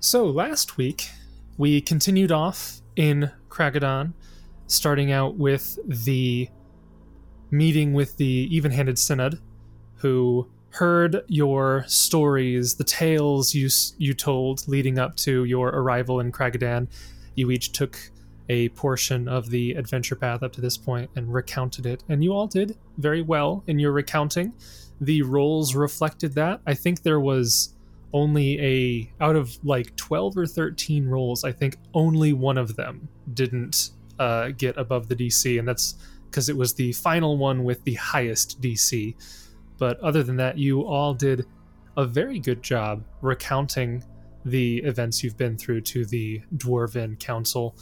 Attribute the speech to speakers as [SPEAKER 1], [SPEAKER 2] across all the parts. [SPEAKER 1] So last week, we continued off in Kragadon, starting out with the meeting with the Even Handed Synod, who heard your stories, the tales you s- you told leading up to your arrival in Kragadan. You each took a portion of the adventure path up to this point and recounted it, and you all did very well in your recounting. The rolls reflected that. I think there was only a out of like 12 or 13 rolls, I think only one of them didn't uh, get above the DC, and that's because it was the final one with the highest DC but other than that, you all did a very good job recounting the events you've been through to the Dwarven Council,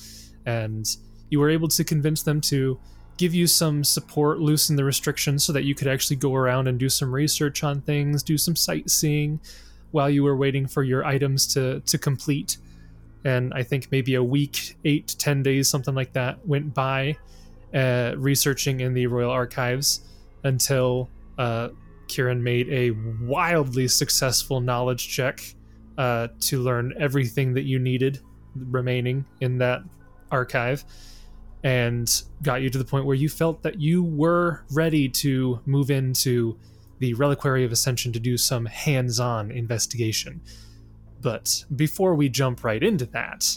[SPEAKER 1] and you were able to convince them to give you some support, loosen the restrictions so that you could actually go around and do some research on things, do some sightseeing while you were waiting for your items to, to complete. And I think maybe a week, eight to 10 days, something like that, went by uh, researching in the Royal Archives until uh, Kieran made a wildly successful knowledge check uh, to learn everything that you needed remaining in that archive and got you to the point where you felt that you were ready to move into the Reliquary of Ascension to do some hands on investigation. But before we jump right into that,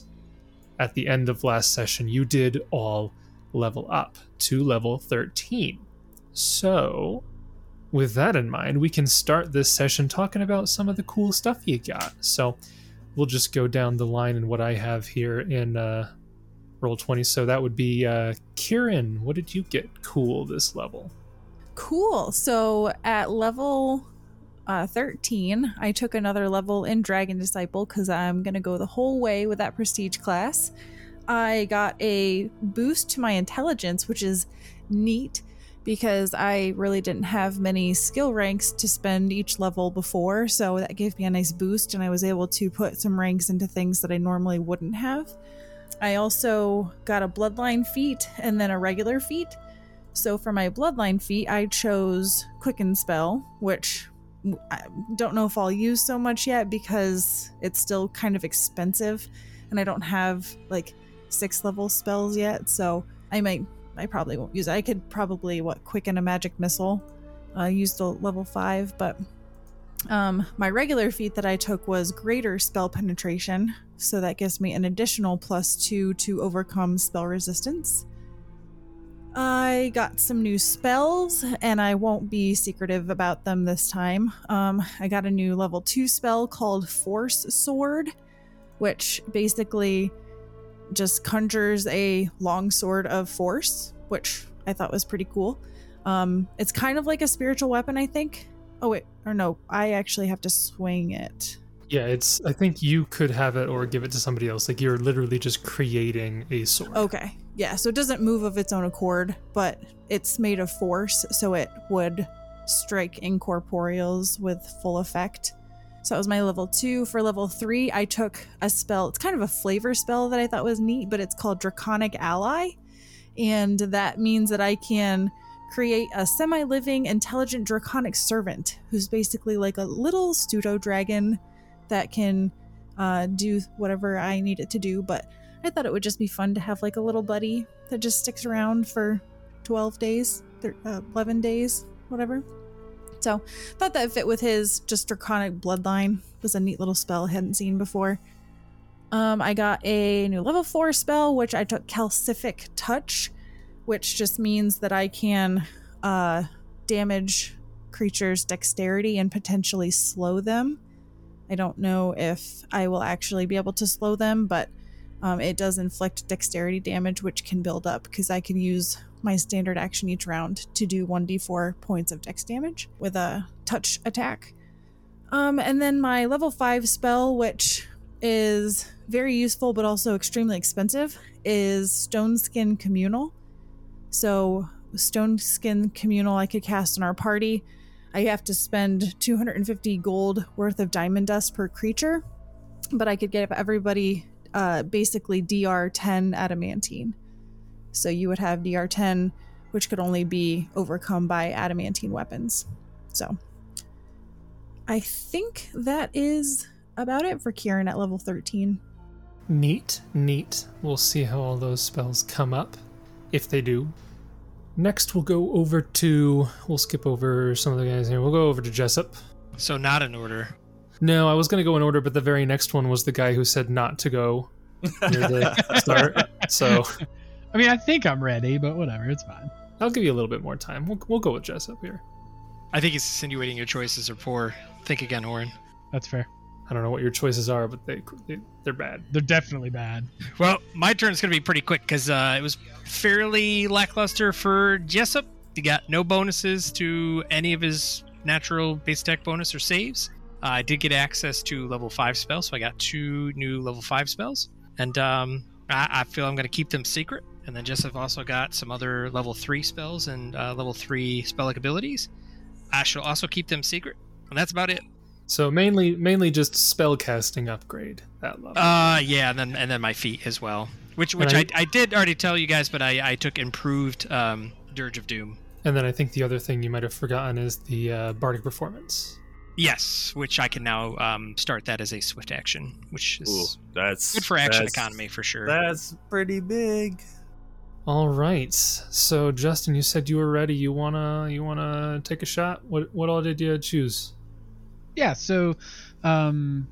[SPEAKER 1] at the end of last session, you did all level up to level 13. So, with that in mind, we can start this session talking about some of the cool stuff you got. So we'll just go down the line in what I have here in uh, roll 20. So that would be uh, Kieran. What did you get cool this level?
[SPEAKER 2] Cool. So at level uh, 13, I took another level in Dragon Disciple because I'm going to go the whole way with that prestige class. I got a boost to my intelligence, which is neat because I really didn't have many skill ranks to spend each level before. So that gave me a nice boost, and I was able to put some ranks into things that I normally wouldn't have. I also got a bloodline feat and then a regular feat. So for my bloodline feat, I chose Quicken Spell, which I don't know if I'll use so much yet because it's still kind of expensive and I don't have like six level spells yet. So I might, I probably won't use it. I could probably, what, Quicken a Magic Missile, uh, use the level five, but. Um, my regular feat that I took was greater spell penetration, so that gives me an additional plus two to overcome spell resistance. I got some new spells, and I won't be secretive about them this time. Um, I got a new level 2 spell called Force Sword, which basically just conjures a long sword of force, which I thought was pretty cool. Um, it's kind of like a spiritual weapon, I think. Oh, wait, or no, I actually have to swing it.
[SPEAKER 1] Yeah, it's. I think you could have it or give it to somebody else. Like you're literally just creating a sword.
[SPEAKER 2] Okay. Yeah, so it doesn't move of its own accord, but it's made of force, so it would strike incorporeals with full effect. So that was my level two. For level three, I took a spell. It's kind of a flavor spell that I thought was neat, but it's called Draconic Ally. And that means that I can create a semi living, intelligent draconic servant who's basically like a little pseudo dragon that can uh, do whatever I need it to do, but I thought it would just be fun to have like a little buddy that just sticks around for 12 days, thir- uh, 11 days, whatever. So, thought that fit with his just draconic bloodline. Was a neat little spell I hadn't seen before. Um, I got a new level four spell, which I took Calcific Touch, which just means that I can uh, damage creatures' dexterity and potentially slow them. I don't know if I will actually be able to slow them, but um, it does inflict dexterity damage, which can build up because I can use my standard action each round to do 1d4 points of dex damage with a touch attack. Um, and then my level 5 spell, which is very useful but also extremely expensive, is Stone Skin Communal. So, Stone Skin Communal I could cast in our party. I have to spend 250 gold worth of diamond dust per creature, but I could give everybody uh, basically DR 10 adamantine. So you would have DR 10, which could only be overcome by adamantine weapons. So I think that is about it for Kieran at level 13.
[SPEAKER 1] Neat, neat. We'll see how all those spells come up, if they do. Next, we'll go over to. We'll skip over some of the guys here. We'll go over to Jessup.
[SPEAKER 3] So not in order.
[SPEAKER 1] No, I was going to go in order, but the very next one was the guy who said not to go near the start. So
[SPEAKER 4] I mean, I think I'm ready, but whatever, it's fine.
[SPEAKER 1] I'll give you a little bit more time. We'll, we'll go with Jessup here.
[SPEAKER 3] I think it's insinuating your choices are poor. Think again, Horn.
[SPEAKER 4] That's fair.
[SPEAKER 1] I don't know what your choices are, but they, they they're bad.
[SPEAKER 4] They're definitely bad.
[SPEAKER 3] Well, my turn's going to be pretty quick because uh, it was fairly lackluster for Jessup. He got no bonuses to any of his natural base attack bonus or saves. Uh, I did get access to level 5 spells, so I got two new level 5 spells. And um, I, I feel I'm going to keep them secret. And then Jessup also got some other level 3 spells and uh, level 3 spellic abilities. I shall also keep them secret. And that's about it.
[SPEAKER 1] So mainly mainly just spell casting upgrade that level.
[SPEAKER 3] Uh, yeah, and then and then my feet as well, which which I,
[SPEAKER 1] And
[SPEAKER 3] I, did already tell you guys, but I, I took improved um, Dirge of Doom.
[SPEAKER 1] and then I think the other thing you might have forgotten is the uh, bardic performance.
[SPEAKER 3] Yes, which I can now um, start that as a swift action, which is
[SPEAKER 5] Ooh, that's
[SPEAKER 3] good for action
[SPEAKER 5] that's-
[SPEAKER 3] economy for sure.
[SPEAKER 5] That's pretty big.
[SPEAKER 1] All right. So Justin, you said you were ready. You wanna you wanna take a shot? What what all did you choose?
[SPEAKER 4] Yeah, so um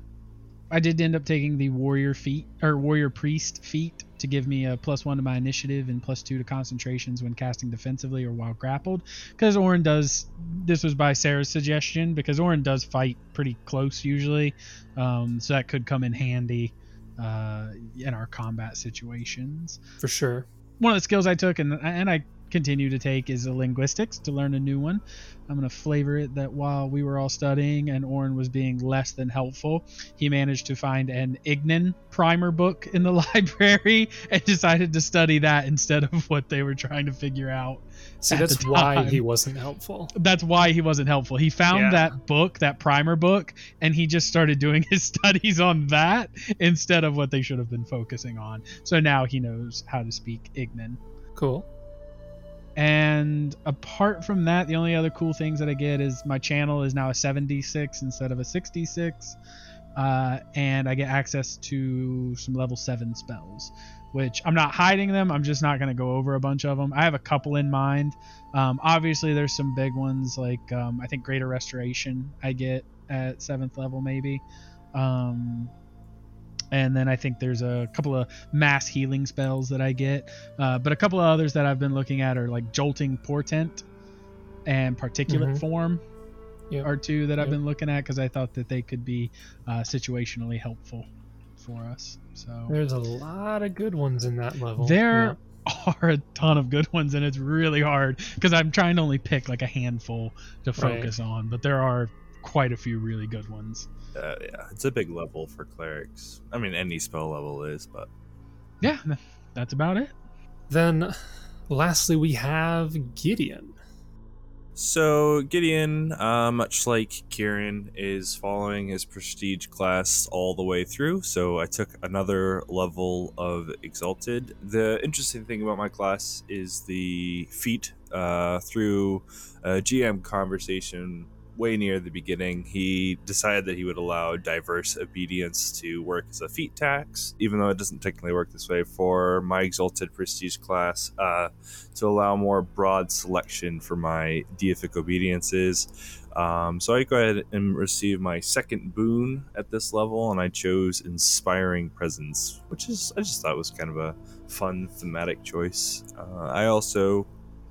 [SPEAKER 4] I did end up taking the warrior feat or warrior priest feat to give me a plus one to my initiative and plus two to concentrations when casting defensively or while grappled. Because Orin does this was by Sarah's suggestion because Orin does fight pretty close usually, um, so that could come in handy uh, in our combat situations.
[SPEAKER 1] For sure.
[SPEAKER 4] one of the skills I took and and I continue to take is a linguistics to learn a new one. I'm gonna flavor it that while we were all studying and Oren was being less than helpful, he managed to find an Ignan primer book in the library and decided to study that instead of what they were trying to figure out.
[SPEAKER 1] See,
[SPEAKER 4] At the
[SPEAKER 1] that's why
[SPEAKER 4] time.
[SPEAKER 1] he wasn't helpful.
[SPEAKER 4] That's why he wasn't helpful. He found
[SPEAKER 1] Yeah.
[SPEAKER 4] that book, that primer book, and he just started doing his studies on that instead of what they should have been focusing on. So now he knows how to speak Ignan.
[SPEAKER 1] Cool.
[SPEAKER 4] And apart from that, the only other cool things that I get is my channel is now a 7d6 instead of a 6d6. Uh, and I get access to some level 7 spells, which I'm not hiding them. I'm just not going to go over a bunch of them. I have a couple in mind. Um, obviously, there's some big ones like um, I think Greater Restoration I get at 7th level, maybe. Um, and then I think there's a couple of mass healing spells that I get. Uh, but a couple of others that I've been looking at are like Jolting Portent and Particulate
[SPEAKER 1] Mhm.
[SPEAKER 4] Form
[SPEAKER 1] Yeah.
[SPEAKER 4] are two that I've
[SPEAKER 1] Yep.
[SPEAKER 4] been looking at because I thought that they could be uh, situationally helpful for us. So
[SPEAKER 1] There's a lot of good ones in that level.
[SPEAKER 4] there are a ton of good ones, and it's really hard because I'm trying to only pick like a handful to
[SPEAKER 1] Right.
[SPEAKER 4] focus on, but there are quite a few really good ones.
[SPEAKER 5] Uh, yeah, it's a big level for clerics. I mean, any spell level is, but
[SPEAKER 4] Yeah, th- that's about it.
[SPEAKER 1] Then, lastly, we have Gideon.
[SPEAKER 5] So Gideon, uh, much like Kieran, is following his prestige class all the way through. So I took another level of exalted. The interesting thing about my class is the feat. Uh, through a GM conversation way near the beginning, he decided that he would allow diverse obedience to work as a feat tax, even though it doesn't technically work this way for my exalted prestige class. Uh, to allow more broad selection for my deific obediences. Um, so I go ahead and receive my second boon at this level, and I chose Inspiring Presence, which is I just thought was kind of a fun thematic choice. Uh, I also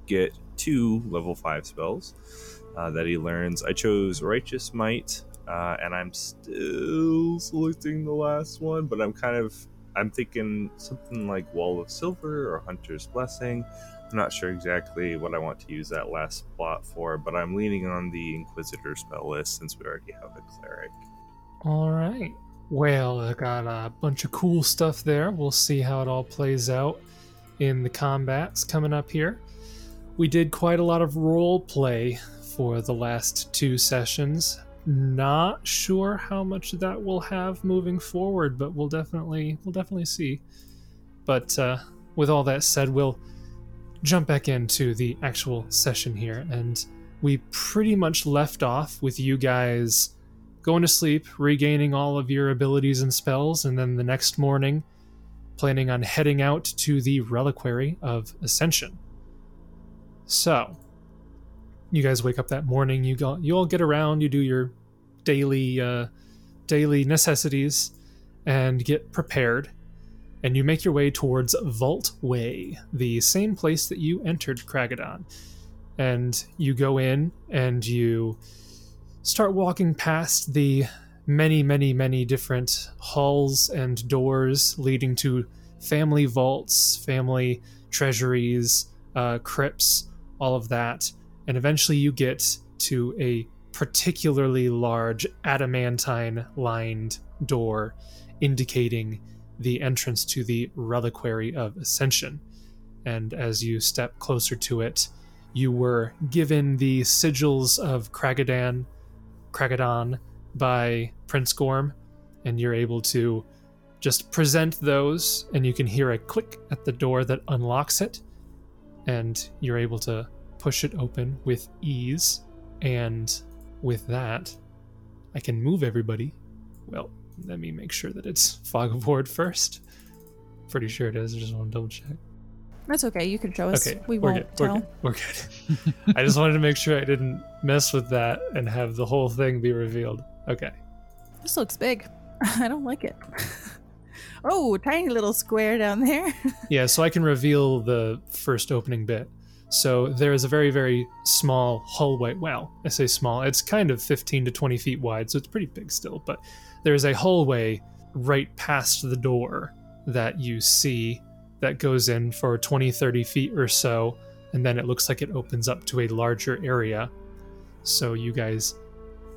[SPEAKER 5] get two level five spells uh, that he learns. I chose Righteous Might, uh, and I'm still selecting the last one, but I'm kind of I'm thinking something like Wall of Silver or Hunter's Blessing. I'm not sure exactly what I want to use that last spot for, but I'm leaning on the Inquisitor spell list since we already have a cleric.
[SPEAKER 1] All right. Well, I got a bunch of cool stuff there. We'll see how it all plays out in the combats coming up here. We did quite a lot of role play for the last two sessions. Not sure how much of that we'll have moving forward, but we'll definitely we'll definitely see. But uh, with all that said, we'll jump back into the actual session here, and we pretty much left off with you guys going to sleep, regaining all of your abilities and spells, and then the next morning, planning on heading out to the Reliquary of Ascension. So, you guys wake up that morning. You go, you all get around. You do your daily, uh, daily necessities, and get prepared. And you make your way towards Vault Way, the same place that you entered Kragadon. And you go in and you start walking past the many, many, many different halls and doors leading to family vaults, family treasuries, uh, crypts, all of that. And eventually you get to a particularly large adamantine lined door indicating the entrance to the Reliquary of Ascension. And as you step closer to it, you were given the sigils of Kragadan, Kragadon by Prince Gorm, and you're able to just present those, and you can hear a click at the door that unlocks it, and you're able to push it open with ease. And with that, I can move everybody. Well, let me make sure that it's Fog of Ward first. Pretty sure it is. I just want to double check.
[SPEAKER 2] That's okay. You can show us.
[SPEAKER 1] Okay,
[SPEAKER 2] we
[SPEAKER 1] we're
[SPEAKER 2] won't
[SPEAKER 1] good,
[SPEAKER 2] tell.
[SPEAKER 1] We're good. We're good. I just wanted to make sure I didn't mess with that and have the whole thing be revealed. Okay.
[SPEAKER 2] This looks big. I don't like it. oh, tiny little square down there.
[SPEAKER 1] Yeah, so I can reveal the first opening bit. So there is a very, very small hallway. Well, I say small, it's kind of 15 to 20 feet wide, so it's pretty big still, but there is a hallway right past the door that you see that goes in for 20, 30 feet or so, and then it looks like it opens up to a larger area. So you guys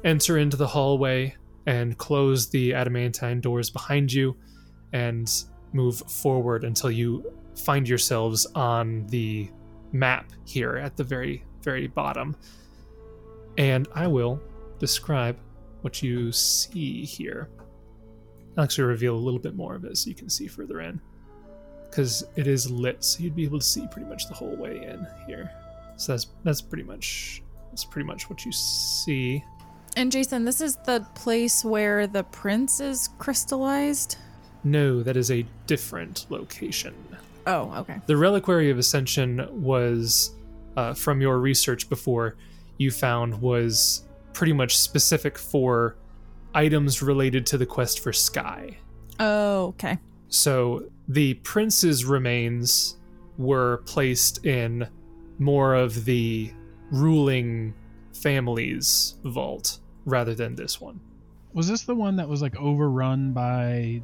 [SPEAKER 1] enter into the hallway and close the adamantine doors behind you and move forward until you find yourselves on the map here at the very, very bottom. And I will describe what you see here. I'll actually reveal a little bit more of it so you can see further in. Because it is lit, so you'd be able to see pretty much the whole way in here. So that's that's pretty much that's pretty much what you see.
[SPEAKER 2] And Jason, this is the place where the prince is crystallized.
[SPEAKER 1] No, that is a different location.
[SPEAKER 2] Oh, okay.
[SPEAKER 1] The Reliquary of Ascension was, uh, from your research before, you found was pretty much specific for items related to the quest for Sky.
[SPEAKER 2] Oh, okay.
[SPEAKER 1] So the prince's remains were placed in more of the ruling family's vault rather than this one.
[SPEAKER 4] Was this the one that was like overrun by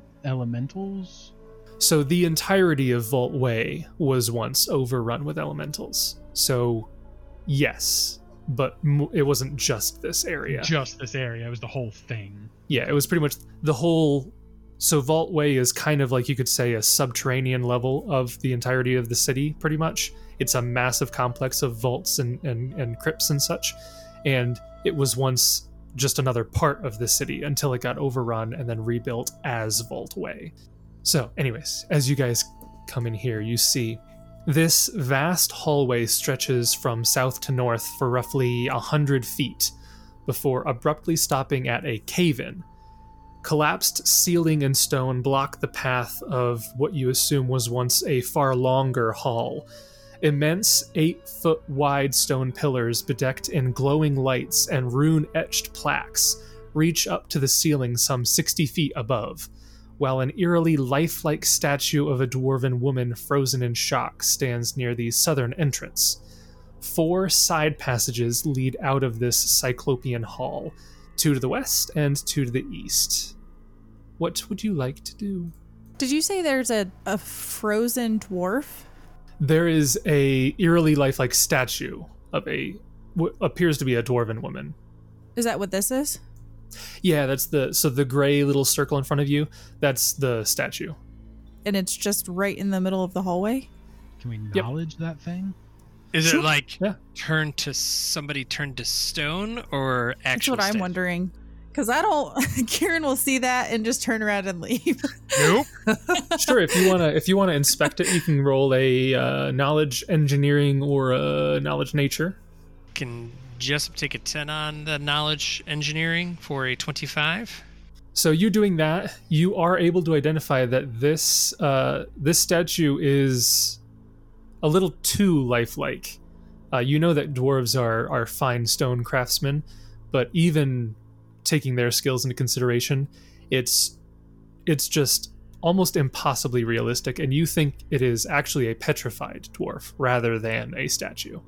[SPEAKER 4] elementals?
[SPEAKER 1] So the entirety of Vault Way was once overrun with elementals. So, yes, but m- it wasn't just this area.
[SPEAKER 4] Just this area. It was the whole thing.
[SPEAKER 1] yeah, it was pretty much the whole. So Vault Way is kind of like you could say a subterranean level of the entirety of the city. Pretty much, it's a massive complex of vaults and and, and crypts and such, and it was once just another part of the city until it got overrun and then rebuilt as Vault Way. So, anyways, as you guys come in here, you see this vast hallway stretches from south to north for roughly a hundred feet before abruptly stopping at a cave in. Collapsed ceiling and stone block the path of what you assume was once a far longer hall. Immense, eight foot wide stone pillars bedecked in glowing lights and rune etched plaques reach up to the ceiling some 60 feet above, while an eerily lifelike statue of a dwarven woman frozen in shock stands near the southern entrance. Four side passages lead out of this cyclopean hall two to the west and two to the east. What would you like to do?
[SPEAKER 2] Did you say there's a, a frozen dwarf?
[SPEAKER 1] There is a eerily lifelike statue of a what appears to be a dwarven woman.
[SPEAKER 2] Is that what this is?
[SPEAKER 1] Yeah, that's the so the gray little circle in front of you. That's the statue.
[SPEAKER 2] And it's just right in the middle of the hallway?
[SPEAKER 4] Can we knowledge that thing?
[SPEAKER 3] Is
[SPEAKER 1] Sure.
[SPEAKER 3] it like
[SPEAKER 1] Yeah.
[SPEAKER 3] turn to somebody turned to stone or
[SPEAKER 2] That's
[SPEAKER 3] actually?
[SPEAKER 2] what I'm wondering. Because I don't. Kieran will see that and just turn around and leave.
[SPEAKER 3] Nope.
[SPEAKER 1] sure, if you wanna if you wanna inspect it, you can roll a uh, knowledge engineering or a knowledge nature.
[SPEAKER 3] Can Jessup take a 10 on the knowledge engineering for a 25.
[SPEAKER 1] So you doing that, you are able to identify that this uh, this statue is a little too lifelike. Uh, you know that dwarves are are fine stone craftsmen, but even taking their skills into consideration, it's it's just almost impossibly realistic, and you think it is actually a petrified dwarf rather than a statue.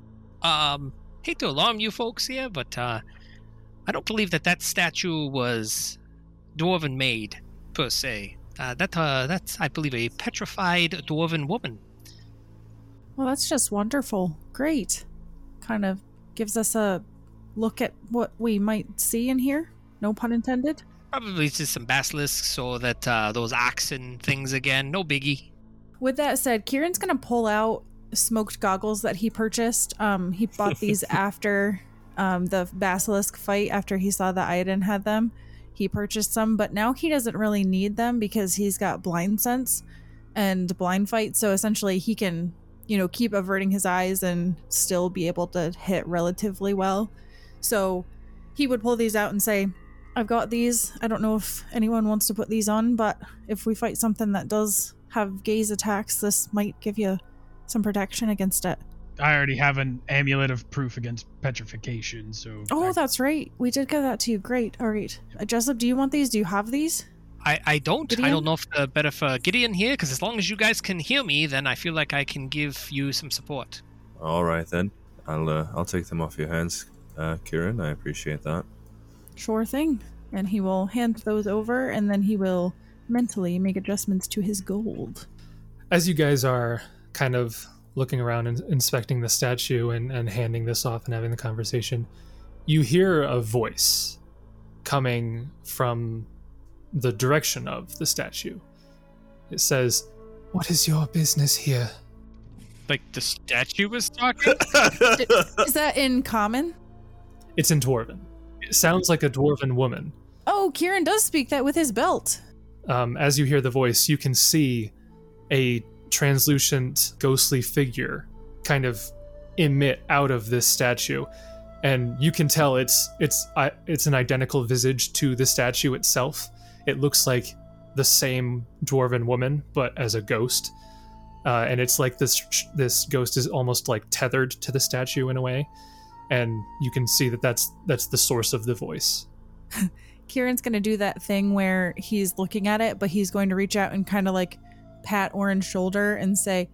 [SPEAKER 3] Um, hate to alarm you folks here, but uh, I don't believe that that statue was dwarven made per se. Uh, that uh, that's I believe a petrified dwarven woman.
[SPEAKER 2] Well, that's just wonderful. Great. Kind of gives us a look at what we might see in here. No pun intended.
[SPEAKER 3] Probably just some basilisks or that uh, those oxen things again. No biggie.
[SPEAKER 2] With that said, Kieran's gonna pull out smoked goggles that he purchased. Um, he bought these after um, the basilisk fight. After he saw that Iodine had them, he purchased some, but now he doesn't really need them because he's got blind sense and blind fight. So essentially, he can you know keep averting his eyes and still be able to hit relatively well. So he would pull these out and say. I've got these. I don't know if anyone wants to put these on, but if we fight something that does have gaze attacks, this might give you some protection against it.
[SPEAKER 4] I already have an amulet of proof against petrification, so
[SPEAKER 2] Oh,
[SPEAKER 4] I-
[SPEAKER 2] that's right. We did get that too. Great. All right. Uh, Jessup, do you want these? Do you have these?
[SPEAKER 3] I, I don't. I
[SPEAKER 2] Gideon?
[SPEAKER 3] don't know if uh, better for Gideon here, because as long as you guys can hear me, then I feel like I can give you some support.
[SPEAKER 5] All right then. I'll uh, I'll take them off your hands, uh, Kieran. I appreciate that.
[SPEAKER 2] Sure thing. And he will hand those over and then he will mentally make adjustments to his gold.
[SPEAKER 1] as you guys are kind of looking around and inspecting the statue and, and handing this off and having the conversation, you hear a voice coming from the direction of the statue. It says, What is your business here?
[SPEAKER 3] Like the statue was talking.
[SPEAKER 2] Is that in common?
[SPEAKER 1] It's in Dwarven. It sounds like a Dwarven woman.
[SPEAKER 2] Oh, Kieran does speak that with his belt.
[SPEAKER 1] um, as you hear the voice, you can see a translucent, ghostly figure kind of emit out of this statue, and you can tell it's it's I it's an identical visage to the statue itself. It looks like the same dwarven woman, but as a ghost, uh, and it's like this this ghost is almost like tethered to the statue in a way, and you can see that that's that's the source of the voice.
[SPEAKER 2] Kieran's going to do that thing where he's looking at it, but he's going to reach out and kind of like pat Oren's shoulder and say,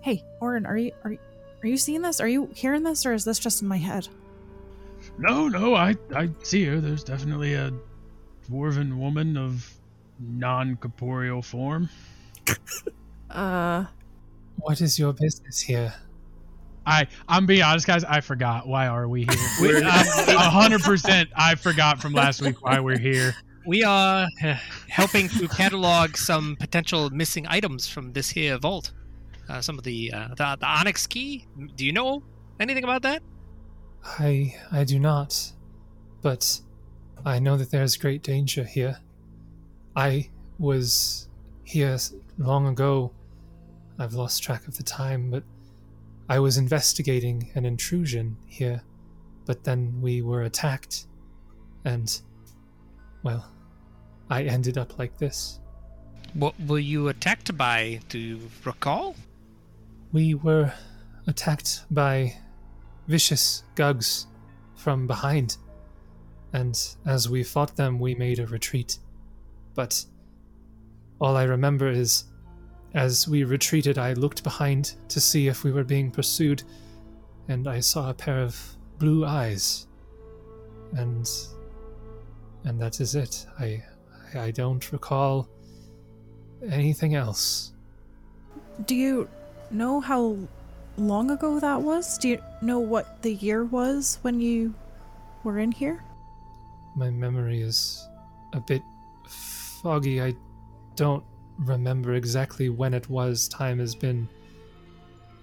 [SPEAKER 2] "Hey, Oren, are you are you, are you seeing this? Are you hearing this or is this just in my head?"
[SPEAKER 4] No, no, I I see her. There's definitely a dwarven woman of non-corporeal form.
[SPEAKER 2] Uh
[SPEAKER 1] What is your business here?
[SPEAKER 4] I I'm being honest, guys. I forgot why are we here. We- I'm A hundred percent. I forgot from last week why we're here.
[SPEAKER 3] we are uh, helping to catalog some potential missing items from this here vault. Uh, some of the, uh, the the onyx key. Do you know anything about that?
[SPEAKER 1] I I do not, but I know that there is great danger here. I was here s- long ago. I've lost track of the time, but I was investigating an intrusion here, but then we were attacked, and well, I ended up like this.
[SPEAKER 3] What were you attacked by? Do you recall?
[SPEAKER 1] We were attacked by vicious gugs from behind, and as we fought them, we made a retreat. But all I remember is as we retreated, I looked behind to see if we were being pursued, and I saw a pair of blue eyes. And and that is it. I I don't recall anything else.
[SPEAKER 2] Do you know how long ago that was? Do you know what the year was when you were in here?
[SPEAKER 1] My memory is a bit foggy. I don't remember exactly when it was. Time has been.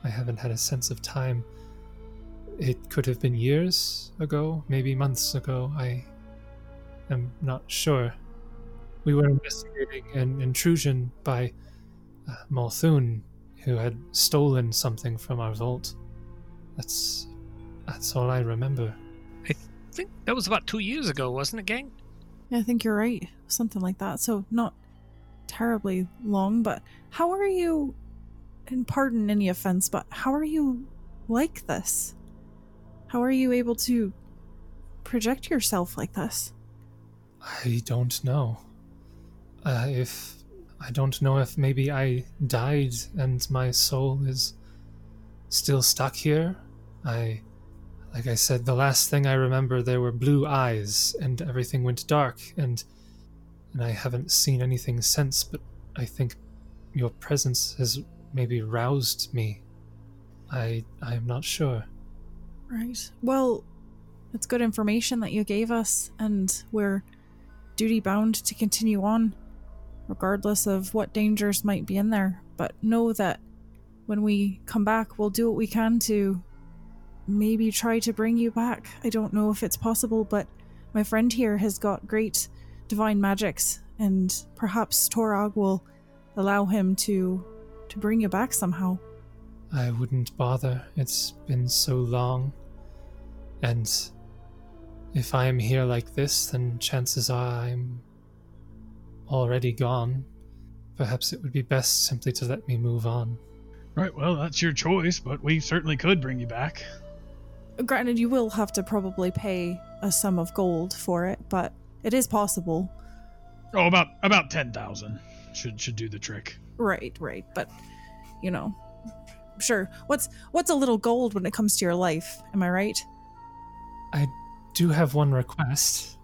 [SPEAKER 1] I haven't had a sense of time. It could have been years ago, maybe months ago. I am not sure. We were investigating an intrusion by uh, Malthun, who had stolen something from our vault. That's that's all I remember.
[SPEAKER 3] think that was about two years ago, wasn't it, gang?
[SPEAKER 2] I think you're right. Something like that. So not terribly long, but how are you and pardon any offense, but how are you like this? How are you able to project yourself like this?
[SPEAKER 1] I don't know. Uh, if I don't know if maybe I died and my soul is still stuck here. I, like I said, the last thing I remember, there were blue eyes and everything went dark, and and I haven't seen anything since. But I think your presence has maybe roused me. I I am not sure.
[SPEAKER 2] Right. Well, that's good information that you gave us, and we're duty bound to continue on, regardless of what dangers might be in there. But know that when we come back, we'll do what we can to maybe try to bring you back. I don't know if it's possible, but my friend here has got great divine magics, and perhaps Torag will allow him to to bring you back somehow.
[SPEAKER 1] I wouldn't bother. It's been so long. And if I am here like this, then chances are I'm already gone. Perhaps it would be best simply to let me move on.
[SPEAKER 4] Right, well, that's your choice, but we certainly could bring you back.
[SPEAKER 2] Granted, you will have to probably pay a sum of gold for it, but it is possible.
[SPEAKER 4] Oh, about about 10,000 should should do the trick.
[SPEAKER 2] Right, right. But you know, sure. What's what's a little gold when it comes to your life? Am I right?
[SPEAKER 1] I do have one request,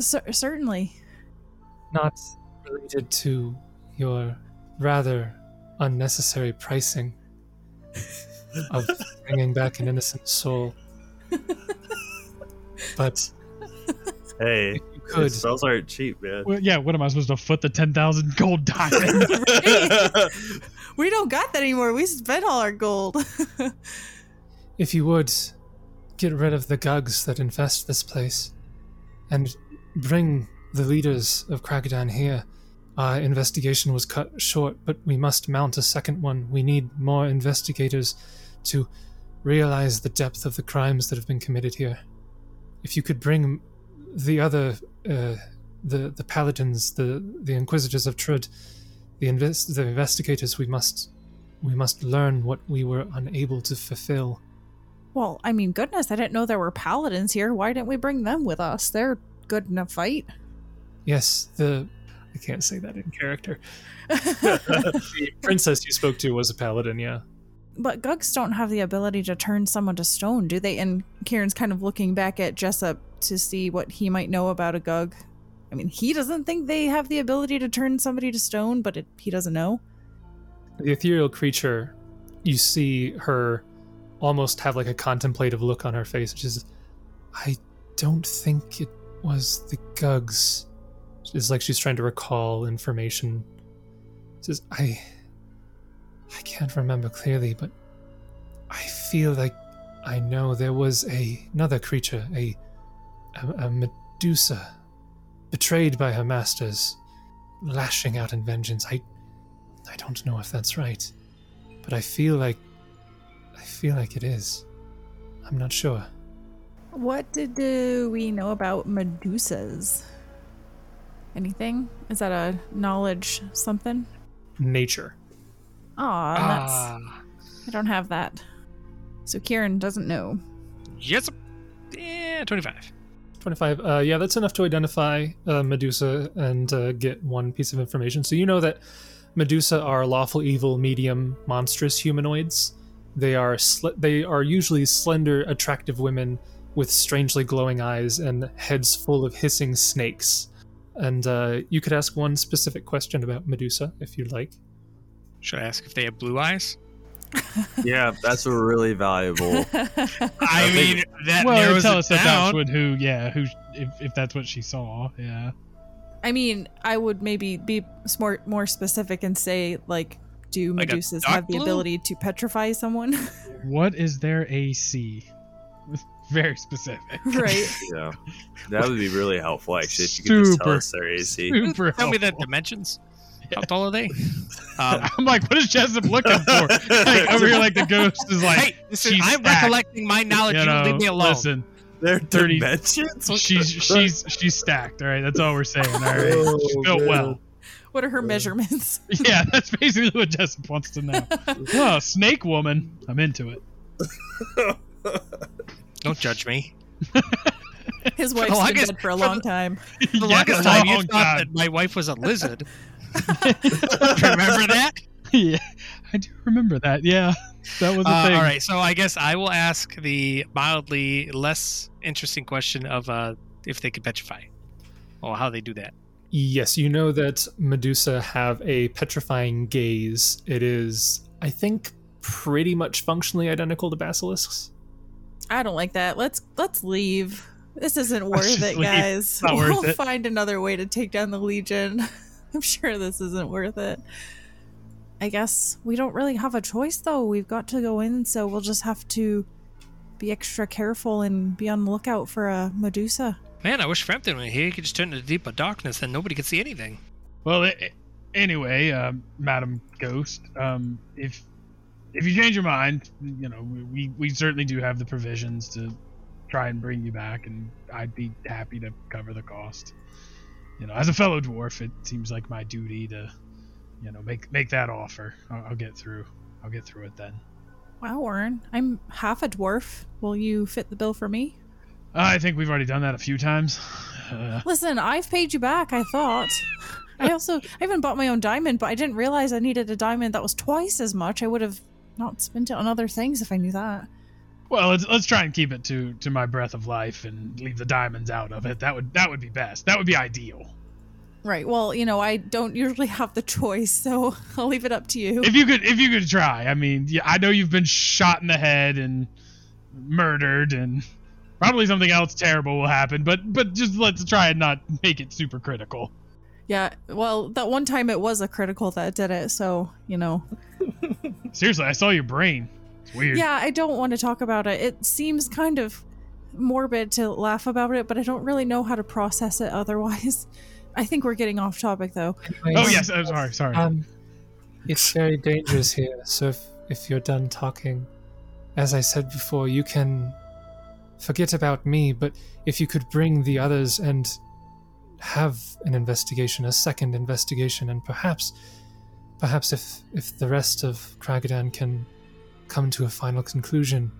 [SPEAKER 2] Cer certainly.
[SPEAKER 1] not related to your rather unnecessary pricing of bringing back an innocent soul. but
[SPEAKER 5] Hey,
[SPEAKER 1] you could.
[SPEAKER 5] spells aren't cheap, man.
[SPEAKER 4] Well, yeah, what am I supposed to foot the 10,000 gold diamond?
[SPEAKER 2] We don't got that anymore. We spent all our gold.
[SPEAKER 1] If you would, get rid of the gugs that infest this place and bring the leaders of Kragadan here. Our investigation was cut short, but we must mount a second one. We need more investigators to realize the depth of the crimes that have been committed here. If you could bring the other, uh, the the paladins, the the inquisitors of Trud, the invest the investigators, we must we must learn what we were unable to fulfill.
[SPEAKER 2] well, I mean, goodness, I didn't know there were paladins here. Why didn't we bring them with us? They're good in a fight.
[SPEAKER 1] Yes, the I can't say that in character. The princess you spoke to was a paladin, yeah.
[SPEAKER 2] But Gugs don't have the ability to turn someone to stone, do they? And Kieran's kind of looking back at Jessup to see what he might know about a Gug. I mean, he doesn't think they have the ability to turn somebody to stone, but it, he doesn't know.
[SPEAKER 1] The ethereal creature, you see her almost have like a contemplative look on her face, which is I don't think it was the Gugs. It's like she's trying to recall information. Says, I I can't remember clearly, but I feel like I know there was a, another creature, a, a a Medusa, betrayed by her masters, lashing out in vengeance. I I don't know if that's right, but I feel like I feel like it is. I'm not sure.
[SPEAKER 2] What did do we know about Medusas? Anything? Is that a knowledge something?
[SPEAKER 1] Nature.
[SPEAKER 2] Aw, that's,
[SPEAKER 3] Ah,
[SPEAKER 2] I don't have that. So Kieran doesn't know.
[SPEAKER 3] yes. Yeah, 25.
[SPEAKER 1] 25 uh, yeah that's enough to identify uh, medusa and uh, get one piece of information so you know that medusa are lawful evil medium monstrous humanoids they are sl- they are usually slender attractive women with strangely glowing eyes and heads full of hissing snakes and uh, you could ask one specific question about medusa if you'd like
[SPEAKER 3] Should I ask if they have blue eyes?
[SPEAKER 5] yeah, that's a really valuable.
[SPEAKER 3] I
[SPEAKER 5] think-
[SPEAKER 3] mean, that
[SPEAKER 4] well, it'd
[SPEAKER 3] narrows
[SPEAKER 4] tell
[SPEAKER 3] it
[SPEAKER 4] us if
[SPEAKER 3] down.
[SPEAKER 4] that's what who, yeah, who, if, if that's what she saw, yeah.
[SPEAKER 2] I mean, I would maybe be smart, more specific and say, like, do
[SPEAKER 3] Like a
[SPEAKER 2] Medusas
[SPEAKER 3] dark
[SPEAKER 2] have the
[SPEAKER 3] blue?
[SPEAKER 2] ability to petrify someone?
[SPEAKER 4] What is their AC? Very specific.
[SPEAKER 2] right.
[SPEAKER 5] yeah, that would be really helpful actually. If you could just tell
[SPEAKER 4] Super.
[SPEAKER 5] us their AC.
[SPEAKER 4] Super
[SPEAKER 3] Tell me the
[SPEAKER 4] helpful.
[SPEAKER 3] dimensions. How tall are they? Um,
[SPEAKER 4] I'm like, what is Jessup looking for? Like, over here, like the ghost is like,
[SPEAKER 3] hey, this is,
[SPEAKER 4] she's
[SPEAKER 3] I'm
[SPEAKER 4] stacked,
[SPEAKER 3] recollecting my knowledge. You,
[SPEAKER 4] you know,
[SPEAKER 3] leave me alone.
[SPEAKER 4] Listen,
[SPEAKER 5] They're
[SPEAKER 4] 30
[SPEAKER 5] dimensions? What
[SPEAKER 4] She's
[SPEAKER 5] the-
[SPEAKER 4] she's she's stacked. All right, that's all we're saying. All right,
[SPEAKER 5] Oh,
[SPEAKER 4] She's built
[SPEAKER 5] man.
[SPEAKER 4] well.
[SPEAKER 2] What are her measurements?
[SPEAKER 4] Yeah, that's basically what Jessup wants to know. oh, snake woman, I'm into it.
[SPEAKER 3] Don't judge me.
[SPEAKER 2] His wife's
[SPEAKER 3] I
[SPEAKER 2] been
[SPEAKER 3] guess
[SPEAKER 2] dead for a
[SPEAKER 3] for
[SPEAKER 2] long time.
[SPEAKER 3] For the
[SPEAKER 4] Yeah, oh,
[SPEAKER 3] longest time, you
[SPEAKER 4] long
[SPEAKER 3] thought
[SPEAKER 4] time.
[SPEAKER 3] that my wife was a lizard. Remember that?
[SPEAKER 4] yeah, I do remember that. Yeah, that was a
[SPEAKER 3] Uh,
[SPEAKER 4] thing.
[SPEAKER 3] all right, so I guess I will ask the mildly less interesting question of uh, if they could petrify, or Oh, how they do that.
[SPEAKER 1] Yes, you know that Medusa have a petrifying gaze. It is, I think, pretty much functionally identical to basilisks.
[SPEAKER 2] I don't like that. Let's let's leave. This isn't worth
[SPEAKER 4] just
[SPEAKER 2] it,
[SPEAKER 4] leave.
[SPEAKER 2] guys.
[SPEAKER 4] not worth
[SPEAKER 2] We'll
[SPEAKER 4] it.
[SPEAKER 2] find another way to take down the Legion. I'm sure this isn't worth it. I guess we don't really have a choice though. We've got to go in, so we'll just have to be extra careful and be on the lookout for a Medusa.
[SPEAKER 3] Man, I wish Frampton were here. He could just turn into deeper darkness, and nobody could see anything.
[SPEAKER 4] Well, a- a- anyway, um, Madam Ghost, um, if if you change your mind, you know we- we we certainly do have the provisions to try and bring you back, and I'd be happy to cover the cost. You know, as a fellow dwarf, it seems like my duty to, you know, make make that offer. I'll, I'll get through. I'll get through it then.
[SPEAKER 2] Wow, Warren, I'm half a dwarf. Will you fit the bill for me?
[SPEAKER 4] Uh, I think we've already done that a few times. Uh,
[SPEAKER 2] Listen, I've paid you back, I thought. I also I even bought my own diamond, but I didn't realize I needed a diamond that was twice as much. I would have not spent it on other things if I knew that.
[SPEAKER 4] Well, let's, let's try and keep it to, to my breath of life and leave the diamonds out of it. That would that would be best. That would be ideal.
[SPEAKER 2] Right. Well, you know, I don't usually have the choice, so I'll leave it up to you.
[SPEAKER 4] If you could if you could try. I mean, yeah, I know you've been shot in the head and murdered and probably something else terrible will happen, but but just let's try and not make it super critical.
[SPEAKER 2] Yeah. Well, that one time it was a critical that did it, so, you know.
[SPEAKER 4] Seriously, I saw your brain. It's weird.
[SPEAKER 2] Yeah, I don't want to talk about it. It seems kind of morbid to laugh about it, but I don't really know how to process it otherwise. I think we're getting off topic though.
[SPEAKER 4] Oh yes, I'm sorry, sorry.
[SPEAKER 1] Um, it's very dangerous here. So if if you're done talking, as I said before, you can forget about me. But if you could bring the others and have an investigation, a second investigation, and perhaps, perhaps if if the rest of Kragadan can come to a final conclusion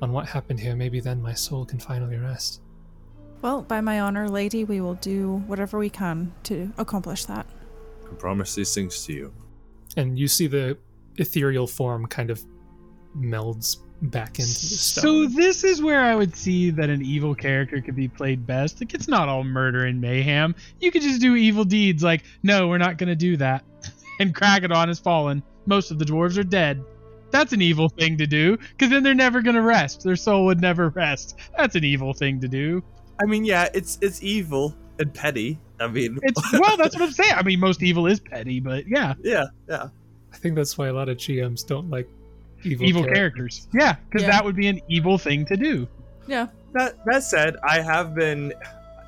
[SPEAKER 1] on what happened here, maybe then my soul can finally rest.
[SPEAKER 2] Well, by my honor, lady, we will do whatever we can to accomplish that.
[SPEAKER 5] I promise these things to you.
[SPEAKER 1] And you see the ethereal form kind of melds back into the stone.
[SPEAKER 4] So this is where I would see that an evil character could be played best. Like it's not all murder and mayhem. You could just do evil deeds like, no, we're not gonna do that. And Kragaton has fallen. Most of the dwarves are dead. That's an evil thing to do, because then they're never gonna rest. Their soul would never rest. That's an evil thing to do.
[SPEAKER 5] I mean, yeah, it's it's evil and petty. I mean,
[SPEAKER 4] It's well, that's what I'm saying. I mean, most evil is petty, but yeah,
[SPEAKER 5] yeah, yeah.
[SPEAKER 1] I think that's why a lot of GMs don't like evil,
[SPEAKER 4] evil
[SPEAKER 1] characters.
[SPEAKER 4] characters. Yeah, because
[SPEAKER 2] Yeah.
[SPEAKER 4] that would be an evil thing to do.
[SPEAKER 2] Yeah.
[SPEAKER 5] That that said, I have been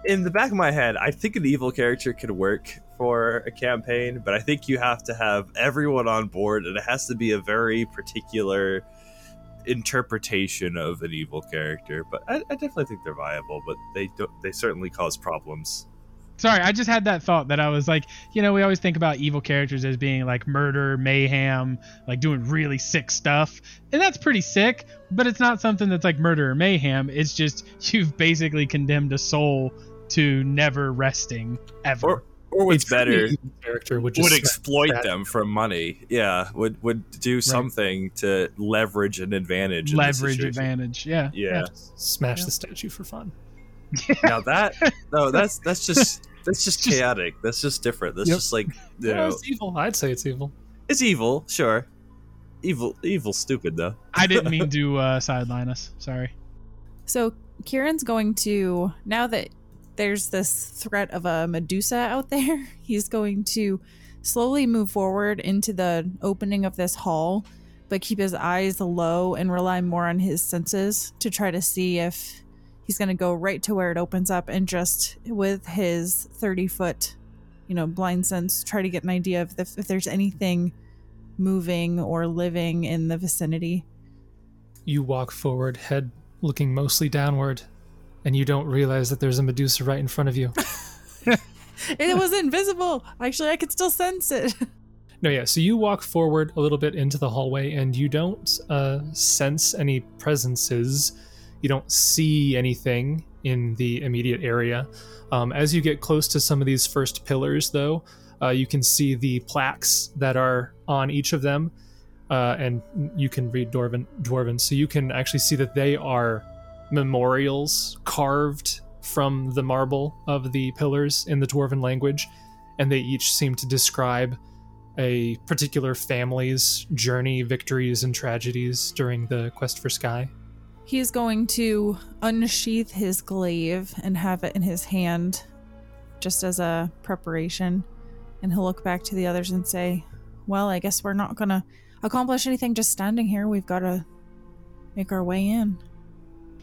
[SPEAKER 5] in the back of my head. I think an evil character could work for a campaign, but I think you have to have everyone on board, and it has to be a very particular interpretation of an evil character. But I, I definitely think they're viable, but they don't, they certainly cause problems.
[SPEAKER 4] Sorry, I just had that thought that I was like, you know, we always think about evil characters as being like murder, mayhem, like doing really sick stuff. And that's pretty sick, but it's not something that's like murder or mayhem. It's just you've basically condemned a soul to never resting ever.
[SPEAKER 5] Or or what's
[SPEAKER 1] A truly
[SPEAKER 5] better,
[SPEAKER 1] evil character would just
[SPEAKER 5] would exploit
[SPEAKER 1] that.
[SPEAKER 5] them for money. Yeah, would would do something to leverage an advantage. in this
[SPEAKER 4] leverage
[SPEAKER 5] situation.
[SPEAKER 4] advantage. Yeah.
[SPEAKER 5] Yeah.
[SPEAKER 1] smash
[SPEAKER 4] Yeah.
[SPEAKER 1] the statue for fun.
[SPEAKER 5] now that no that's that's just that's just
[SPEAKER 4] Just-
[SPEAKER 5] chaotic that's just different that's
[SPEAKER 4] Yep.
[SPEAKER 5] just like you
[SPEAKER 1] Yeah,
[SPEAKER 5] know,
[SPEAKER 1] it's evil. I'd say it's evil.
[SPEAKER 5] it's evil sure evil evil stupid though
[SPEAKER 4] I didn't mean to uh, sideline us. Sorry.
[SPEAKER 2] So Kieran's going to now that there's this threat of a Medusa out there, he's going to slowly move forward into the opening of this hall, but keep his eyes low and rely more on his senses to try to see if he's going to go right to where it opens up and just with his 30 foot, you know, blind sense, try to get an idea of if, if there's anything moving or living in the vicinity.
[SPEAKER 1] You walk forward, head looking mostly downward, and you don't realize that there's a Medusa right in front of you.
[SPEAKER 2] It was invisible. Actually, I could still sense it.
[SPEAKER 1] No, yeah. So you walk forward a little bit into the hallway, and you don't uh, sense any presences. You don't see anything in the immediate area. Um, as you get close to some of these first pillars, though, uh, you can see the plaques that are on each of them, uh, and you can read Dwarven, Dwarven. So you can actually see that they are memorials carved from the marble of the pillars in the Dwarven language, and they each seem to describe a particular family's journey, victories, and tragedies during the quest for Sky.
[SPEAKER 2] He is going to unsheath his glaive and have it in his hand just as a preparation. And he'll look back to the others and say, Well, I guess we're not going to accomplish anything just standing here. We've got to make our way in.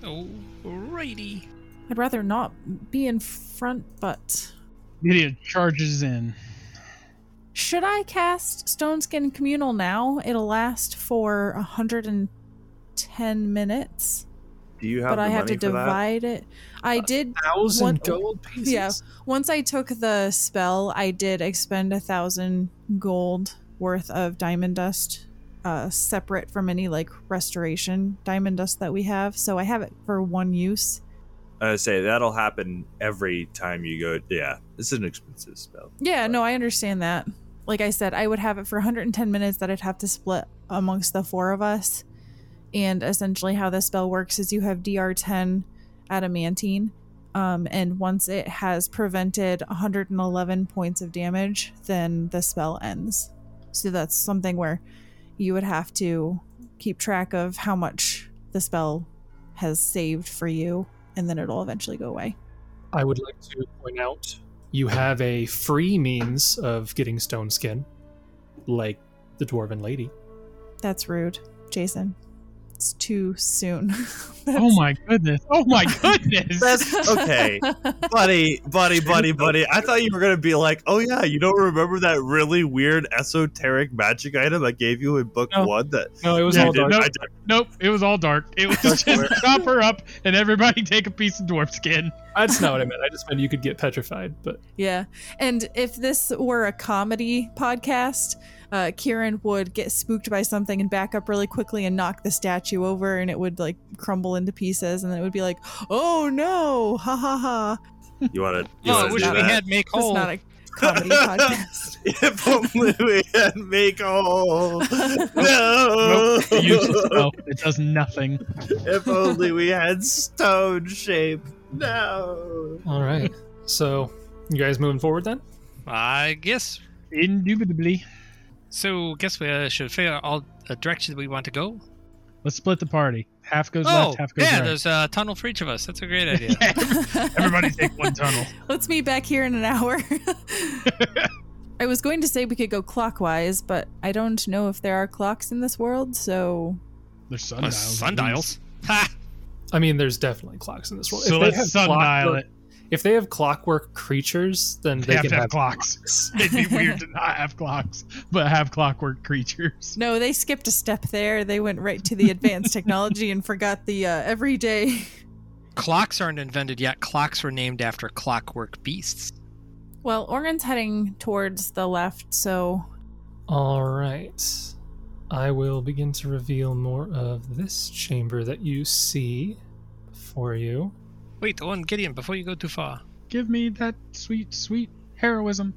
[SPEAKER 3] Alrighty.
[SPEAKER 2] I'd rather not be in front, but.
[SPEAKER 4] Gideon charges in.
[SPEAKER 2] Should I cast Stone Skin Communal now? It'll last for 110 minutes,
[SPEAKER 5] Do you have
[SPEAKER 2] but
[SPEAKER 5] the
[SPEAKER 2] I have
[SPEAKER 5] money
[SPEAKER 2] to
[SPEAKER 5] for that?
[SPEAKER 2] divide it. I did
[SPEAKER 1] Thousand
[SPEAKER 2] What-
[SPEAKER 1] gold pieces.
[SPEAKER 2] Yeah. Once I took the spell, I did expend a thousand gold worth of diamond dust, uh, separate from any like restoration diamond dust that we have. So I have it for one use.
[SPEAKER 5] I say that'll happen every time you go. Yeah, it's an expensive spell.
[SPEAKER 2] Yeah, no, I understand that. Like I said, I would have it for 110 minutes that I'd have to split amongst the four of us. And essentially, how this spell works is you have DR10 adamantine. Um, and once it has prevented 111 points of damage, then the spell ends. So that's something where you would have to keep track of how much the spell has saved for you, and then it'll eventually go away.
[SPEAKER 1] I would like to point out you have a free means of getting stone skin, like the dwarven lady.
[SPEAKER 2] That's rude, Jason. It's too soon.
[SPEAKER 4] Oh my goodness. Oh my goodness.
[SPEAKER 5] That's okay, buddy, buddy, buddy, buddy. I thought you were gonna be like, oh yeah, you don't remember that really weird esoteric magic item I gave you in book
[SPEAKER 4] No.
[SPEAKER 5] one that
[SPEAKER 1] No, it was
[SPEAKER 4] Yeah,
[SPEAKER 1] all
[SPEAKER 5] I did-
[SPEAKER 1] dark.
[SPEAKER 4] Nope.
[SPEAKER 5] I did-
[SPEAKER 4] nope, it was all dark. It was just chop her up and everybody take a piece of dwarf skin.
[SPEAKER 1] That's not what I meant. I just meant you could get petrified, but
[SPEAKER 2] yeah. And if this were a comedy podcast, uh, Kieran would get spooked by something and back up really quickly and knock the statue over and it would like crumble into pieces and then it would be like, oh no, ha ha ha.
[SPEAKER 5] You want to?
[SPEAKER 3] Oh, I wish we had make
[SPEAKER 2] It's
[SPEAKER 4] Oh.
[SPEAKER 3] whole.
[SPEAKER 2] not a comedy podcast.
[SPEAKER 5] If only we had make all. No.
[SPEAKER 4] Nope, it uses spell. It does nothing.
[SPEAKER 5] if only we had stone shape. No.
[SPEAKER 1] all right. So you guys moving forward then?
[SPEAKER 3] I guess.
[SPEAKER 4] Indubitably.
[SPEAKER 3] So guess we uh, should figure out all the direction we want to go.
[SPEAKER 4] Let's split the party. Half goes
[SPEAKER 3] oh,
[SPEAKER 4] left, half goes
[SPEAKER 3] yeah.
[SPEAKER 4] right.
[SPEAKER 3] There's a tunnel for each of us. That's a great idea.
[SPEAKER 4] Everybody take one tunnel.
[SPEAKER 2] Let's meet back here in an hour. I was going to say we could go clockwise, but I don't know if there are clocks in this world, so
[SPEAKER 4] There's
[SPEAKER 3] Uh,
[SPEAKER 4] sundials.
[SPEAKER 3] sundials. Ha!
[SPEAKER 1] I mean, there's definitely clocks in this world.
[SPEAKER 4] So let's sundial
[SPEAKER 1] clockwork,
[SPEAKER 4] it.
[SPEAKER 1] If they have clockwork creatures, then
[SPEAKER 4] They
[SPEAKER 1] they,
[SPEAKER 4] have
[SPEAKER 1] can
[SPEAKER 4] to have
[SPEAKER 1] have
[SPEAKER 4] clocks. It'd be weird to not have clocks, but have clockwork creatures.
[SPEAKER 2] No, they skipped a step there. They went right to the advanced technology and forgot the uh, everyday.
[SPEAKER 3] Clocks aren't invented yet. Clocks were named after clockwork beasts.
[SPEAKER 2] Well, Organ's heading towards the left, so
[SPEAKER 1] All right. I will begin to reveal more of this chamber that you see for you.
[SPEAKER 3] Wait, the one Gideon. Before you go too far.
[SPEAKER 4] Give me that sweet, sweet heroism.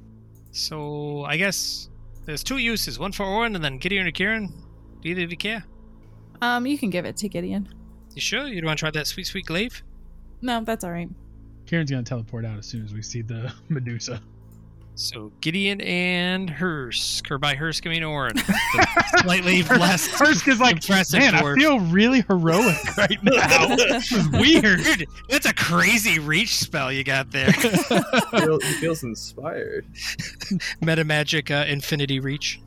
[SPEAKER 3] So I guess there's two uses: one for Orin, and then Gideon or Kieran. Either of you care.
[SPEAKER 2] um, you can give it to Gideon.
[SPEAKER 3] You sure you don't want to try that sweet, sweet glaive?
[SPEAKER 2] No, that's all right.
[SPEAKER 4] Karen's gonna teleport out as soon as we see the Medusa.
[SPEAKER 3] So Gideon and Hursk, or by Hursk I mean Orin. The Slightly less.
[SPEAKER 4] Hursk is like,
[SPEAKER 3] impressive
[SPEAKER 4] man, I
[SPEAKER 3] dwarf."
[SPEAKER 4] feel really heroic right now. this is weird.
[SPEAKER 3] Dude, that's a crazy reach spell you got there.
[SPEAKER 5] he feels inspired.
[SPEAKER 3] Metamagic uh, Infinity Reach.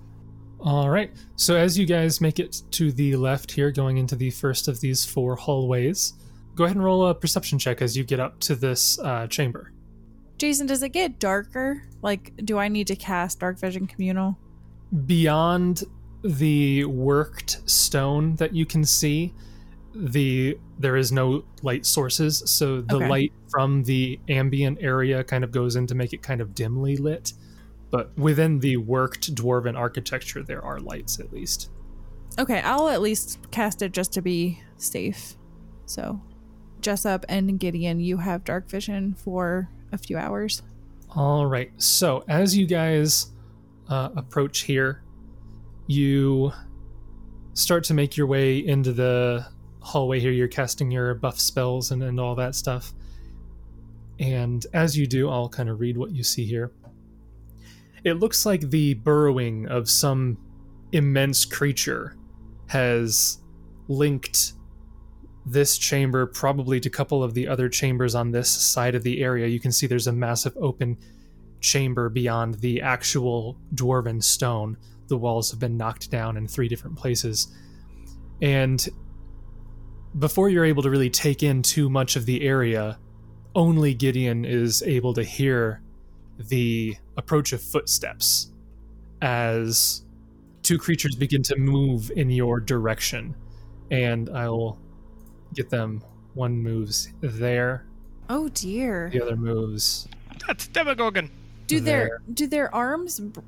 [SPEAKER 1] All right. So as you guys make it to the left here, going into the first of these four hallways, go ahead and roll a perception check as you get up to this uh, chamber.
[SPEAKER 2] Jason, does it get darker? Like, do I need to cast Dark Vision Communal?
[SPEAKER 1] Beyond the worked stone that you can see the there is no light sources, so the
[SPEAKER 2] Okay.
[SPEAKER 1] light from the ambient area kind of goes in to make it kind of dimly lit. But within the worked dwarven architecture, there are lights at least.
[SPEAKER 2] Okay, I'll at least cast it just to be safe. So, Jessup and Gideon, you have dark vision for a few hours.
[SPEAKER 1] All right. So as you guys uh, approach here, you start to make your way into the hallway here. You're casting your buff spells and, and all that stuff. And as you do, I'll kind of read what you see here. It looks like the burrowing of some immense creature has linked this chamber probably to a couple of the other chambers on this side of the area you can see there's a massive open chamber beyond the actual dwarven stone the walls have been knocked down in three different places and before you're able to really take in too much of the area only gideon is able to hear the approach of footsteps as two creatures begin to move in your direction and i'll get them. One moves there,
[SPEAKER 2] Oh dear.
[SPEAKER 1] the other moves.
[SPEAKER 3] That's Demogorgon.
[SPEAKER 2] Do their do their arms? Br-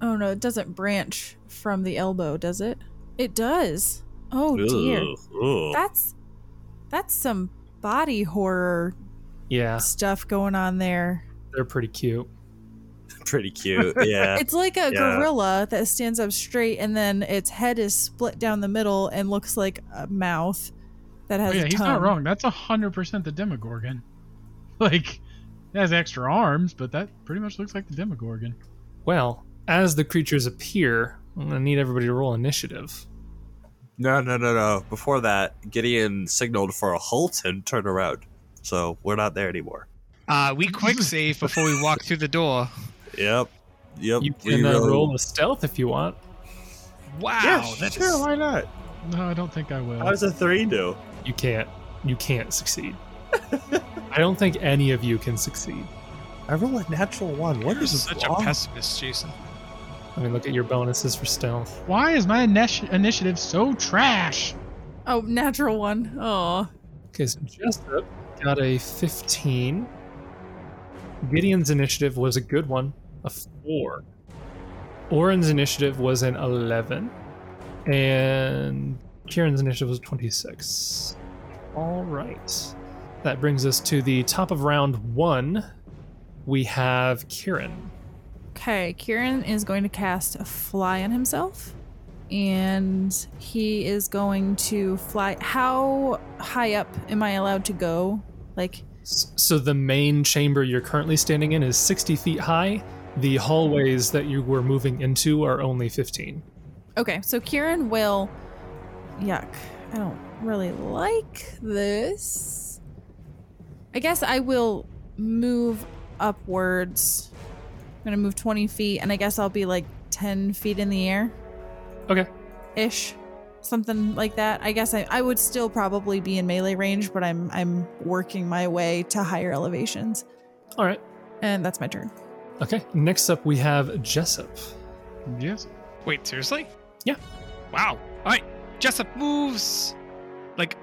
[SPEAKER 2] oh no, it doesn't branch from the elbow, does it? It does. Oh dear.
[SPEAKER 5] Ooh, ooh.
[SPEAKER 2] That's that's some body horror
[SPEAKER 1] Yeah,
[SPEAKER 2] stuff going on there.
[SPEAKER 1] they're pretty cute.
[SPEAKER 5] Pretty cute. Yeah.
[SPEAKER 2] It's like a
[SPEAKER 5] Yeah.
[SPEAKER 2] gorilla that stands up straight and then its head is split down the middle and looks like a mouth that
[SPEAKER 4] Oh,
[SPEAKER 2] has
[SPEAKER 4] yeah,
[SPEAKER 2] a
[SPEAKER 4] he's
[SPEAKER 2] tongue.
[SPEAKER 4] not wrong. That's hundred percent the Demogorgon. Like, it has extra arms, but that pretty much looks like the Demogorgon.
[SPEAKER 1] Well, as the creatures appear, I'm gonna need everybody to roll initiative.
[SPEAKER 5] no, no, no, no. Before that, Gideon signaled for a halt and turned around. So we're not there anymore.
[SPEAKER 3] Uh, we quick save before we walk through the door.
[SPEAKER 5] Yep. Yep.
[SPEAKER 1] You
[SPEAKER 5] we
[SPEAKER 1] can uh,
[SPEAKER 5] really-
[SPEAKER 1] roll a stealth if you want.
[SPEAKER 3] Wow,
[SPEAKER 5] Yeah,
[SPEAKER 3] that
[SPEAKER 5] sure,
[SPEAKER 3] is Oh.
[SPEAKER 5] why not?
[SPEAKER 4] No, I don't think I will.
[SPEAKER 5] How does a three do?
[SPEAKER 1] You can't. You can't succeed. I don't think any of you can succeed.
[SPEAKER 5] I roll a natural one. What
[SPEAKER 3] you're
[SPEAKER 5] is
[SPEAKER 3] such a
[SPEAKER 5] wrong?
[SPEAKER 3] pessimist, Jason.
[SPEAKER 1] I mean, look at your bonuses for stealth.
[SPEAKER 4] Why is my initi- initiative so trash?
[SPEAKER 2] Oh, natural one. Oh.
[SPEAKER 1] Okay, so Jessup got a 15. Gideon's initiative was a good one, a 4. Oren's initiative was an 11. And Kieran's initiative was 26. All right. That brings us to the top of round one. We have Kieran.
[SPEAKER 2] Okay, Kieran is going to cast a fly on himself. And he is going to fly. How high up am I allowed to go? Like,
[SPEAKER 1] S- So the main chamber you're currently standing in is 60 feet high. The hallways that you were moving into are only 15.
[SPEAKER 2] okay, so Kieran will. Yuck. I don't really like this. I guess I will move upwards. I'm going to move 20 feet, and I guess I'll be like 10 feet in the air.
[SPEAKER 1] Okay.
[SPEAKER 2] ish something like that i guess I, I would still probably be in melee range but i'm i'm working my way to higher elevations
[SPEAKER 1] All right.
[SPEAKER 2] and that's my turn
[SPEAKER 1] Okay, next up we have Jessup.
[SPEAKER 4] Yes.
[SPEAKER 3] Wait, seriously?
[SPEAKER 1] Yeah.
[SPEAKER 3] Wow. All right. Jessup moves. Like,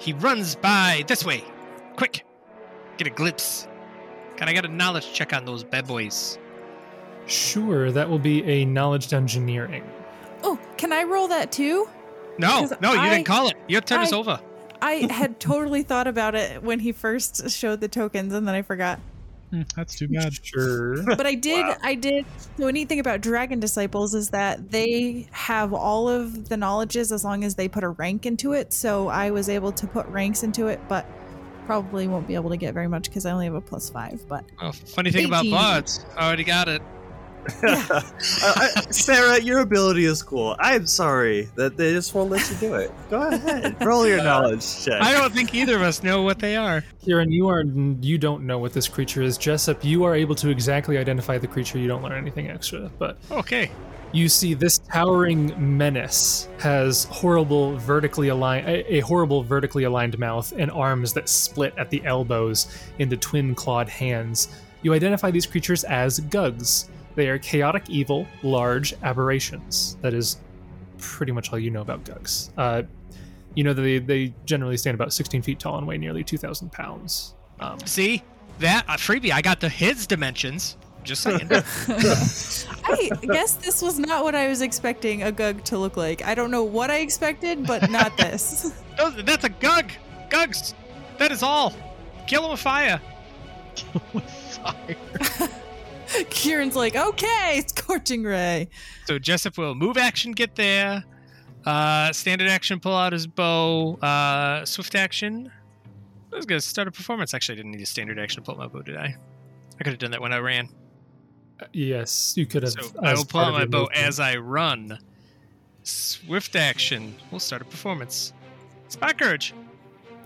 [SPEAKER 3] he runs by this way. Quick. Get a glimpse. Can I get a knowledge check on those bad boys?
[SPEAKER 1] Sure, that will be a knowledge engineering.
[SPEAKER 2] oh can i roll that too
[SPEAKER 3] No,
[SPEAKER 2] 'Cause
[SPEAKER 3] no, you
[SPEAKER 2] I-
[SPEAKER 3] didn't call it. Your turn is
[SPEAKER 2] I-
[SPEAKER 3] over.
[SPEAKER 2] i had totally thought about it when he first showed the tokens and then i forgot
[SPEAKER 4] Hmm, that's too bad.
[SPEAKER 1] Sure.
[SPEAKER 2] but i did
[SPEAKER 5] Wow.
[SPEAKER 2] i did the neat thing about dragon disciples is that they have all of the knowledges as long as they put a rank into it so i was able to put ranks into it but probably won't be able to get very much because i only have a plus five but
[SPEAKER 3] Oh, funny thing about
[SPEAKER 2] 18.
[SPEAKER 3] bots, I already got it.
[SPEAKER 2] Yeah.
[SPEAKER 5] I- I- Sarah, your ability is cool. I'm sorry that they just won't let you do it. Go ahead, roll your knowledge check.
[SPEAKER 3] I don't think either of us know what they are.
[SPEAKER 1] Kieran, you are you don't know what this creature is. Jessup, you are able to exactly identify the creature. You don't learn anything extra, but
[SPEAKER 3] Okay.
[SPEAKER 1] you see this towering menace has horrible vertically aligned a, a horrible vertically aligned mouth and arms that split at the elbows into twin clawed hands you identify these creatures as gugs they are chaotic evil large aberrations that is pretty much all you know about gugs uh, You know, they, they generally stand about 16 feet tall and weigh nearly 2,000 pounds. Um,
[SPEAKER 3] See that uh, freebie? I got the his dimensions. Just saying.
[SPEAKER 2] I guess this was not what I was expecting a gug to look like. I don't know what I expected, but not this.
[SPEAKER 3] Those- That's a gug. Gugs. That is all. Kill him with fire.
[SPEAKER 4] With fire.
[SPEAKER 2] Kieran's like, okay, scorching ray.
[SPEAKER 3] So Jessup will move action, get there. Uh, standard action, pull out his bow. Uh, swift action. I was gonna start a performance. Actually, I didn't need a standard action to pull out my bow, did I? I could have done that when I ran.
[SPEAKER 1] yes, you could have.
[SPEAKER 3] So I
[SPEAKER 1] as
[SPEAKER 3] will pull
[SPEAKER 1] part
[SPEAKER 3] out
[SPEAKER 1] of
[SPEAKER 3] my
[SPEAKER 1] your
[SPEAKER 3] bow
[SPEAKER 1] movement.
[SPEAKER 3] as I run. Swift action. We'll start a performance. Spy courage.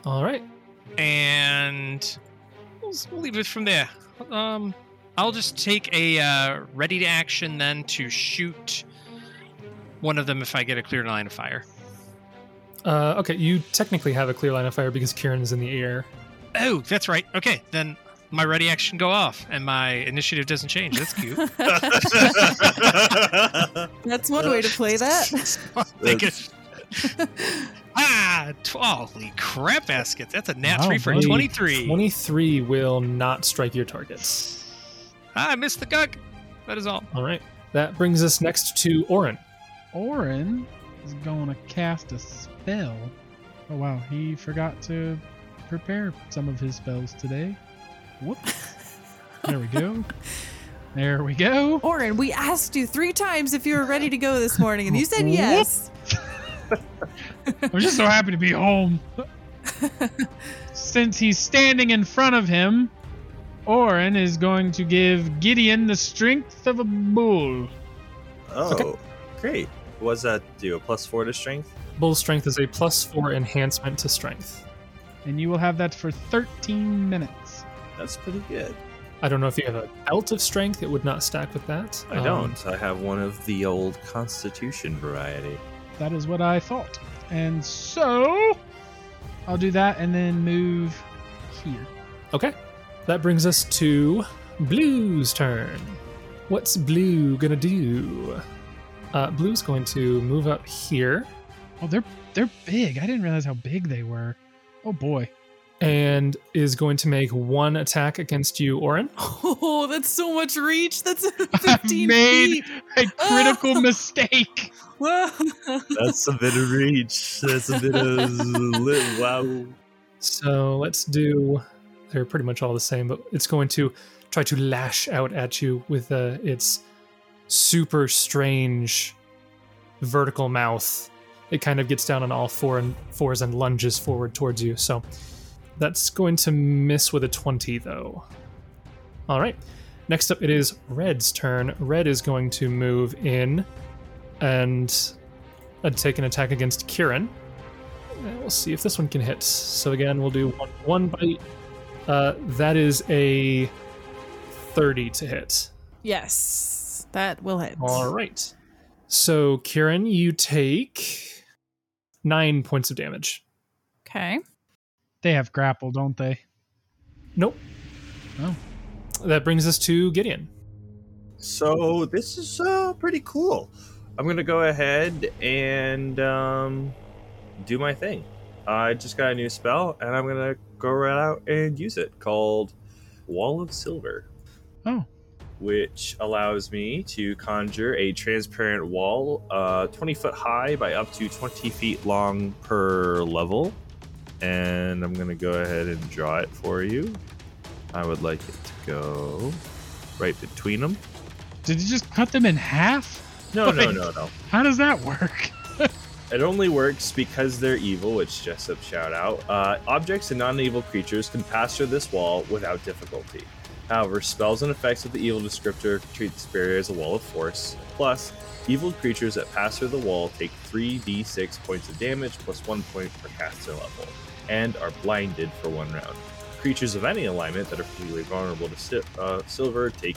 [SPEAKER 1] All right.
[SPEAKER 3] and we'll, we'll leave it from there. Um, I'll just take a uh, ready to action then to shoot one of them if I get a clear line of fire.
[SPEAKER 1] Uh, okay, you technically have a clear line of fire because Kieran is in the air.
[SPEAKER 3] Oh, that's right. Okay, then my ready action go off and my initiative doesn't change. That's cute.
[SPEAKER 2] That's one way to play that.
[SPEAKER 3] Think it- ah, tw- holy crap, basket. That's a nat
[SPEAKER 4] Wow,
[SPEAKER 3] three for
[SPEAKER 4] buddy.
[SPEAKER 3] 23.
[SPEAKER 1] 23 will not strike your targets.
[SPEAKER 3] Ah, I missed the gug. That is all.
[SPEAKER 1] All right. That brings us next to Orin.
[SPEAKER 4] Orin is going to cast a spell. Oh wow, he forgot to prepare some of his spells today. Whoop. There we go. There we go.
[SPEAKER 2] Orin, we asked you three times if you were ready to go this morning, and you said yes.
[SPEAKER 4] I'm just so happy to be home. Since he's standing in front of him, Orin is going to give Gideon the strength of a bull.
[SPEAKER 5] oh, great. What does that do? A plus four to strength?
[SPEAKER 1] Bull strength is a plus four enhancement to strength.
[SPEAKER 4] And you will have that for 13 minutes.
[SPEAKER 5] That's pretty good.
[SPEAKER 1] I don't know if you have a belt of strength, it would not stack with that.
[SPEAKER 5] I
[SPEAKER 1] Um,
[SPEAKER 5] don't. I have one of the old Constitution variety.
[SPEAKER 4] That is what I thought. And so I'll do that and then move here.
[SPEAKER 1] Okay. That brings us to Blue's turn. What's Blue gonna do? Uh, Blue's going to move up here
[SPEAKER 4] Oh, they're they're big. I didn't realize how big they were. Oh boy.
[SPEAKER 1] and is going to make one attack against you, Orin.
[SPEAKER 2] Oh, that's so much reach. That's
[SPEAKER 4] I
[SPEAKER 2] 15 feet.
[SPEAKER 4] made a critical mistake.
[SPEAKER 2] Whoa.
[SPEAKER 5] That's a bit of reach. That's a bit of li- wow.
[SPEAKER 1] So let's do. They're pretty much all the same, but it's going to try to lash out at you with uh, its super strange vertical mouth. It kind of gets down on all four and fours and lunges forward towards you. So that's going to miss with a twenty, though. All right. Next up, it is Red's turn. Red is going to move in and uh, take an attack against Kieran. And we'll see if this one can hit. So again, we'll do one, one bite. Uh, that is a 30 to hit.
[SPEAKER 2] yes, that will hit.
[SPEAKER 1] All right. So, Kieran, you take nine points of damage.
[SPEAKER 2] Okay.
[SPEAKER 4] They have grapple, don't they?
[SPEAKER 1] Nope.
[SPEAKER 4] Oh.
[SPEAKER 1] That brings us to Gideon.
[SPEAKER 5] So this is uh, pretty cool. I'm gonna go ahead and um, do my thing. I just got a new spell, and I'm gonna go right out and use it called Wall of Silver,
[SPEAKER 4] Oh.
[SPEAKER 5] which allows me to conjure a transparent wall, uh, 20 foot high by up to 20 feet long per level. And I'm gonna go ahead and draw it for you. I would like it to go right between them.
[SPEAKER 4] Did you just cut them in half?
[SPEAKER 5] No, no,
[SPEAKER 4] Like-
[SPEAKER 5] no, no.
[SPEAKER 4] How does that work?
[SPEAKER 5] It only works because they're evil, which Jessup shout out. Uh, objects and non-evil creatures can pass through this wall without difficulty. However, spells and effects of the evil descriptor treat this barrier as a wall of force. Plus, evil creatures that pass through the wall take 3d6 points of damage plus 1 point per caster level, and are blinded for one round. Creatures of any alignment that are particularly vulnerable to si- uh, silver take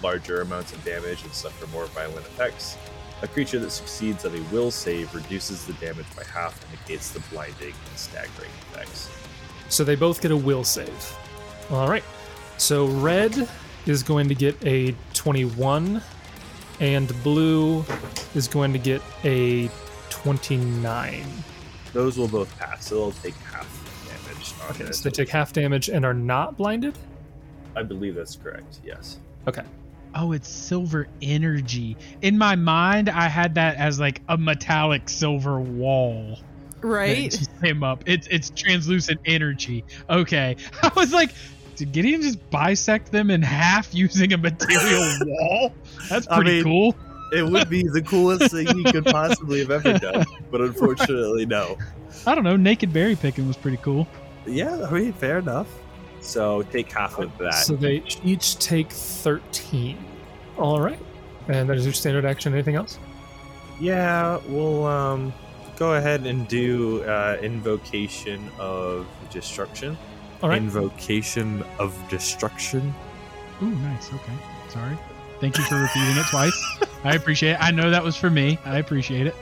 [SPEAKER 5] larger amounts of damage and suffer more violent effects. A creature that succeeds on a will save reduces the damage by half and negates the blinding and staggering effects.
[SPEAKER 1] So they both get a will save. All right. So red is going to get a 21, and blue is going to get a 29.
[SPEAKER 5] Those will both pass, so they'll take half damage. on
[SPEAKER 1] Okay,
[SPEAKER 5] it.
[SPEAKER 1] so they take half damage and are not blinded.
[SPEAKER 5] I believe that's correct. Yes.
[SPEAKER 4] Oh, it's silver energy. In my mind, I had that as like a metallic silver wall that
[SPEAKER 2] Right?
[SPEAKER 4] just came up. It's it's translucent energy. Okay, I was like, did Gideon just bisect them in half using a material wall? That's
[SPEAKER 5] I
[SPEAKER 4] pretty
[SPEAKER 5] mean-
[SPEAKER 4] cool.
[SPEAKER 5] It would be the coolest thing he could possibly have ever done, but unfortunately, no.
[SPEAKER 4] I don't know. Naked berry picking was pretty cool.
[SPEAKER 5] Yeah, I mean, fair enough. So take half of that.
[SPEAKER 1] So they each take 13. All right. And that is your standard action. Anything else?
[SPEAKER 5] yeah, we'll um, go ahead and do uh, invocation of destruction.
[SPEAKER 1] All right.
[SPEAKER 5] Invocation of destruction.
[SPEAKER 4] Ooh, nice. Okay. Sorry. Thank you for repeating it twice. I appreciate it. I know that was for me. I appreciate it.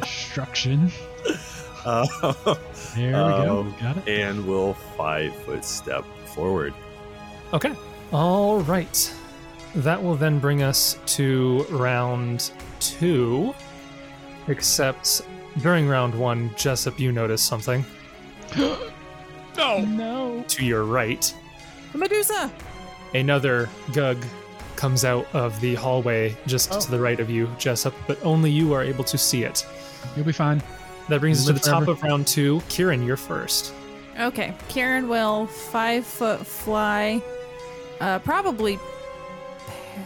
[SPEAKER 4] Destruction.
[SPEAKER 5] Uh,
[SPEAKER 4] There we go.
[SPEAKER 5] Um,
[SPEAKER 4] Got it.
[SPEAKER 5] and we'll five foot step forward.
[SPEAKER 1] Okay. All right. That will then bring us to round two. Except during round one, Jessup, you notice something
[SPEAKER 3] No.
[SPEAKER 4] No.
[SPEAKER 1] to your right.
[SPEAKER 2] Medusa!
[SPEAKER 1] Another gug comes out of the hallway just
[SPEAKER 4] Oh.
[SPEAKER 1] to the right of you, Jessup, but only you are able to see it.
[SPEAKER 4] You'll be fine.
[SPEAKER 1] That brings us to
[SPEAKER 4] Live
[SPEAKER 1] the top
[SPEAKER 4] forever.
[SPEAKER 1] of round two. Kieran, you're first.
[SPEAKER 2] Okay, Karen will five foot fly, uh, probably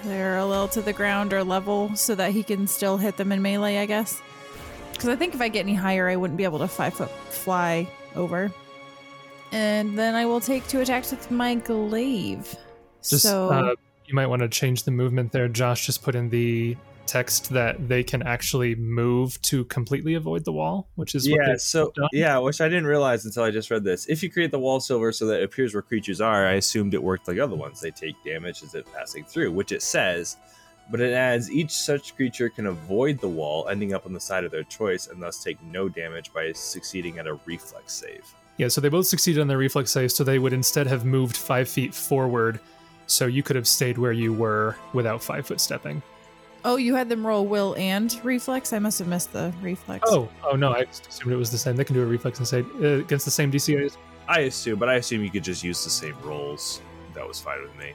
[SPEAKER 2] parallel to the ground or level so that he can still hit them in melee, I guess. Because I think if I get any higher, I wouldn't be able to five foot fly over. And then I will take two attacks with my glaive.
[SPEAKER 1] Just
[SPEAKER 2] so,
[SPEAKER 1] uh, you might want to change the movement there. Josh just put in the text that they can actually move to completely avoid the wall, which is what
[SPEAKER 5] Yeah,
[SPEAKER 1] they
[SPEAKER 5] so
[SPEAKER 1] done?
[SPEAKER 5] yeah, which I didn't realize until I just read this. If you create the wall silver so that it appears where creatures are, I assumed it worked like other ones. They take damage as it passing through, which it says, but it adds each such creature can avoid the wall, ending up on the side of their choice, and thus take no damage by succeeding at a reflex save.
[SPEAKER 1] Yeah, so they both succeeded on their reflex save, so they would instead have moved five feet forward, so you could have stayed where you were without five foot stepping.
[SPEAKER 2] oh, you had them roll will and reflex? I must have missed the reflex.
[SPEAKER 1] Oh, oh no, I just assumed it was the same. They can do a reflex and save uh, against the same DC.
[SPEAKER 5] I assume, but I assume you could just use the same rolls. That was fine with me.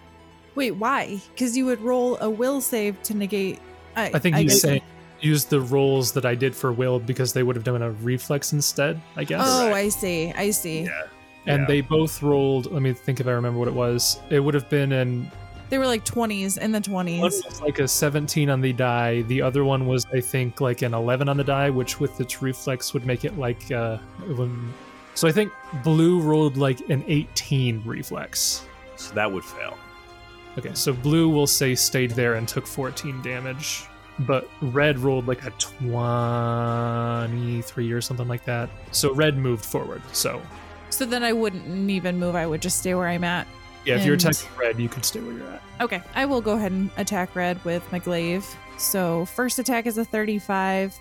[SPEAKER 2] Wait, why? Because you would roll a will save to negate.
[SPEAKER 1] I think
[SPEAKER 2] you
[SPEAKER 1] he's saying use the rolls that I did for Will because they would have done a reflex instead, I guess.
[SPEAKER 2] Oh,
[SPEAKER 5] Correct.
[SPEAKER 2] I see. I see.
[SPEAKER 5] Yeah.
[SPEAKER 1] and
[SPEAKER 5] yeah.
[SPEAKER 1] they both rolled. Let me think if I remember what it was. It would have been an
[SPEAKER 2] They were like 20s in the 20s.
[SPEAKER 1] one was like a 17 on the die. The other one was, I think, like an 11 on the die, which with its reflex would make it like. Uh, when- so I think blue rolled like an 18 reflex.
[SPEAKER 5] So that would fail.
[SPEAKER 1] Okay, so blue will say stayed there and took 14 damage, but red rolled like a 23 or something like that. So red moved forward. So
[SPEAKER 2] So then I wouldn't even move. I would just stay where I'm at.
[SPEAKER 1] yeah, if you're
[SPEAKER 2] And-
[SPEAKER 1] attacking red, you can stay where you're at.
[SPEAKER 2] Okay, I will go ahead and attack red with my glaive. So first attack is a 35.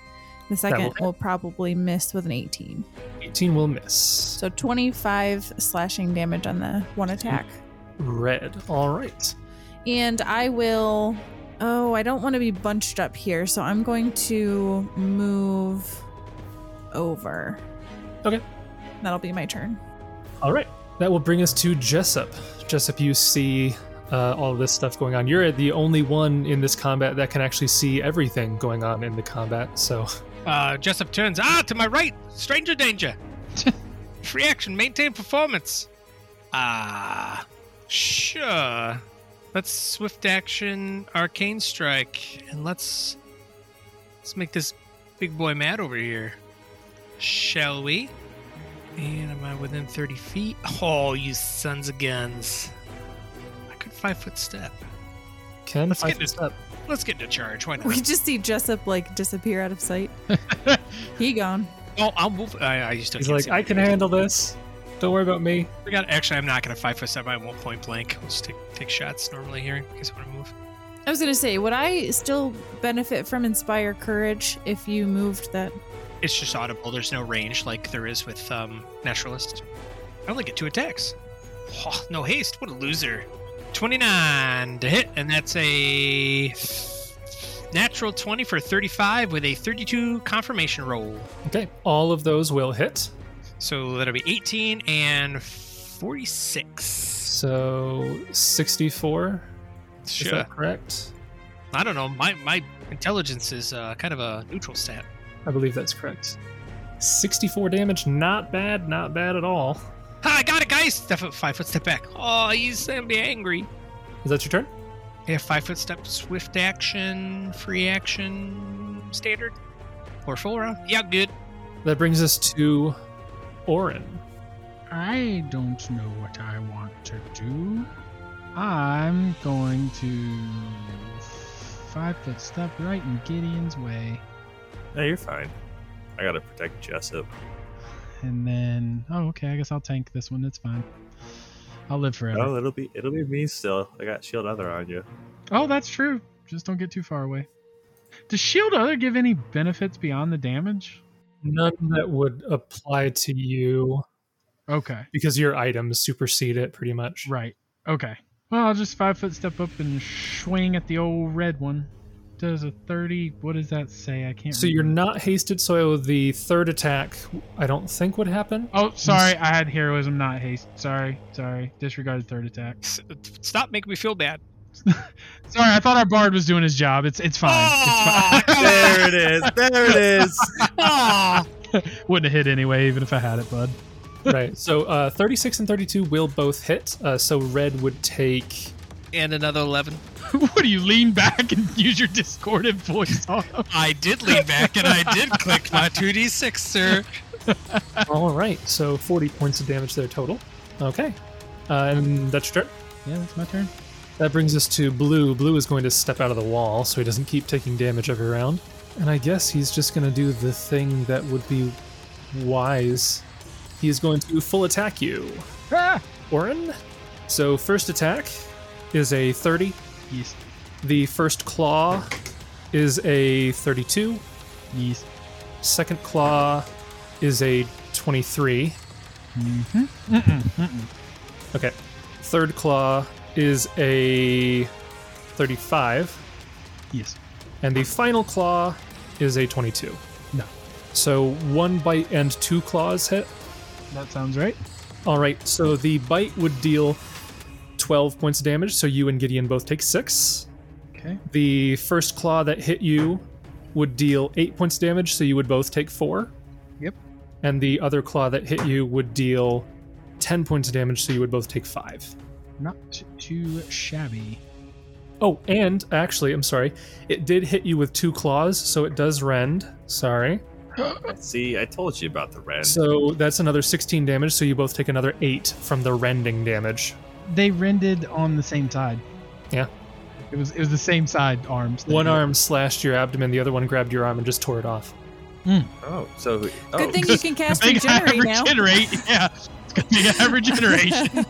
[SPEAKER 2] The second
[SPEAKER 1] hit.
[SPEAKER 2] will probably miss with an 18.
[SPEAKER 1] 18 will miss.
[SPEAKER 2] So 25 slashing damage on the one attack.
[SPEAKER 1] Red. All right.
[SPEAKER 2] And I will. Oh, I don't want to be bunched up here. So I'm going to move over.
[SPEAKER 1] Okay.
[SPEAKER 2] That'll be my turn.
[SPEAKER 1] All right. That will bring us to Jessup. Jessup, you see uh, all of this stuff going on. You're the only one in this combat that can actually see everything going on in the combat. So,
[SPEAKER 3] Uh, Jessup turns. Ah, to my right, stranger danger. Free action, maintain performance. Ah, sure. Let's swift action, arcane strike, and let's let's make this big boy mad over here, shall we? And am I within thirty feet? Oh, you sons of guns! I could five foot step.
[SPEAKER 1] Ken,
[SPEAKER 3] Let's
[SPEAKER 1] five
[SPEAKER 3] get
[SPEAKER 1] foot step.
[SPEAKER 3] Let's get into charge. Why not?
[SPEAKER 2] We just see Jessup like disappear out of sight. he gone.
[SPEAKER 3] Oh, I'll move. I, I used to.
[SPEAKER 1] He's like, I can handle this. Don't worry about me.
[SPEAKER 3] We got actually. I'm not gonna five foot seven. I won't point blank. We'll just take, take shots normally here. in case I want to move.
[SPEAKER 2] I was gonna say, would I still benefit from inspire courage if you moved that?
[SPEAKER 3] It's just audible. There's no range like there is with um, naturalist. I only get two attacks. Oh, no haste. What a loser. Twenty nine to hit, and that's a Natural 20 for 35 with a 32 confirmation roll.
[SPEAKER 1] Okay, all of those will hit.
[SPEAKER 3] So that'll be 18 and 46.
[SPEAKER 1] So 64, is
[SPEAKER 3] Sure.
[SPEAKER 1] that correct?
[SPEAKER 3] I don't know. My my intelligence is uh, kind of a neutral stat.
[SPEAKER 1] I believe that's correct. 64 damage, not bad, not bad at all.
[SPEAKER 3] Ha, I got it, guys! Step up five foot step back. Oh, he's gonna be angry.
[SPEAKER 1] Is that your turn?
[SPEAKER 3] Yeah, five foot step, swift action, free action, standard, or full round. Yeah, good.
[SPEAKER 1] That brings us to Orin.
[SPEAKER 4] I don't know what I want to do. I'm going to five foot step right in Gideon's way,
[SPEAKER 5] No, you're fine. I gotta protect Jessup.
[SPEAKER 4] and then oh okay, I guess I'll tank this one. It's fine. I'll live forever.
[SPEAKER 5] Oh, it'll be it'll be me still. I got shield other on you.
[SPEAKER 4] Oh, that's true. Just don't get too far away. Does shield other give any benefits beyond the damage?
[SPEAKER 1] None that would apply to you
[SPEAKER 4] Okay,
[SPEAKER 1] because your items supersede it pretty much.
[SPEAKER 4] right. Okay. Well, I'll just five foot step up and swing at the old red one. Does a thirty? What does that say? I can't.
[SPEAKER 1] So
[SPEAKER 4] remember.
[SPEAKER 1] you're not hasted, so the third attack, I don't think would happen.
[SPEAKER 4] Oh, sorry. I had heroism, not haste. Sorry, sorry. Disregarded third attack.
[SPEAKER 3] S- Stop making me feel bad.
[SPEAKER 4] Sorry, I thought our bard was doing his job. It's it's fine.
[SPEAKER 3] Oh,
[SPEAKER 4] It's fine.
[SPEAKER 5] There it is. There it is.
[SPEAKER 3] Oh,
[SPEAKER 4] Wouldn't have hit anyway, even if I had it, bud.
[SPEAKER 1] right. So uh, 36 and 32 will both hit. Uh, so red would take.
[SPEAKER 3] and another eleven.
[SPEAKER 4] what do you lean back and use your discordant voice on him?
[SPEAKER 3] I did lean back and I did click my two d six, sir.
[SPEAKER 1] All right. So 40 points of damage there total. Okay. Uh, and that's your turn.
[SPEAKER 4] Yeah, that's my turn.
[SPEAKER 1] That brings us to blue. Blue is going to step out of the wall so he doesn't keep taking damage every round. And I guess he's just going to do the thing that would be wise. He is going to full attack you,
[SPEAKER 4] Ah!
[SPEAKER 1] Orin. So, first attack is a 30.
[SPEAKER 4] Yes,
[SPEAKER 1] The first claw is a 32.
[SPEAKER 4] yes.
[SPEAKER 1] Second claw is a 23.
[SPEAKER 4] Mm-hmm. Mm-mm, mm-mm.
[SPEAKER 1] Okay. Third claw is a 35.
[SPEAKER 4] Yes.
[SPEAKER 1] And the final claw is a 22.
[SPEAKER 4] No.
[SPEAKER 1] So one bite and two claws hit.
[SPEAKER 4] That sounds right.
[SPEAKER 1] All right, so the bite would deal 12 points of damage, so you and Gideon both take six.
[SPEAKER 4] Okay.
[SPEAKER 1] The first claw that hit you would deal eight points of damage, so you would both take four.
[SPEAKER 4] Yep.
[SPEAKER 1] And the other claw that hit you would deal 10 points of damage, so you would both take five.
[SPEAKER 4] Not too shabby.
[SPEAKER 1] Oh, and actually, I'm sorry, it did hit you with two claws, so it does rend. Sorry.
[SPEAKER 5] See, I told you about the red.
[SPEAKER 1] So that's another 16 damage, so you both take another 8 from the rending damage.
[SPEAKER 4] They rended on the same side.
[SPEAKER 1] Yeah.
[SPEAKER 4] It was it was the same side arms. that
[SPEAKER 1] One
[SPEAKER 4] hit.
[SPEAKER 1] arm slashed your abdomen, the other one grabbed your arm and just tore it off.
[SPEAKER 5] oh, so good
[SPEAKER 2] Good thing you can cast regenerate now.
[SPEAKER 4] regenerate. Yeah. It's gonna be a regeneration.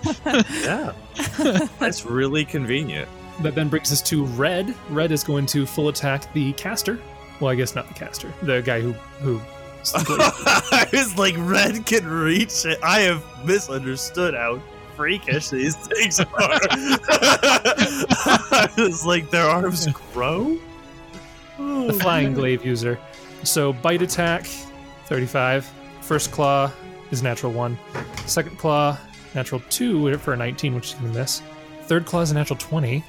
[SPEAKER 5] Yeah, that's really convenient.
[SPEAKER 1] That then brings us to Red. Red is going to full attack the caster. Well, I guess not the caster, the guy who. who
[SPEAKER 5] I was like, red can reach it. I have misunderstood how freakish these things are. I was like, their arms grow.
[SPEAKER 1] the flying glaive user. So bite attack, 35. First claw is natural 1. Second claw, natural 2 for a 19, which is going to miss. Third claw is a natural 20.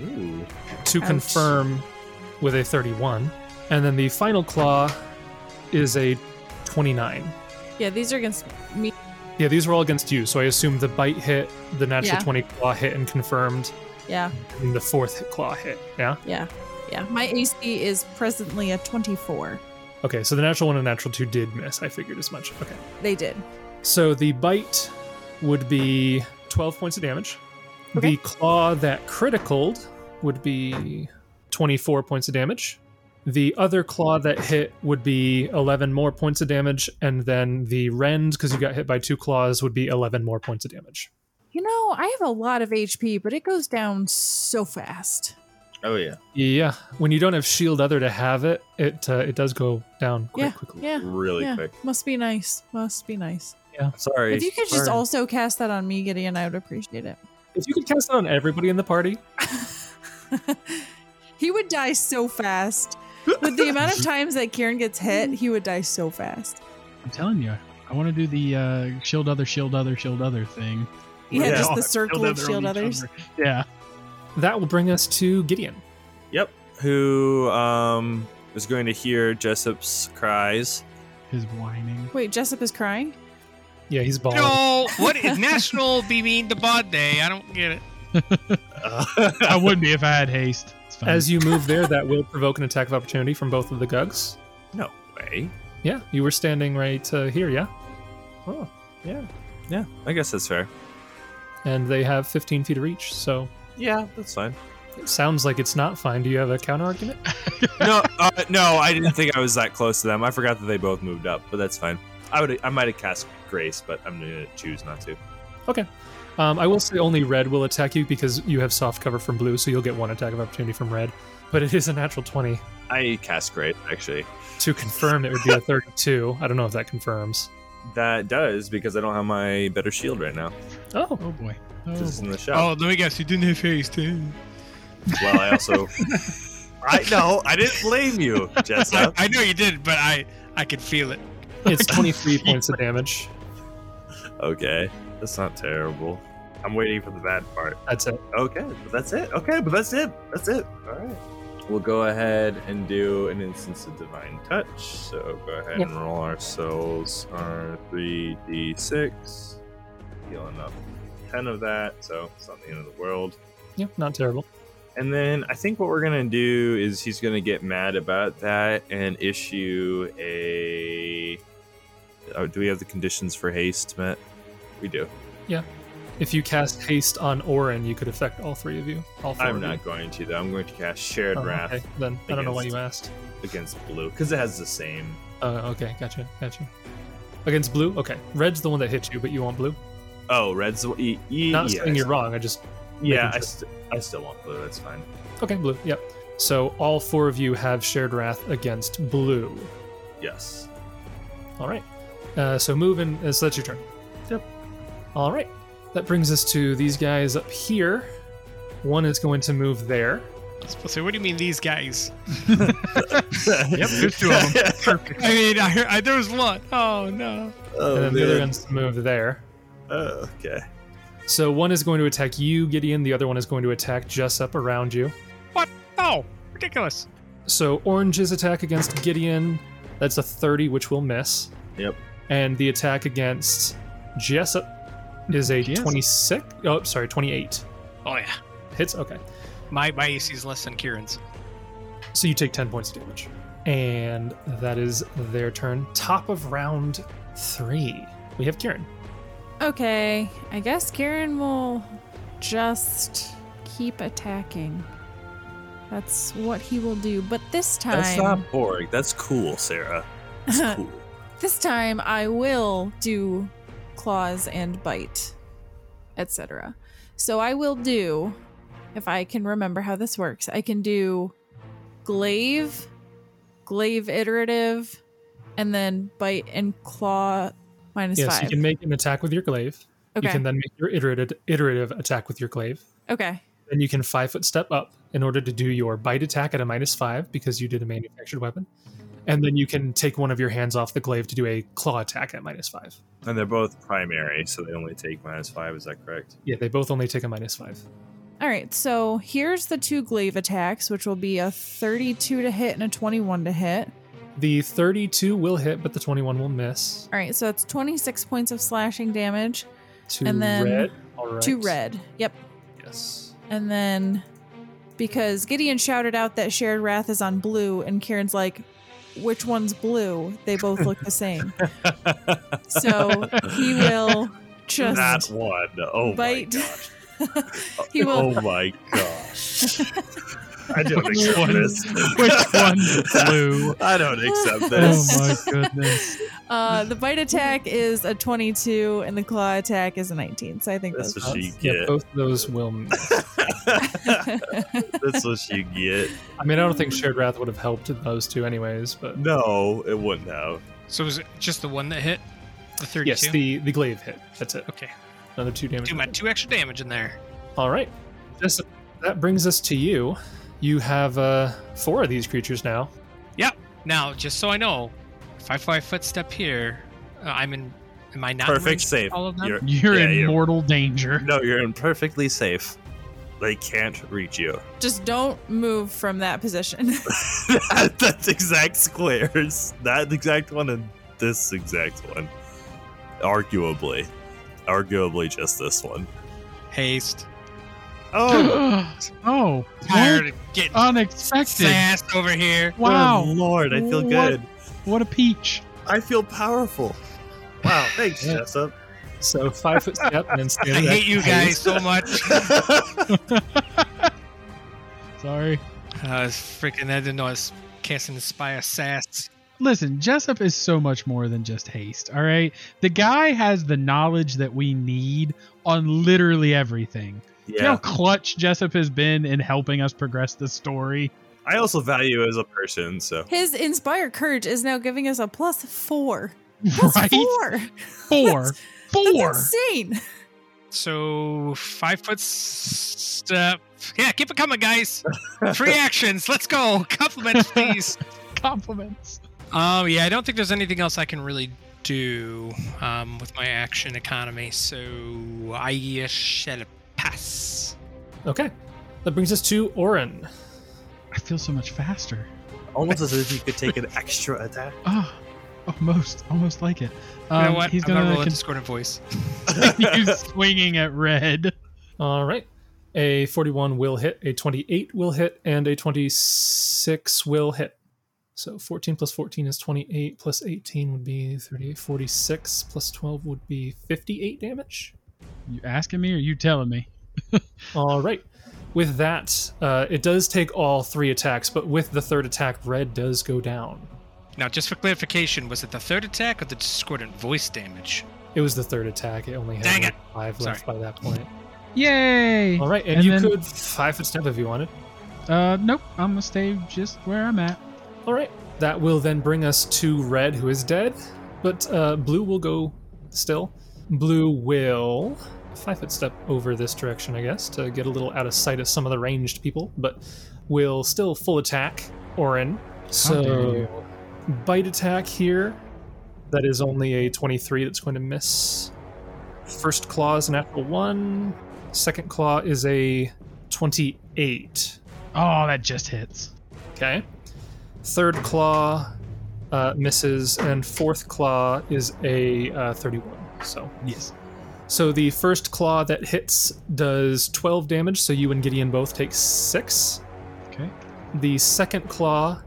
[SPEAKER 5] Ooh.
[SPEAKER 1] to
[SPEAKER 2] Ouch.
[SPEAKER 1] confirm with a 31. And then the final claw is a 29.
[SPEAKER 2] Yeah, these are against me.
[SPEAKER 1] Yeah, these were all against you, so I assume the bite hit, the natural
[SPEAKER 2] Yeah.
[SPEAKER 1] 20 claw hit and confirmed,
[SPEAKER 2] Yeah,
[SPEAKER 1] and the fourth hit claw hit. Yeah?
[SPEAKER 2] yeah, yeah. My AC is presently a 24.
[SPEAKER 1] Okay, so the natural one and natural two did miss. I figured as much. Okay.
[SPEAKER 2] They did.
[SPEAKER 1] So the bite would be 12 points of damage. The
[SPEAKER 2] Okay.
[SPEAKER 1] claw that criticaled would be 24 points of damage. The other claw that hit would be 11 more points of damage. And then the rend, because you got hit by two claws, would be 11 more points of damage.
[SPEAKER 2] You know, I have a lot of HP, but it goes down so fast.
[SPEAKER 5] Oh yeah.
[SPEAKER 1] Yeah, when you don't have shield other to have it, it uh, it does go down quite
[SPEAKER 2] Yeah.
[SPEAKER 1] quickly.
[SPEAKER 2] Yeah,
[SPEAKER 5] Really
[SPEAKER 2] yeah.
[SPEAKER 5] quick.
[SPEAKER 2] Must be nice. Must be nice.
[SPEAKER 5] Sorry.
[SPEAKER 2] If you could just
[SPEAKER 5] Burn.
[SPEAKER 2] also cast that on me, Gideon, I would appreciate it.
[SPEAKER 1] If you could cast it on everybody in the party,
[SPEAKER 2] He would die so fast. With the amount of times that Kieran gets hit, he would die so fast.
[SPEAKER 4] I'm telling you, I want to do the uh, shield other, shield other, shield other thing.
[SPEAKER 2] Yeah,
[SPEAKER 5] Yeah.
[SPEAKER 2] just
[SPEAKER 4] All
[SPEAKER 2] the
[SPEAKER 4] shield
[SPEAKER 2] circle
[SPEAKER 4] other
[SPEAKER 2] of
[SPEAKER 4] on
[SPEAKER 2] shield
[SPEAKER 4] each
[SPEAKER 2] others.
[SPEAKER 4] other. Yeah.
[SPEAKER 1] That will bring us to Gideon.
[SPEAKER 5] Yep. Who um is going to hear Jessup's cries?
[SPEAKER 4] His whining.
[SPEAKER 2] Wait, Jessup is crying?
[SPEAKER 1] Yeah, he's bald.
[SPEAKER 3] No, what is national be mean to bod day? I don't get it.
[SPEAKER 4] I would be if I had haste. It's fine.
[SPEAKER 1] As you move there, that will provoke an attack of opportunity from both of the Gugs.
[SPEAKER 5] no way.
[SPEAKER 1] Yeah, you were standing right uh, here, yeah?
[SPEAKER 5] Oh, yeah, yeah. I guess that's fair.
[SPEAKER 1] And they have 15 feet of reach, so
[SPEAKER 5] Yeah, that's fine.
[SPEAKER 1] it sounds like it's not fine. Do you have a counter argument?
[SPEAKER 5] no, uh, no, I didn't think I was that close to them. I forgot that they both moved up, but that's fine. I would, I might have cast Grace, but I'm gonna choose not to.
[SPEAKER 1] Um, I will say only red will attack you because you have soft cover from blue, so you'll get one attack of opportunity from red. But it is a natural 20.
[SPEAKER 5] I cast Grace actually.
[SPEAKER 1] To confirm, it would be a 32. I don't know if that confirms.
[SPEAKER 5] That does because I don't have my better shield right now.
[SPEAKER 1] Oh,
[SPEAKER 4] oh boy. Oh,
[SPEAKER 5] 'cause it's
[SPEAKER 4] boy.
[SPEAKER 5] in the shop.
[SPEAKER 3] let me guess, you didn't have haste.
[SPEAKER 5] Well, I also, I no, I didn't blame you,
[SPEAKER 3] I,
[SPEAKER 5] Jessa.
[SPEAKER 3] I know you did, but I I could feel it.
[SPEAKER 1] it's 23 points of damage.
[SPEAKER 5] Okay, that's not terrible. I'm waiting for the bad part.
[SPEAKER 1] That's it.
[SPEAKER 5] Okay, but that's it. Okay, but that's it. That's it. All right. We'll go ahead and do an instance of divine touch. So go ahead
[SPEAKER 1] Yep.
[SPEAKER 5] and roll ourselves our three d six, healing up ten of that. So it's not the end of the world.
[SPEAKER 1] Yeah, not terrible.
[SPEAKER 5] And then I think what we're gonna do is he's gonna get mad about that and issue a. Oh, do we have the conditions for haste, Matt? We do.
[SPEAKER 1] If you cast haste on Orin, you could affect all three of you. All four
[SPEAKER 5] I'm
[SPEAKER 1] of you.
[SPEAKER 5] not going to though. I'm going to cast shared
[SPEAKER 1] Oh,
[SPEAKER 5] wrath
[SPEAKER 1] okay, then I don't know why you asked.
[SPEAKER 5] against blue because it has the same
[SPEAKER 1] Uh, okay, gotcha, gotcha. Against blue, okay. Red's the one that hits you, but you want blue.
[SPEAKER 5] Oh, red's the- e- e-
[SPEAKER 1] Not
[SPEAKER 5] yes.
[SPEAKER 1] saying you're wrong. I just
[SPEAKER 5] Yeah,
[SPEAKER 1] making
[SPEAKER 5] I, st- I still want blue. That's fine.
[SPEAKER 1] okay, blue. Yep. So all four of you have shared wrath against blue.
[SPEAKER 5] Yes.
[SPEAKER 1] All right. Uh, so move and uh, so that's your turn. Yep. All right. That brings us to these guys up here. One is going to move there.
[SPEAKER 3] I was supposed to say, what do you mean these guys?
[SPEAKER 4] Oh,
[SPEAKER 5] yep,
[SPEAKER 3] there's two
[SPEAKER 1] Oh.
[SPEAKER 3] of them. I mean, I, heard- I there was one. Oh no.
[SPEAKER 5] Oh,
[SPEAKER 1] and then the other
[SPEAKER 5] man.
[SPEAKER 1] one's to move there.
[SPEAKER 5] Oh, okay.
[SPEAKER 1] So one is going to attack you, Gideon. The other one is going to attack Jessup around you.
[SPEAKER 3] Oh, ridiculous.
[SPEAKER 1] So Orange's attack against Gideon, that's a 30, which will miss.
[SPEAKER 5] Yep.
[SPEAKER 1] And the attack against Jessup is a
[SPEAKER 4] Jessup?
[SPEAKER 1] 26. Oh, sorry, 28.
[SPEAKER 3] Oh yeah.
[SPEAKER 1] Hits? Okay.
[SPEAKER 3] My my AC is less than Kieran's.
[SPEAKER 1] So you take 10 points of damage. And that is their turn. Top of round three. We have Kieran.
[SPEAKER 2] Okay, I guess Karen will just keep attacking. That's what he will do. But this time,
[SPEAKER 5] That's not boring. That's cool, Sarah. That's cool.
[SPEAKER 2] this time I will do claws and bite, etc. So I will do, if I can remember how this works, I can do glaive, glaive iterative, and then bite and claw minus
[SPEAKER 1] yes,
[SPEAKER 2] five.
[SPEAKER 1] you can make an attack with your glaive.
[SPEAKER 2] okay.
[SPEAKER 1] You can then make your iterative, iterative attack with your glaive.
[SPEAKER 2] okay.
[SPEAKER 1] Then you can five foot step up in order to do your bite attack at a minus five because you did a manufactured weapon. And then you can take one of your hands off the glaive to do a claw attack at minus five.
[SPEAKER 5] And they're both primary, so they only take minus five. Is that correct?
[SPEAKER 1] Yeah, they both only take a minus five.
[SPEAKER 2] All right, so here's the two glaive attacks, which will be a 32 to hit and a 21 to hit.
[SPEAKER 1] The 32 will hit, but the 21 will miss.
[SPEAKER 2] All right, so that's 26 points of slashing damage
[SPEAKER 1] Two
[SPEAKER 2] And then
[SPEAKER 1] red. All right.
[SPEAKER 2] to red. Yep.
[SPEAKER 5] Yes.
[SPEAKER 2] And then because Gideon shouted out that shared wrath is on blue, and Karen's like, which one's blue? They both look the same. So he will just
[SPEAKER 5] that one. Oh
[SPEAKER 2] bite.
[SPEAKER 5] my god.
[SPEAKER 2] he will
[SPEAKER 5] Oh my gosh. I don't accept
[SPEAKER 4] one-
[SPEAKER 5] this.
[SPEAKER 4] Which one's blue?
[SPEAKER 5] I don't accept this.
[SPEAKER 4] Oh my goodness.
[SPEAKER 2] uh the bite attack is a 22 and the claw attack is a 19. So I think
[SPEAKER 5] That's
[SPEAKER 2] that's
[SPEAKER 5] what she
[SPEAKER 1] Yeah,
[SPEAKER 5] get.
[SPEAKER 1] both of those will miss.
[SPEAKER 5] That's what you get.
[SPEAKER 1] I mean, I don't think Shared Wrath would have helped those two, anyways, but.
[SPEAKER 5] No, it wouldn't have.
[SPEAKER 3] So was it just the one that hit? The 32?
[SPEAKER 1] Yes, the, the glaive hit. That's it.
[SPEAKER 3] okay.
[SPEAKER 1] Another two damage.
[SPEAKER 3] Do my two extra damage in there.
[SPEAKER 1] All right. This, that brings us to you. You have uh, four of these creatures now.
[SPEAKER 3] Now, just so I know, if I fly a footstep here, uh, I'm in. Am I not? in
[SPEAKER 5] Perfect
[SPEAKER 3] range of
[SPEAKER 5] save.
[SPEAKER 3] All of them.
[SPEAKER 5] You're-
[SPEAKER 4] You're
[SPEAKER 5] yeah,
[SPEAKER 4] in
[SPEAKER 5] you're-
[SPEAKER 4] mortal danger.
[SPEAKER 5] No, you're in perfectly safe. They can't reach you.
[SPEAKER 2] Just don't move from that position.
[SPEAKER 5] That's exact squares. That exact one and this exact one. Arguably. Arguably just this one.
[SPEAKER 3] Haste.
[SPEAKER 5] Oh,
[SPEAKER 4] Oh,
[SPEAKER 3] Tired of getting
[SPEAKER 4] unexpected!
[SPEAKER 3] fast over here.
[SPEAKER 5] good
[SPEAKER 4] Wow,
[SPEAKER 5] lord, I feel
[SPEAKER 4] What?
[SPEAKER 5] good.
[SPEAKER 4] what a peach!
[SPEAKER 5] I feel powerful. Wow, thanks,
[SPEAKER 1] Yeah.
[SPEAKER 5] Jessup.
[SPEAKER 1] So five foot step and then
[SPEAKER 3] I
[SPEAKER 1] standing.
[SPEAKER 3] hate you guys so much. Uh,
[SPEAKER 4] Sorry.
[SPEAKER 3] Uh, freaking, I didn't know I was casting Inspire Sass.
[SPEAKER 4] Listen, Jessup is so much more than just haste, all right? The guy has the knowledge that we need on literally everything. You know
[SPEAKER 5] Yeah.
[SPEAKER 4] how clutch Jessup has been in helping us progress the story?
[SPEAKER 5] I also value as a person, so.
[SPEAKER 2] His inspire courage is now giving us a plus four. Plus
[SPEAKER 4] right?
[SPEAKER 2] four.
[SPEAKER 4] Four. Four.
[SPEAKER 2] That's insane.
[SPEAKER 3] So five foot step. Yeah, keep it coming, guys. Free actions. Let's go. Compliments, please.
[SPEAKER 4] Compliments.
[SPEAKER 3] Um, yeah, I don't think there's anything else I can really do um, with my action economy, so I uh, shall pass.
[SPEAKER 1] Okay. That brings us to Orin.
[SPEAKER 4] I feel so much faster.
[SPEAKER 5] Almost as if you could take an extra attack.
[SPEAKER 4] Ah, almost, almost like it. Um,
[SPEAKER 3] you know what?
[SPEAKER 4] He's
[SPEAKER 3] I'm gonna
[SPEAKER 4] going
[SPEAKER 3] roll a
[SPEAKER 4] to
[SPEAKER 3] discordant voice.
[SPEAKER 4] continue swinging at red.
[SPEAKER 1] All right. A 41 will hit, a 28 will hit, and a 26 will hit. So 14 plus 14 is 28, plus 18 would be 38, 46, plus 12 would be 58 damage.
[SPEAKER 4] You asking me or you telling me?
[SPEAKER 1] All right. With that, uh, it does take all three attacks, but with the third attack, red does go down.
[SPEAKER 3] Now, just for clarification, was it the third attack or the discordant voice damage?
[SPEAKER 1] It was the third attack. It only had
[SPEAKER 3] Dang it.
[SPEAKER 1] like, five left by that point.
[SPEAKER 4] Yay!
[SPEAKER 1] All right, and,
[SPEAKER 4] And
[SPEAKER 1] you
[SPEAKER 4] then-
[SPEAKER 1] could five foot step if you wanted.
[SPEAKER 4] Uh, nope. I'm going to stay just where I'm at.
[SPEAKER 1] All right, that will then bring us to red, who is dead, but uh, blue will go still. Blue will five foot step over this direction, I guess, to get a little out of sight of some of the ranged people, but will still full attack Orin.
[SPEAKER 4] dare
[SPEAKER 1] So
[SPEAKER 4] you.
[SPEAKER 1] bite attack here. That is only a 23 that's going to miss. First claw is a natural one. Second claw is a 28.
[SPEAKER 4] Oh, that just hits.
[SPEAKER 1] Okay. Third claw uh, misses, and fourth claw is a uh, 31. So,
[SPEAKER 4] Yes.
[SPEAKER 1] so the first claw that hits does 12 damage. So you and Gideon both take six.
[SPEAKER 4] Okay.
[SPEAKER 1] The second claw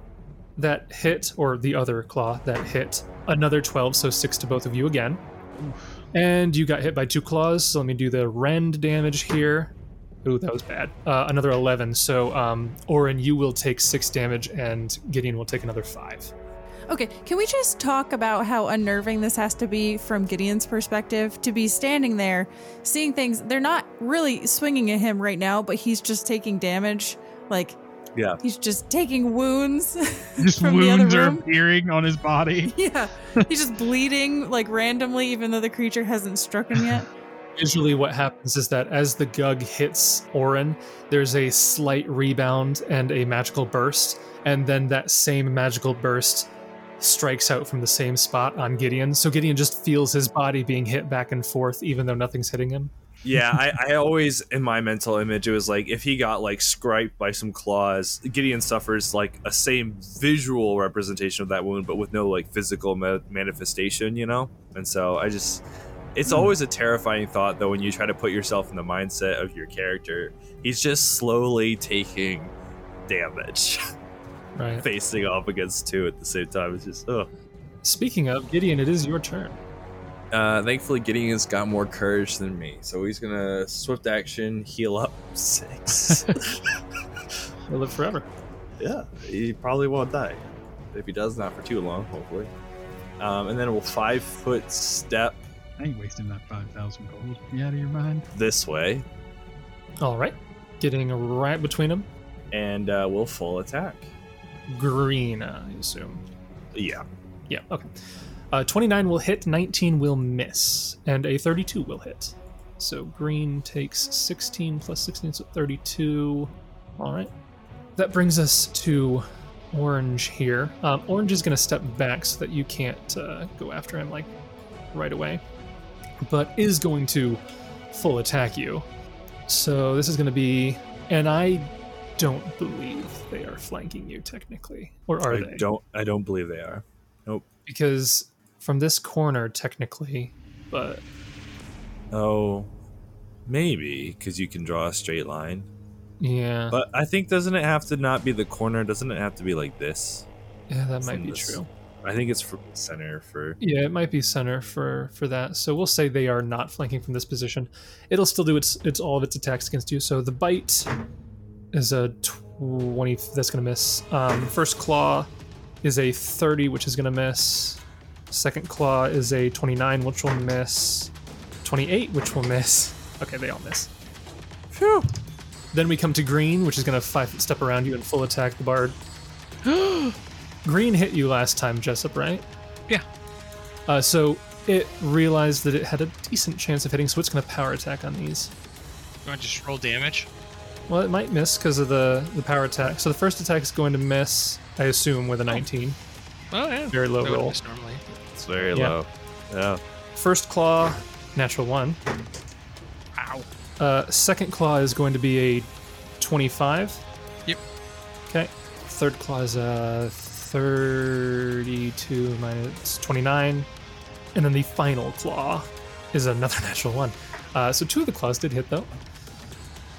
[SPEAKER 1] that hit, or the other claw that hit, another 12. So six to both of you again. And you got hit by two claws. So let me do the rend damage here. Ooh, that was bad. Uh, another 11. So, um, Orin, you will take six damage, and Gideon will take another five.
[SPEAKER 2] Okay, can we just talk about how unnerving this has to be from Gideon's perspective to be standing there, seeing things? They're not really swinging at him right now, but he's just taking damage. Like,
[SPEAKER 5] Yeah.
[SPEAKER 2] he's just taking wounds.
[SPEAKER 4] Just
[SPEAKER 2] From the other
[SPEAKER 4] wounds are
[SPEAKER 2] room?
[SPEAKER 4] appearing on his body.
[SPEAKER 2] yeah, he's just bleeding like randomly, even though the creature hasn't struck him yet.
[SPEAKER 1] Visually, what happens is that as the Gug hits Orin, there's a slight rebound and a magical burst, and then that same magical burst strikes out from the same spot on Gideon. So Gideon just feels his body being hit back and forth, even though nothing's hitting him.
[SPEAKER 5] Yeah, I, I always, in my mental image, it was like if he got like scriped by some claws, Gideon suffers like a same visual representation of that wound, but with no like physical ma- manifestation, you know? And so I just, it's always a terrifying thought though when you try to put yourself in the mindset of your character. He's just slowly taking damage,
[SPEAKER 1] Right.
[SPEAKER 5] facing off against two at the same time. It's just, ugh.
[SPEAKER 1] Speaking of Gideon, it is your turn.
[SPEAKER 5] Uh, thankfully, Gideon's got more courage than me, so he's gonna swift action, heal up six.
[SPEAKER 1] You'll live forever.
[SPEAKER 5] yeah, he probably won't die. If he does, not for too long, hopefully. Um, and then we'll five foot step
[SPEAKER 4] I ain't wasting that 5,000 gold. You out of your mind?
[SPEAKER 5] this way,
[SPEAKER 1] All right. Getting right between them.
[SPEAKER 5] and uh, we'll full attack.
[SPEAKER 1] Green, I assume.
[SPEAKER 5] Yeah.
[SPEAKER 1] Yeah, okay. Uh, 29 will hit, 19 will miss, and a 32 will hit. So green takes 16 plus 16, so 32. All right. That brings us to Orange here. Um, Orange is going to step back so that you can't uh, go after him like right away, but is going to full attack you. So this is going to be, and I don't believe they are flanking you technically, or are
[SPEAKER 5] I
[SPEAKER 1] they?
[SPEAKER 5] don't. I don't believe they are.
[SPEAKER 1] Because from this corner, technically, but
[SPEAKER 5] Oh, maybe because you can draw a straight line.
[SPEAKER 1] yeah,
[SPEAKER 5] But I think doesn't it have to not be the corner? Doesn't it have to be like this?
[SPEAKER 1] yeah, that might
[SPEAKER 5] from
[SPEAKER 1] be
[SPEAKER 5] this-
[SPEAKER 1] true.
[SPEAKER 5] I think it's from the center for.
[SPEAKER 1] Yeah, it might be center for for that. So we'll say they are not flanking from this position. It'll still do its its all of its attacks against you. So the bite is a twenty. That's gonna miss. Um, first claw is a thirty, which is gonna miss. Second claw is a twenty-nine, which will miss. Twenty-eight, which will miss. Okay, they all miss.
[SPEAKER 5] Phew.
[SPEAKER 1] Then we come to green, which is gonna five step around you and full attack the bard. green hit you last time, Jessup, right?
[SPEAKER 3] Yeah.
[SPEAKER 1] Uh, so it realized that it had a decent chance of hitting, so it's going to power attack on these.
[SPEAKER 3] Do I just roll damage?
[SPEAKER 1] Well, it might miss because of the, the power attack. So the first attack is going to miss, I assume, with a 19.
[SPEAKER 3] Oh yeah,
[SPEAKER 1] Very low
[SPEAKER 3] That would've
[SPEAKER 1] roll.
[SPEAKER 3] missed normally.
[SPEAKER 5] It's very
[SPEAKER 1] Yeah.
[SPEAKER 5] low. Yeah.
[SPEAKER 1] First claw, natural one.
[SPEAKER 3] Ow.
[SPEAKER 1] Uh, second claw is going to be a 25.
[SPEAKER 3] Yep.
[SPEAKER 1] Okay. Third claw is a 32 minus 29. And then the final claw is another natural one. Uh, so two of the claws did hit, though.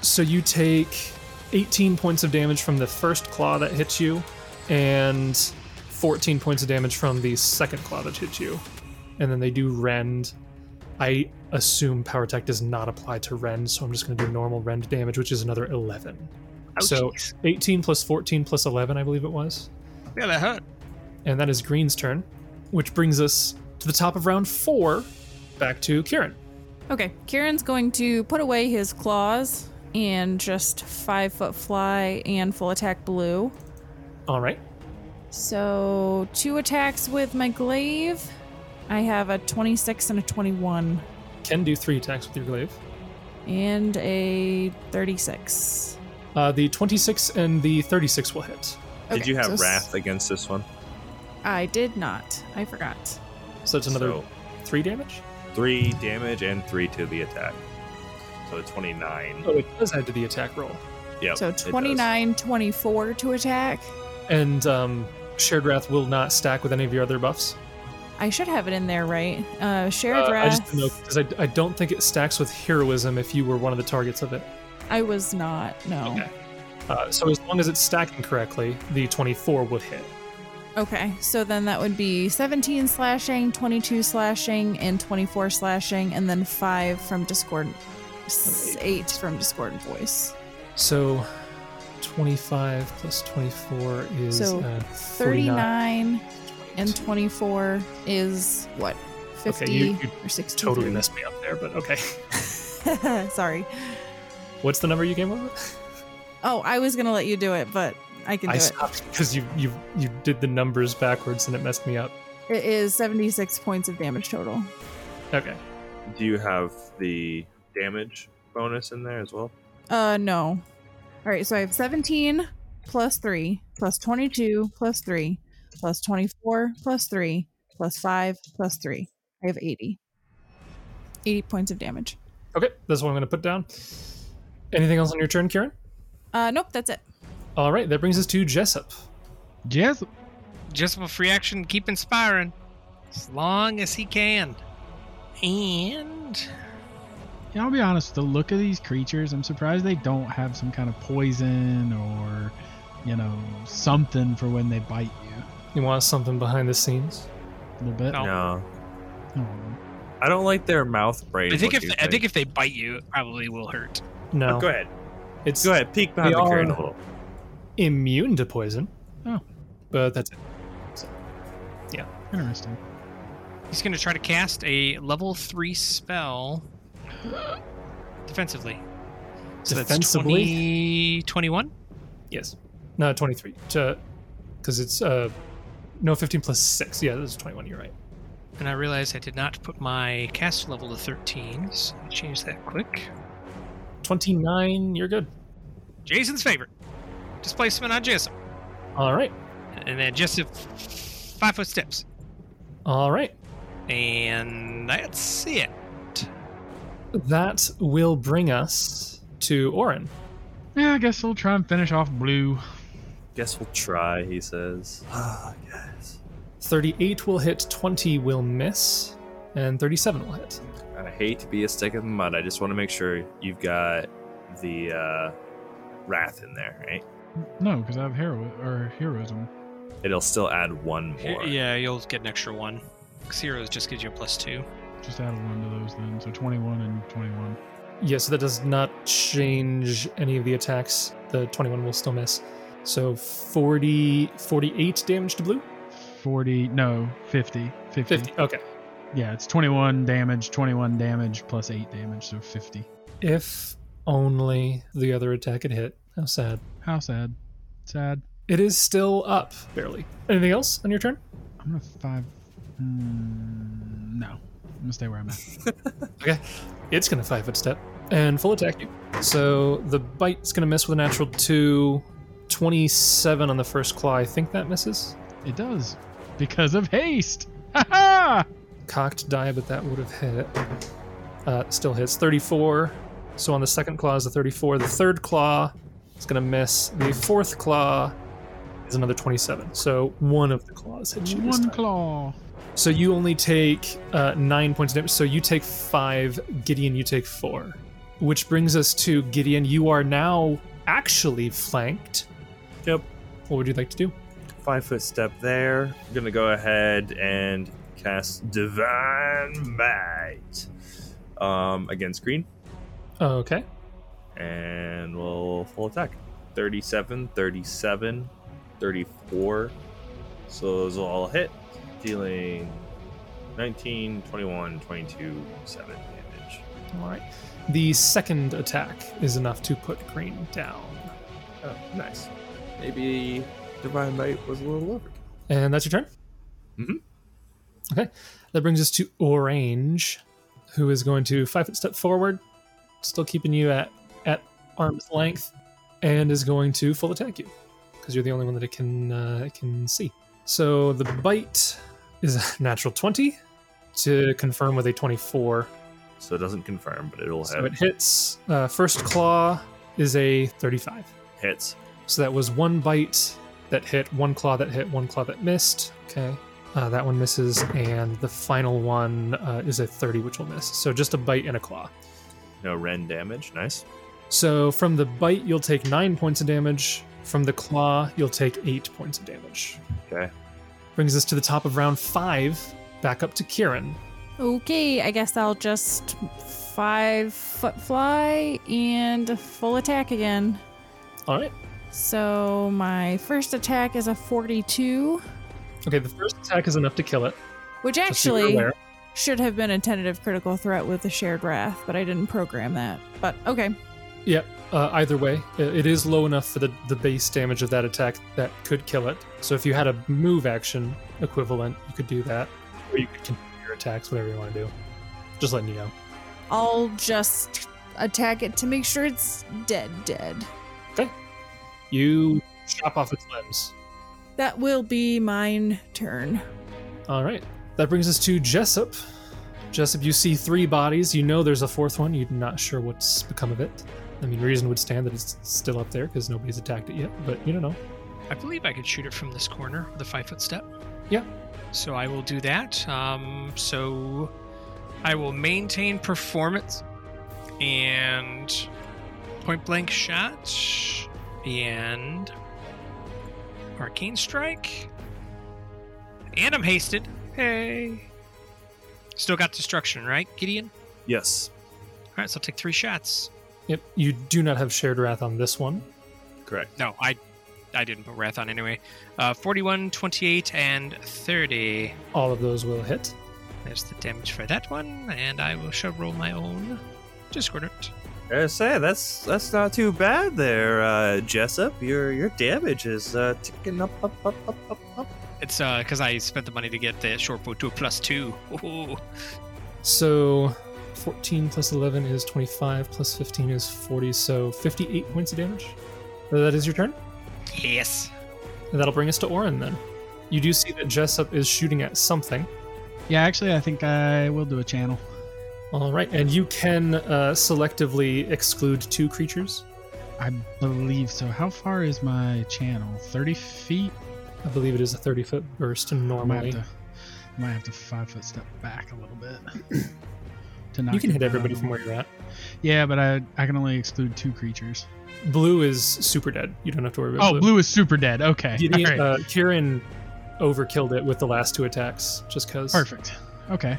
[SPEAKER 1] So you take 18 points of damage from the first claw that hits you, and 14 points of damage from the second claw that hits you. And then they do rend. I assume power attack does not apply to rend, so I'm just going to do normal rend damage, which is another 11. So-
[SPEAKER 3] Ouchies.
[SPEAKER 1] 18 plus 14 plus 11, I believe it was.
[SPEAKER 3] yeah, that hurt.
[SPEAKER 1] And that is Green's turn, which brings us to the top of round four, back to Kieran.
[SPEAKER 2] Okay, Kieran's going to put away his claws and just five foot fly and full attack blue.
[SPEAKER 1] All right.
[SPEAKER 2] So two attacks with my glaive. I have a 26 and a 21
[SPEAKER 1] Can do three attacks with your glaive.
[SPEAKER 2] and a 36.
[SPEAKER 1] Uh, the 26 and the 36 will hit.
[SPEAKER 5] Did
[SPEAKER 2] Okay,
[SPEAKER 5] you
[SPEAKER 2] so
[SPEAKER 5] have
[SPEAKER 2] s-
[SPEAKER 5] wrath against this one?
[SPEAKER 2] I did not. I forgot.
[SPEAKER 1] So that's another
[SPEAKER 5] So,
[SPEAKER 1] three damage?
[SPEAKER 5] three damage and three to the attack. So twenty nine.
[SPEAKER 1] Oh, it does add to the attack roll.
[SPEAKER 5] Yep.
[SPEAKER 2] So
[SPEAKER 5] it does.
[SPEAKER 2] 29, 24 to attack.
[SPEAKER 1] And um, Shared Wrath will not stack with any of your other buffs.
[SPEAKER 2] I should have it in there, right? Uh, shared
[SPEAKER 1] Uh, I
[SPEAKER 2] wrath.
[SPEAKER 1] just didn't know because I, I don't think it stacks with heroism if you were one of the targets of it.
[SPEAKER 2] I was not. No.
[SPEAKER 1] Okay. Uh, so as long as it's stacking correctly, the 24 would hit.
[SPEAKER 2] Okay, so then that would be 17 slashing, 22 slashing, and 24 slashing, and then 5 from Discordant. s- 8 from Discordant Voice.
[SPEAKER 1] So 25 plus 24 is
[SPEAKER 2] So,
[SPEAKER 1] uh,
[SPEAKER 2] 39 and
[SPEAKER 1] 22.
[SPEAKER 2] 24 is what? 50
[SPEAKER 1] Okay, you, you
[SPEAKER 2] or 60?
[SPEAKER 1] totally messed me up there, but okay.
[SPEAKER 2] Sorry.
[SPEAKER 1] What's the number you came up with?
[SPEAKER 2] Oh, I was going to let you do it, but I can do
[SPEAKER 1] I
[SPEAKER 2] it.
[SPEAKER 1] stopped because you, you you did the numbers backwards and it messed me up.
[SPEAKER 2] It is 76 points of damage total.
[SPEAKER 1] Okay.
[SPEAKER 5] Do you have the damage bonus in there as well?
[SPEAKER 2] Uh, no. All right, so I have 17 plus 3 plus 22 plus 3 plus 24 plus 3 plus 5 plus 3. I have 80. 80 points of damage.
[SPEAKER 1] Okay, that's what I'm going to put down. Anything else on your turn, Kieran?
[SPEAKER 2] Uh, nope, that's it.
[SPEAKER 1] All right, that brings us to Jessup.
[SPEAKER 4] Yes.
[SPEAKER 3] Just a free action. Keep inspiring, as long as he can. And
[SPEAKER 4] And I'll be honest, the look of these creatures, I'm surprised they don't have some kind of poison or, you know, something for when they bite you.
[SPEAKER 1] You want something behind the scenes?
[SPEAKER 4] A little bit.
[SPEAKER 3] No.
[SPEAKER 5] No.
[SPEAKER 4] Oh.
[SPEAKER 5] I don't like their mouth braid.
[SPEAKER 3] I think if
[SPEAKER 5] looking
[SPEAKER 3] I think
[SPEAKER 5] thing.
[SPEAKER 3] if they bite you, it probably will hurt.
[SPEAKER 1] No.
[SPEAKER 5] Uh, Go ahead.
[SPEAKER 1] It's
[SPEAKER 5] Go ahead. Peek behind
[SPEAKER 1] They
[SPEAKER 5] the curtain
[SPEAKER 1] are-
[SPEAKER 5] a little.
[SPEAKER 1] immune to poison.
[SPEAKER 4] Oh.
[SPEAKER 1] But that's it.
[SPEAKER 4] Interesting.
[SPEAKER 3] He's going to try to cast a level three spell defensively. So that's
[SPEAKER 1] Defensively?
[SPEAKER 3] 20, 21?
[SPEAKER 1] Yes. No, 23. Because it's, uh, no, 15 plus 6. Yeah, that's 21. You're right.
[SPEAKER 3] And I realized I did not put my cast level to 13, so let me change that quick.
[SPEAKER 1] 29. You're good.
[SPEAKER 3] Jason's favorite. Displacement on Jessup.
[SPEAKER 1] All right.
[SPEAKER 3] And then Jessup, five foot steps.
[SPEAKER 1] All right.
[SPEAKER 3] And that's it.
[SPEAKER 1] That will bring us to Orin.
[SPEAKER 4] Yeah, I guess we'll try and finish off blue.
[SPEAKER 5] Guess we'll try, he says. Ah, guys.
[SPEAKER 1] 38 will hit, 20 will miss, and 37 will hit.
[SPEAKER 5] I hate to be a stick in the mud. I just want to make sure you've got the uh, wrath in there, right?
[SPEAKER 4] No, because I have hero or heroism.
[SPEAKER 5] It'll still add one more.
[SPEAKER 3] Yeah, you'll get an extra one. Xero's just gives you a plus two.
[SPEAKER 4] Just add one to those then. So 21 and 21.
[SPEAKER 1] Yeah, so that does not change any of the attacks. The 21 will still miss. So 40, 48 damage to blue?
[SPEAKER 4] 40, no, 50. 50.
[SPEAKER 1] 50. Okay.
[SPEAKER 4] Yeah, it's 21 damage, 21 damage plus 8 damage, so 50.
[SPEAKER 1] If only the other attack had hit. How sad.
[SPEAKER 4] How sad. Sad.
[SPEAKER 1] It is still up, barely. Anything else on your turn?
[SPEAKER 4] I'm gonna five. Mm, no, I'm gonna stay where I'm at.
[SPEAKER 1] Okay. It's going to five foot step and full attack you. So the bite's going to miss with a natural two. 27 on the first claw. I think that misses.
[SPEAKER 4] It does because of haste. Ha ha!
[SPEAKER 1] Cocked die, but that would have hit. Uh, still hits. 34. So on the second claw is a 34. The third claw is going to miss. The fourth claw is another 27. So one of the claws hits you. this
[SPEAKER 4] One
[SPEAKER 1] time.
[SPEAKER 4] claw.
[SPEAKER 1] So you only take uh, nine points of damage. So you take five, Gideon, you take four. Which brings us to Gideon. You are now actually flanked.
[SPEAKER 5] Yep.
[SPEAKER 1] What would you like to do?
[SPEAKER 5] Five foot step there. I'm gonna go ahead and cast Divine Might um, against green,
[SPEAKER 1] Okay.
[SPEAKER 5] and we'll full attack. 37, 37, 34. So those will all hit, dealing 19, 21, 22, 7 damage.
[SPEAKER 1] All right. The second attack is enough to put Green down.
[SPEAKER 5] Oh, nice. Maybe Divine Might was a little over.
[SPEAKER 1] And that's your turn?
[SPEAKER 5] Mhm.
[SPEAKER 1] Okay. That brings us to Orange, who is going to five foot step forward, still keeping you at, at arm's length, and is going to full attack you because you're the only one that it can, uh, it can see. So the bite is a natural 20 to confirm with a 24.
[SPEAKER 5] So it doesn't confirm, but it'll
[SPEAKER 1] So
[SPEAKER 5] have
[SPEAKER 1] it hits. Uh, first claw is a 35.
[SPEAKER 5] hits.
[SPEAKER 1] So that was one bite that hit, one claw that hit, one claw that missed. Okay. Uh, that one misses, and the final one uh, is a 30, which will miss. So just a bite and a claw.
[SPEAKER 5] No Ren damage. Nice.
[SPEAKER 1] So from the bite, you'll take nine points of damage. From the claw, you'll take eight points of damage.
[SPEAKER 5] Okay.
[SPEAKER 1] Brings us to the top of round five, back up to Kieran.
[SPEAKER 2] Okay, I guess I'll just five foot fly and full attack again.
[SPEAKER 1] All right.
[SPEAKER 2] So my first attack is a 42,
[SPEAKER 1] Okay, the first attack is enough to kill it.
[SPEAKER 2] which
[SPEAKER 1] just so you're
[SPEAKER 2] actually
[SPEAKER 1] aware.
[SPEAKER 2] should have been a tentative critical threat with the shared wrath, but I didn't program that. But okay,
[SPEAKER 1] Yep. Uh, either way, i- it is low enough for the, the base damage of that attack that could kill it. So if you had a move action equivalent, you could do that, or you could continue your attacks, whatever you want to do. Just letting you know.
[SPEAKER 2] I'll just attack it to make sure it's dead, dead.
[SPEAKER 1] You chop off its limbs.
[SPEAKER 2] That will be mine turn.
[SPEAKER 1] All right. That brings us to Jessup. Jessup, you see three bodies. You know there's a fourth one. You're not sure what's become of it. I mean, reason would stand that it's still up there because nobody's attacked it yet, but you don't know.
[SPEAKER 3] I believe I could shoot it from this corner with a five foot step.
[SPEAKER 1] Yeah.
[SPEAKER 3] So I will do that. Um, so I will maintain performance and point blank shot and arcane strike. And I'm hasted. Hey. Still got destruction, right, Gideon?
[SPEAKER 5] Yes.
[SPEAKER 3] All right, so I'll take three shots.
[SPEAKER 1] Yep. You do not have shared wrath on this one.
[SPEAKER 5] Correct.
[SPEAKER 3] No, I I didn't put Wrath on anyway. Uh, 41, 28, and 30.
[SPEAKER 1] All of those will hit.
[SPEAKER 3] There's the damage for that one, and I will shall roll my own discordant.
[SPEAKER 5] I say that's that's not too bad there, uh, Jessup. Your your damage is uh, ticking up, up, up, up, up, up.
[SPEAKER 3] It's uh because I spent the money to get the short bow to a plus two. Ooh.
[SPEAKER 1] So 14 plus 11 is 25, plus 15 is 40, so 58 points of damage. Uh, That is your turn?
[SPEAKER 3] Yes.
[SPEAKER 1] And that'll bring us to Orin then. You do see that Jessup is shooting at something.
[SPEAKER 4] Yeah, actually, I think I will do a channel.
[SPEAKER 1] All right, and you can uh, selectively exclude two creatures.
[SPEAKER 4] I believe so. How far is my channel? 30 feet?
[SPEAKER 1] I believe it is a 30 foot burst
[SPEAKER 4] I might have
[SPEAKER 1] normally.
[SPEAKER 4] to, I might have to five foot step back a little bit. to knock
[SPEAKER 1] You can
[SPEAKER 4] it
[SPEAKER 1] hit
[SPEAKER 4] down
[SPEAKER 1] everybody
[SPEAKER 4] a
[SPEAKER 1] from
[SPEAKER 4] little.
[SPEAKER 1] where you're at.
[SPEAKER 4] Yeah, but I, I can only exclude two creatures.
[SPEAKER 1] Blue is super dead. You don't have to worry about
[SPEAKER 4] Oh, blue is super dead. Okay.
[SPEAKER 1] Gideon,
[SPEAKER 4] All right.
[SPEAKER 1] uh, Kieran overkilled it with the last two attacks just because.
[SPEAKER 4] Perfect. Okay.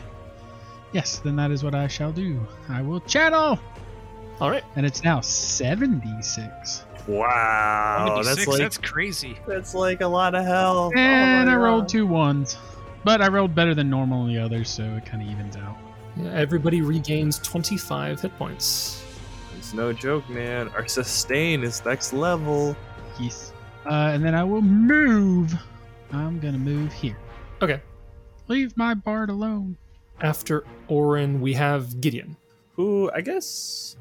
[SPEAKER 4] Yes, then that is what I shall do. I will channel!
[SPEAKER 1] All right.
[SPEAKER 4] And it's now 76.
[SPEAKER 5] Wow,
[SPEAKER 3] 76,
[SPEAKER 5] Oh, that's like
[SPEAKER 3] that's crazy.
[SPEAKER 5] that's like a lot of hell.
[SPEAKER 4] And I rolled two ones. But I rolled better than normal on the others, so it kind of evens out.
[SPEAKER 1] Yeah, everybody regains 25 hit points.
[SPEAKER 5] It's no joke, man. Our sustain is next level.
[SPEAKER 4] Yes. Uh, and then I will move. I'm going to move here.
[SPEAKER 1] Okay.
[SPEAKER 4] Leave my bard alone.
[SPEAKER 1] After Orin, we have Gideon.
[SPEAKER 5] Who I guess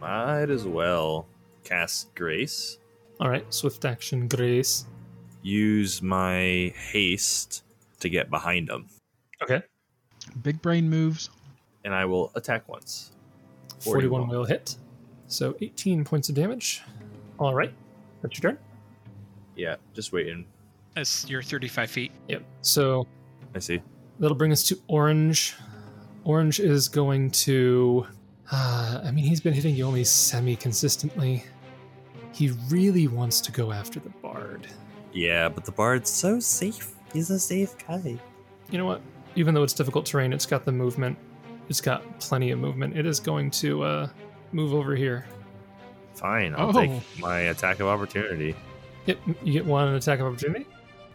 [SPEAKER 5] might as well cast grace.
[SPEAKER 1] All right, swift action, Grace.
[SPEAKER 5] Use my haste to get behind him,
[SPEAKER 4] Big brain moves.
[SPEAKER 5] and I will attack once.
[SPEAKER 1] 41
[SPEAKER 5] 41.
[SPEAKER 1] will hit. So 18 points of damage. All right. That's your turn.
[SPEAKER 5] Yeah, just waiting.
[SPEAKER 3] That's your 35 feet.
[SPEAKER 1] Yep. So
[SPEAKER 5] I see.
[SPEAKER 1] that'll bring us to Orange. Orange is going to. Uh, I mean, he's been hitting you only semi consistently. He really wants to go after the bard.
[SPEAKER 5] Yeah, but the bard's so safe. He's a safe guy.
[SPEAKER 1] You know what? Even though it's difficult terrain, it's got the movement. It's got plenty of movement. It is going to uh, move over here.
[SPEAKER 5] Fine, I'll
[SPEAKER 4] Oh.
[SPEAKER 5] take my attack of opportunity.
[SPEAKER 1] Yep, you get one attack of opportunity.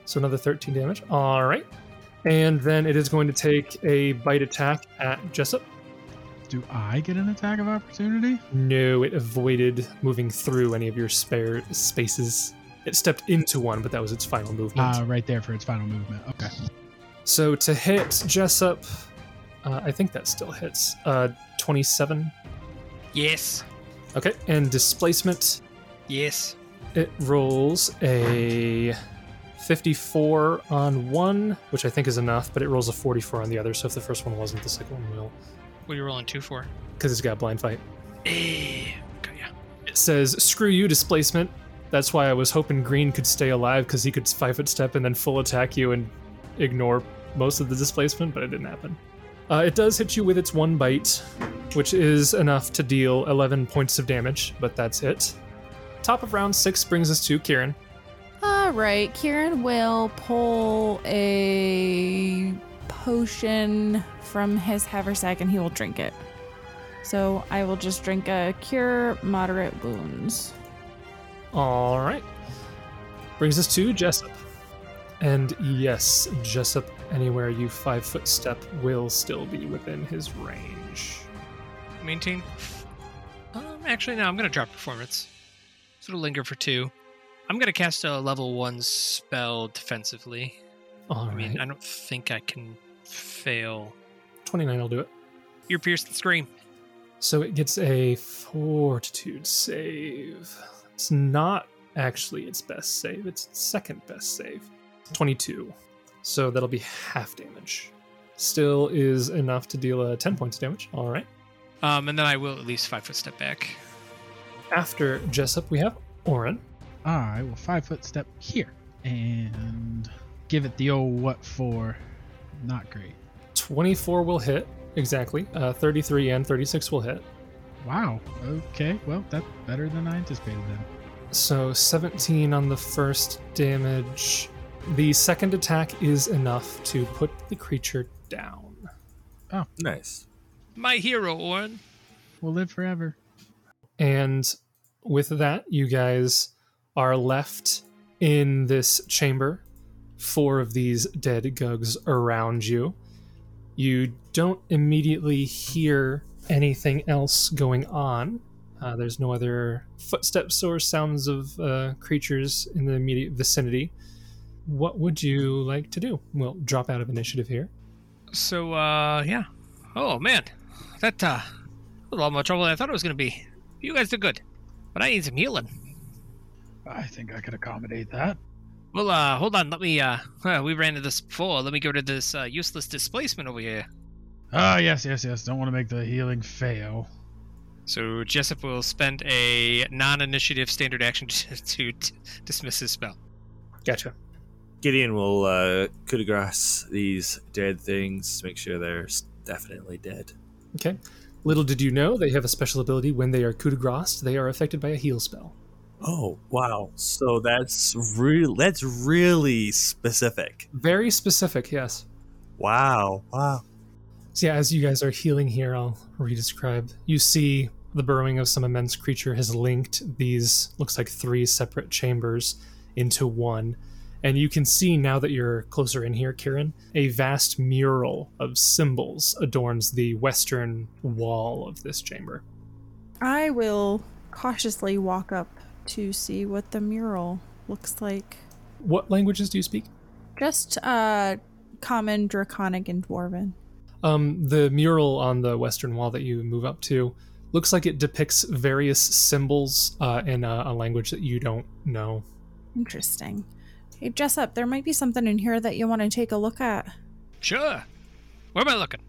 [SPEAKER 1] So another 13 damage. All right. And then it is going to take a bite attack at Jessup.
[SPEAKER 4] Do I get an attack of opportunity?
[SPEAKER 1] No, it avoided moving through any of your spare spaces. It stepped into one, but that was its final movement.
[SPEAKER 4] Uh, right there for its final movement. Okay.
[SPEAKER 1] so to hit Jessup, uh, I think that still hits. Uh, 27.
[SPEAKER 3] Yes.
[SPEAKER 1] Okay. And displacement,
[SPEAKER 3] Yes.
[SPEAKER 1] it rolls a 54 on one, which I think is enough, but it rolls a 44 on the other. So if the first one wasn't, the second one will.
[SPEAKER 3] What are you rolling two for?
[SPEAKER 1] because it's got a blind fight.
[SPEAKER 3] Eh. Okay, yeah.
[SPEAKER 1] It says, "Screw you, displacement." That's why I was hoping Green could stay alive because he could five foot step and then full attack you and ignore most of the displacement, but it didn't happen. Uh, it does hit you with its one bite, which is enough to deal 11 points of damage, but that's it. Top of round six brings us to Kieran.
[SPEAKER 2] All right, Kieran will pull a potion from his haversack and he will drink it. So I will just drink a cure moderate wounds.
[SPEAKER 1] All right. Brings us to Jessup. And yes, Jessup, anywhere you five foot step will still be within his range.
[SPEAKER 3] Maintain. Um, actually, no, I'm going to drop performance. So it'll linger for two. I'm going to cast a level one spell defensively.
[SPEAKER 1] All
[SPEAKER 3] I mean,
[SPEAKER 1] right.
[SPEAKER 3] I don't think I can fail.
[SPEAKER 1] 29 will do it.
[SPEAKER 3] Ear pierced and scream.
[SPEAKER 1] So it gets a fortitude save. It's not actually its best save, it's its second best save. 22. So that'll be half damage. Still is enough to deal uh, 10 points of damage. All right.
[SPEAKER 3] Um, and then I will at least five foot step back.
[SPEAKER 1] After Jessup, we have Orin.
[SPEAKER 4] I will five foot step here and give it the old what for. Not great.
[SPEAKER 1] 24 will hit, exactly. Uh, 33 and 36 will hit.
[SPEAKER 4] Wow. Okay. Well, that's better than I anticipated then.
[SPEAKER 1] So 17 on the first damage. The second attack is enough to put the creature down.
[SPEAKER 5] Nice.
[SPEAKER 3] My hero, Orin.
[SPEAKER 4] We'll live forever.
[SPEAKER 1] And with that, you guys are left in this chamber. Four of these dead gugs around you. You don't immediately hear anything else going on. Uh, there's no other footsteps or sounds of uh, creatures in the immediate vicinity. What would you like to do? We'll drop out of initiative here.
[SPEAKER 3] So, uh, yeah. Oh, man. That, uh, was a lot more trouble than I thought it was going to be. You guys did good. But I need some healing.
[SPEAKER 4] I think I could accommodate that.
[SPEAKER 3] Well, uh, hold on. Let me. Uh, huh, we ran into this before. Let me go to this uh, useless displacement over here.
[SPEAKER 4] Ah, yes, yes, yes. Don't want to make the healing fail.
[SPEAKER 3] So Jessup will spend a non-initiative standard action to, to t- dismiss his spell.
[SPEAKER 1] Gotcha.
[SPEAKER 5] Gideon will uh, coup de grace these dead things, make sure they're s- definitely dead.
[SPEAKER 1] Okay. Little did you know they have a special ability when they are coup de grace, they are affected by a heal spell.
[SPEAKER 5] Oh wow! So that's real. That's really specific.
[SPEAKER 1] Very specific, yes.
[SPEAKER 5] Wow! Wow!
[SPEAKER 1] So yeah, as you guys are healing here, I'll re-describe. You see the burrowing of some immense creature has linked these looks like three separate chambers into one. And you can see now that you're closer in here, Kieran, a vast mural of symbols adorns the western wall of this chamber.
[SPEAKER 2] I will cautiously walk up to see what the mural looks like.
[SPEAKER 1] What languages do you speak?
[SPEAKER 2] Just uh common draconic and dwarven.
[SPEAKER 1] Um, the mural on the western wall that you move up to looks like it depicts various symbols uh, in a, a language that you don't know.
[SPEAKER 2] Interesting. Hey Jessup, there might be something in here that you want to take a look at.
[SPEAKER 3] Sure. Where am I looking?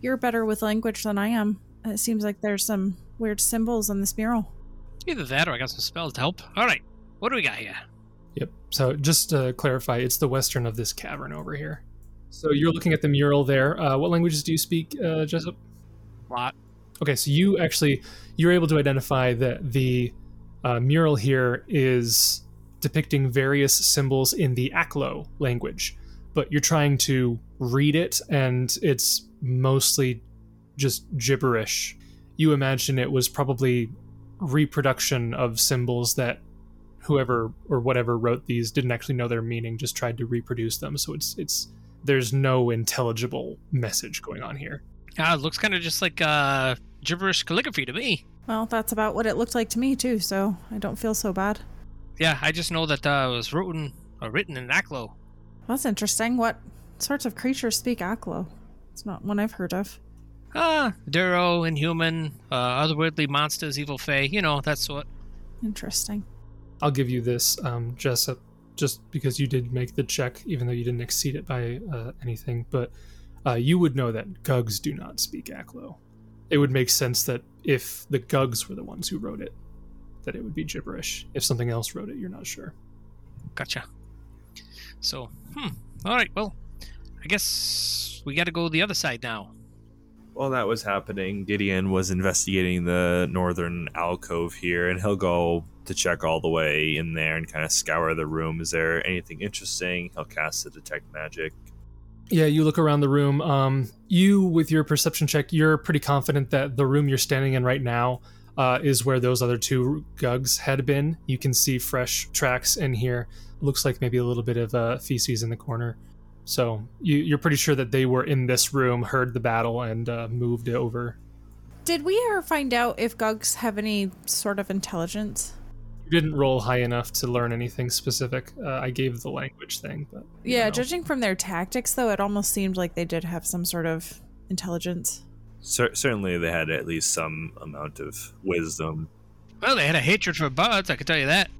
[SPEAKER 2] You're better with language than I am. It seems like there's some weird symbols on this mural.
[SPEAKER 3] Either that, or I got some spells to help. All right. What do we got here?
[SPEAKER 1] Yep. So just to clarify, it's the western of this cavern over here. So you're looking at the mural there. Uh, what languages do you speak, uh, Jessup?
[SPEAKER 3] Lot.
[SPEAKER 1] Okay, so you actually you're able to identify that the uh, mural here is depicting various symbols in the Aklo language, but you're trying to read it, and it's mostly just gibberish. You imagine it was probably reproduction of symbols that whoever or whatever wrote these didn't actually know their meaning, just tried to reproduce them. So it's it's there's no intelligible message going on here.
[SPEAKER 3] Ah, it looks kind of just like uh, gibberish calligraphy to me.
[SPEAKER 2] Well, that's about what it looked like to me too, so I don't feel so bad.
[SPEAKER 3] Yeah, I just know that uh, it was written or written in Aklo.
[SPEAKER 2] That's interesting. What sorts of creatures speak Aklo? It's not one I've heard of.
[SPEAKER 3] Ah, Duro, Inhuman, uh, otherworldly monsters, evil fae. You know that sort.
[SPEAKER 2] Interesting.
[SPEAKER 1] I'll give you this, um, Jessup, just because you did make the check, even though you didn't exceed it by uh, anything. But uh, you would know that Gugs do not speak Aklo. It would make sense that if the Gugs were the ones who wrote it, that it would be gibberish. If something else wrote it, you're not sure.
[SPEAKER 3] Gotcha. So, hmm. All right. Well, I guess we got to go the other side now.
[SPEAKER 5] While that was happening, Gideon was investigating the northern alcove here, and he'll go to check all the way in there and kind of scour the room. Is there anything interesting? He'll cast the detect magic.
[SPEAKER 1] Yeah, you look around the room. Um, you, with your perception check, you're pretty confident that the room you're standing in right now uh, is where those other two gugs had been. You can see fresh tracks in here. Looks like maybe a little bit of uh, feces in the corner. So you, you're pretty sure that they were in this room, heard the battle, and uh, moved over.
[SPEAKER 2] Did we ever find out if Gugs have any sort of intelligence?
[SPEAKER 1] You didn't roll high enough to learn anything specific. Uh, I gave the language thing, but you
[SPEAKER 2] Yeah,
[SPEAKER 1] know.
[SPEAKER 2] judging from their tactics, though, it almost seemed like they did have some sort of intelligence.
[SPEAKER 5] Cer- certainly, they had at least some amount of wisdom.
[SPEAKER 3] Well, they had a hatred for birds. I can tell you that.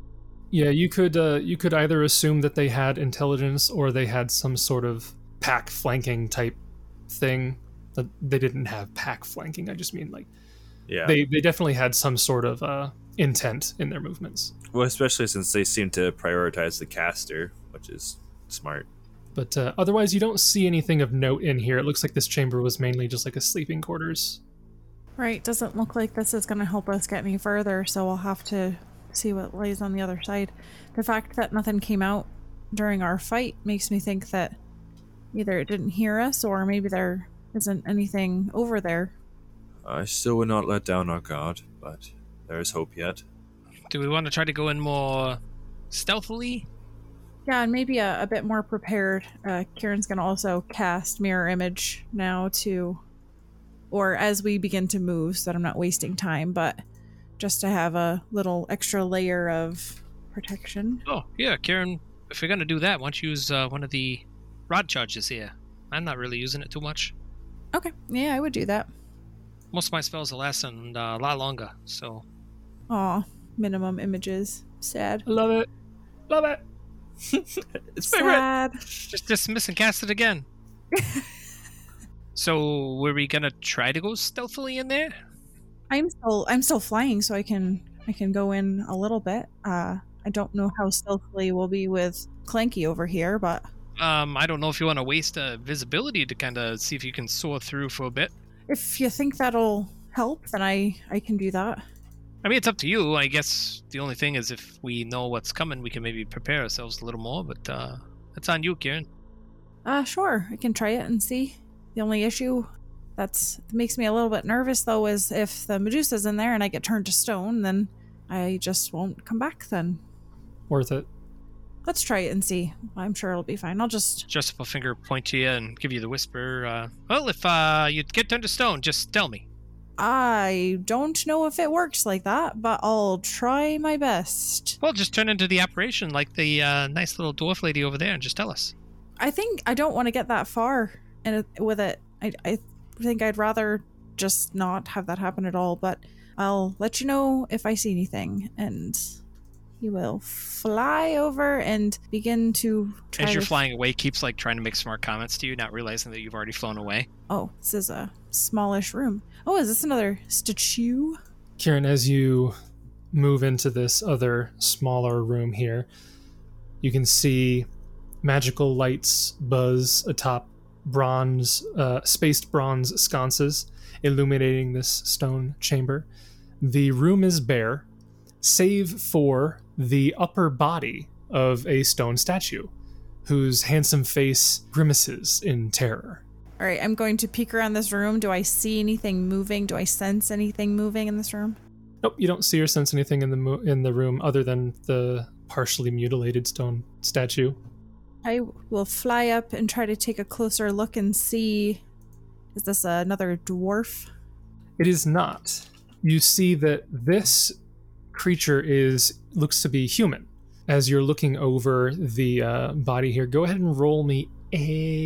[SPEAKER 1] Yeah, you could uh, you could either assume that they had intelligence or they had some sort of pack flanking type thing. That they didn't have pack flanking. I just mean like
[SPEAKER 5] Yeah.
[SPEAKER 1] they they definitely had some sort of uh, intent in their movements.
[SPEAKER 5] well, especially since they seem to prioritize the caster, which is smart.
[SPEAKER 1] But uh, otherwise, you don't see anything of note in here. It looks like this chamber was mainly just like a sleeping quarters.
[SPEAKER 2] Right, doesn't look like this is going to help us get any further, so we'll have to see what lays on the other side. The fact that nothing came out during our fight makes me think that either it didn't hear us or maybe there isn't anything over there.
[SPEAKER 5] I still would not let down our guard, but there is hope yet.
[SPEAKER 3] Do we want to try to go in more stealthily?
[SPEAKER 2] Yeah, and maybe a, a bit more prepared. Uh, Kieran's going to also cast Mirror Image now to, or as we begin to move, so that I'm not wasting time, but just to have a little extra layer of protection.
[SPEAKER 3] Oh, yeah, Karen. If you're gonna do that, why don't you use uh, one of the rod charges here? I'm not really using it too much.
[SPEAKER 2] Okay, yeah, I would do that.
[SPEAKER 3] Most of my spells will last and, uh, a lot longer, so
[SPEAKER 2] Aw, minimum images. Sad.
[SPEAKER 1] Love it. Love it.
[SPEAKER 5] It's
[SPEAKER 2] Sad.
[SPEAKER 3] Just dismiss and cast it again. so were we gonna try to go stealthily in there?
[SPEAKER 2] I'm still I'm still flying, so I can I can go in a little bit. Uh, I don't know how stealthily we'll be with Clanky over here, but
[SPEAKER 3] Um, I don't know if you want to waste uh, visibility to kind of see if you can soar through for a bit.
[SPEAKER 2] if you think that'll help, then I I can do that.
[SPEAKER 3] I mean, it's up to you. I guess the only thing is if we know what's coming, we can maybe prepare ourselves a little more. But uh, that's on you, Kieran.
[SPEAKER 2] Uh, sure, I can try it and see. The only issue that's that makes me a little bit nervous though is if the Medusa's in there and I get turned to stone, then I just won't come back. Then
[SPEAKER 1] Worth it.
[SPEAKER 2] let's try it and see. I'm sure it'll be fine. I'll just
[SPEAKER 3] Just a finger point to you and give you the whisper. Uh, well, if uh, you get turned to stone, just tell me.
[SPEAKER 2] I don't know if it works like that, but I'll try my best.
[SPEAKER 3] Well, just turn into the operation like the uh, nice little dwarf lady over there and just tell us.
[SPEAKER 2] I think I don't want to get that far in it, with it. I, I think I'd rather just not have that happen at all, but I'll let you know if I see anything. And he will fly over and begin to try
[SPEAKER 3] As you're
[SPEAKER 2] to-
[SPEAKER 3] flying away, keeps like trying to make smart comments to you, not realizing that you've already flown away.
[SPEAKER 2] Oh, this is a smallish room. Oh, is this another statue?
[SPEAKER 1] Kieran, as you move into this other smaller room here, you can see magical lights buzz atop bronze, uh, spaced bronze sconces, illuminating this stone chamber. The room is bare, save for the upper body of a stone statue, whose handsome face grimaces in terror.
[SPEAKER 2] All right, I'm going to peek around this room. Do I see anything moving? Do I sense anything moving in this room?
[SPEAKER 1] Nope, you don't see or sense anything in the mo- in the room other than the partially mutilated stone statue.
[SPEAKER 2] I will fly up and try to take a closer look and see. Is this another dwarf?
[SPEAKER 1] It is not. You see that this creature is looks to be human. As you're looking over the uh, body here, go ahead and roll me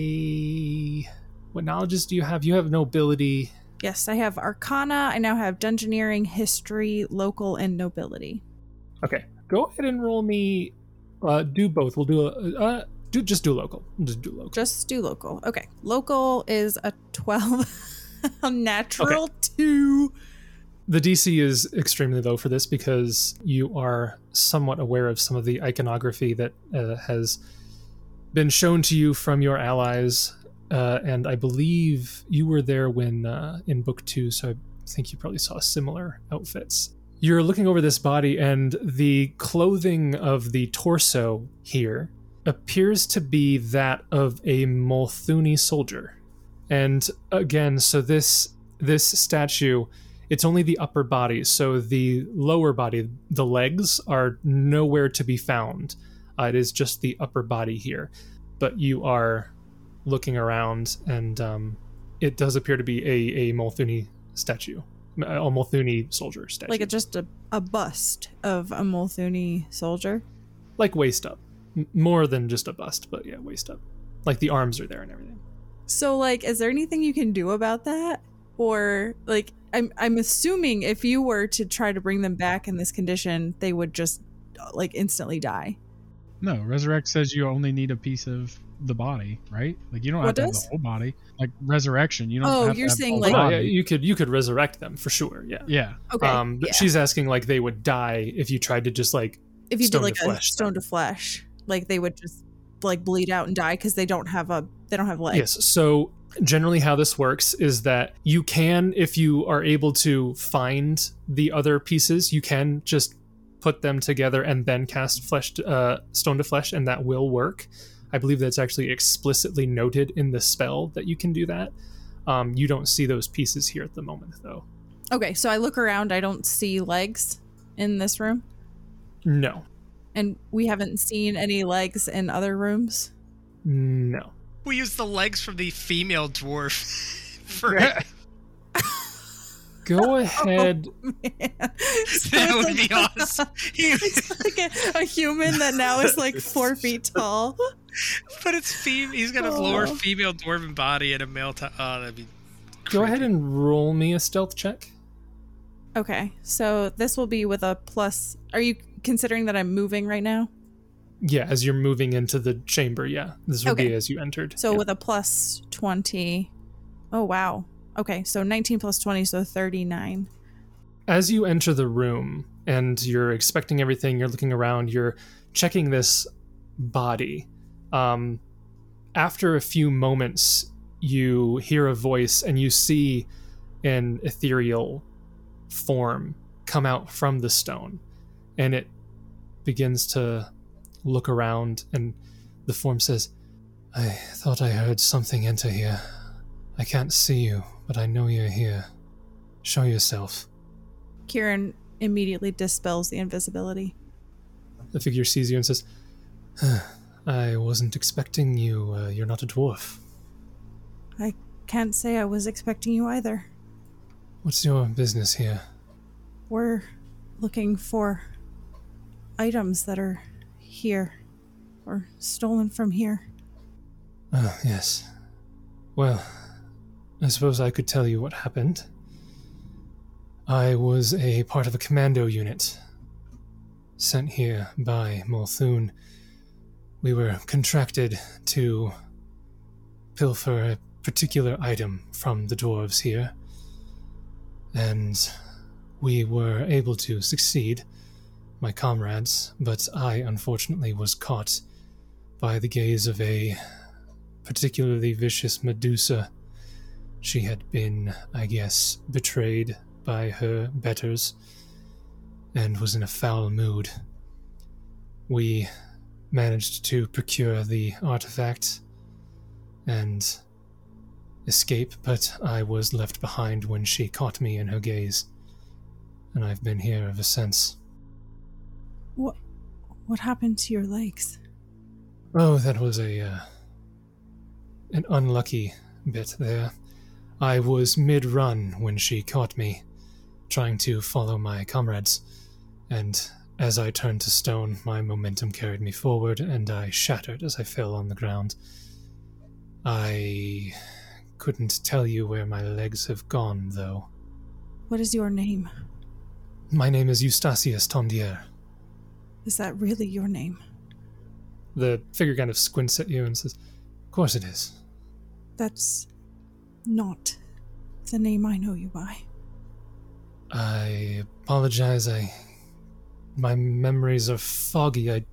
[SPEAKER 1] a. What knowledges do you have? You have nobility.
[SPEAKER 2] Yes, I have Arcana. I now have Dungeoneering, History, Local, and Nobility.
[SPEAKER 1] Okay, go ahead and roll me. Uh, do both. We'll do a. Uh, do just do local. Just do local.
[SPEAKER 2] Just do local. Okay, local is a twelve, a natural two.
[SPEAKER 1] The DC is extremely low for this because you are somewhat aware of some of the iconography that uh, has been shown to you from your allies. Uh, and I believe you were there when uh, in book two, so I think you probably saw similar outfits. You're looking over this body, and the clothing of the torso here appears to be that of a Molthuni soldier. And again, so this this statue it's only the upper body so the lower body the legs are nowhere to be found uh, it is just the upper body here but you are looking around and um, it does appear to be a, a molthuni statue a molthuni soldier statue
[SPEAKER 2] Like it's just a, a bust of a Molthuni soldier.
[SPEAKER 1] like waist up M- more than just a bust but yeah waist up like the arms are there and everything
[SPEAKER 2] So like is there anything you can do about that? Or like I'm I'm assuming if you were to try to bring them back in this condition, they would just like instantly die.
[SPEAKER 4] No, resurrect says you only need a piece of the body, right? Like you don't
[SPEAKER 2] Well,
[SPEAKER 4] have
[SPEAKER 2] it
[SPEAKER 4] to have
[SPEAKER 2] does.
[SPEAKER 4] the whole body. Like resurrection, you don't.
[SPEAKER 2] Oh,
[SPEAKER 4] have to
[SPEAKER 2] you're
[SPEAKER 4] have
[SPEAKER 2] saying,
[SPEAKER 4] all the
[SPEAKER 2] like-
[SPEAKER 1] Well, no,
[SPEAKER 4] body.
[SPEAKER 1] yeah, you could you could resurrect them for sure yeah
[SPEAKER 4] yeah.
[SPEAKER 2] Okay.
[SPEAKER 1] um but she's asking like they would die if you tried to just like
[SPEAKER 2] if you did
[SPEAKER 1] stone
[SPEAKER 2] like
[SPEAKER 1] to
[SPEAKER 2] a
[SPEAKER 1] flesh,
[SPEAKER 2] stone to flesh, like they would just like bleed out and die cuz they don't have a they don't have legs.
[SPEAKER 1] Yes. So generally, how this works is that you can, if you are able to find the other pieces, you can just put them together and then cast flesh, to, uh, stone to flesh, and that will work. I believe that's actually explicitly noted in the spell that you can do that. Um, you don't see those pieces here at the moment, though.
[SPEAKER 2] Okay, so I look around, I don't see legs in this room
[SPEAKER 1] No,
[SPEAKER 2] and we haven't seen any legs in other rooms.
[SPEAKER 1] no.
[SPEAKER 3] We use the legs from the female dwarf for
[SPEAKER 2] Oh,
[SPEAKER 1] Go ahead.
[SPEAKER 2] Man.
[SPEAKER 3] That would be awesome.
[SPEAKER 2] It's like a, a human that now is like four feet tall.
[SPEAKER 3] but it's fem- he's got a
[SPEAKER 2] Oh.
[SPEAKER 3] lower female dwarven body and a male. T- oh, that'd be.
[SPEAKER 1] Go ahead and roll me a stealth check.
[SPEAKER 2] Okay, so this will be with a plus. Are you considering that I'm moving right now.
[SPEAKER 1] Yeah, as you're moving into the chamber, yeah. This would be
[SPEAKER 2] Okay.
[SPEAKER 1] as you entered.
[SPEAKER 2] So
[SPEAKER 1] yeah.
[SPEAKER 2] with a plus 20. Oh, wow. Okay. So 19 plus 20, so 39.
[SPEAKER 1] as you enter the room and you're expecting everything, you're looking around, you're checking this body. Um, after a few moments, you hear a voice and you see an ethereal form come out from the stone, and it begins to look around, and the form says, "I thought I heard something enter here. I can't see you, but I know you're here. Show yourself."
[SPEAKER 2] Kieran immediately dispels the invisibility.
[SPEAKER 1] The figure sees you and says, "Huh, I wasn't expecting you. Uh, you're not a dwarf.
[SPEAKER 2] Can't say I was expecting you either.
[SPEAKER 1] What's your business here?
[SPEAKER 2] We're looking for items that are here or stolen from here.
[SPEAKER 1] Oh, yes. Well, I suppose I could tell you what happened. I was a part of a commando unit sent here by Multhun. We were contracted to pilfer a particular item from the dwarves here, and we were able to succeed, my comrades, but I unfortunately was caught by the gaze of a particularly vicious Medusa. She had been, I guess, betrayed by her betters and was in a foul mood. We managed to procure the artifact and escape, but I was left behind when she caught me in her gaze, and I've been here ever since.
[SPEAKER 2] What happened to your legs?
[SPEAKER 1] Oh, that was a uh, an unlucky bit there. I was mid-run when she caught me, trying to follow my comrades, and as I turned to stone, my momentum carried me forward, and I shattered as I fell on the ground. I couldn't tell you where my legs have gone, though.
[SPEAKER 2] What is your name?
[SPEAKER 1] My name is Eustacius Tondier.
[SPEAKER 2] Is that really your name?
[SPEAKER 1] The figure kind of squints at you and says, "Of course it is."
[SPEAKER 2] That's not the name I know you by.
[SPEAKER 1] I apologize. I my memories are foggy. I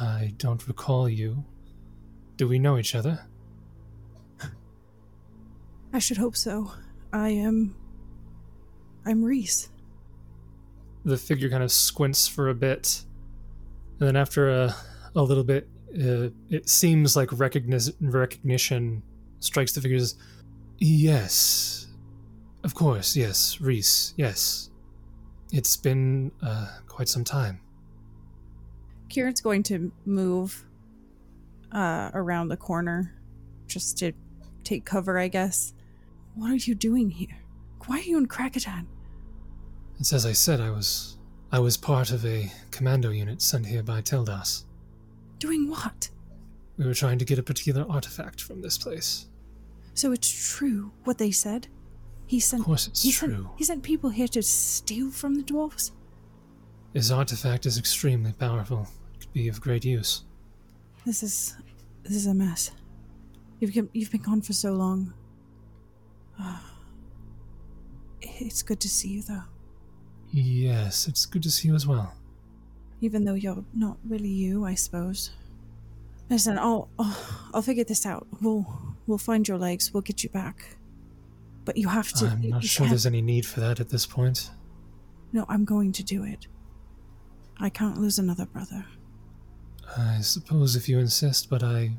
[SPEAKER 1] I don't recall you. Do we know each other?
[SPEAKER 2] I should hope so. I am. I'm Reese.
[SPEAKER 1] The figure kind of squints for a bit, and then after a a little bit, uh, it seems like recogniz- recognition strikes the figure. and says, Yes, of course. Yes, Reese. Yes, it's been uh, quite some time.
[SPEAKER 2] Kieran's going to move uh, around the corner just to take cover, I guess. What are you doing here? Why are you in Krakatan?
[SPEAKER 1] It's as I said, I was I was part of a commando unit sent here by Tildas.
[SPEAKER 2] Doing what?
[SPEAKER 1] We were trying to get a particular artifact from this place.
[SPEAKER 2] So it's true what they said? He
[SPEAKER 1] Of
[SPEAKER 2] sent.
[SPEAKER 1] course, it's
[SPEAKER 2] He sent,
[SPEAKER 1] true.
[SPEAKER 2] he sent people here to steal from the dwarves?
[SPEAKER 1] This artifact is extremely powerful. It could be of great use.
[SPEAKER 2] This is. This is a mess. You've, been- you've been gone for so long. Ah. it's good to see you, though.
[SPEAKER 1] Yes, it's good to see you as well.
[SPEAKER 2] even though you're not really you, I suppose. Listen, I'll I'll, I'll figure this out. We'll we'll find your legs. We'll get you back. But you have to.
[SPEAKER 1] I'm
[SPEAKER 2] you-
[SPEAKER 1] not
[SPEAKER 2] you
[SPEAKER 1] sure
[SPEAKER 2] can't-
[SPEAKER 1] there's any need for that at this point.
[SPEAKER 2] No, I'm going to do it. I can't lose another brother.
[SPEAKER 1] I suppose if you insist, but I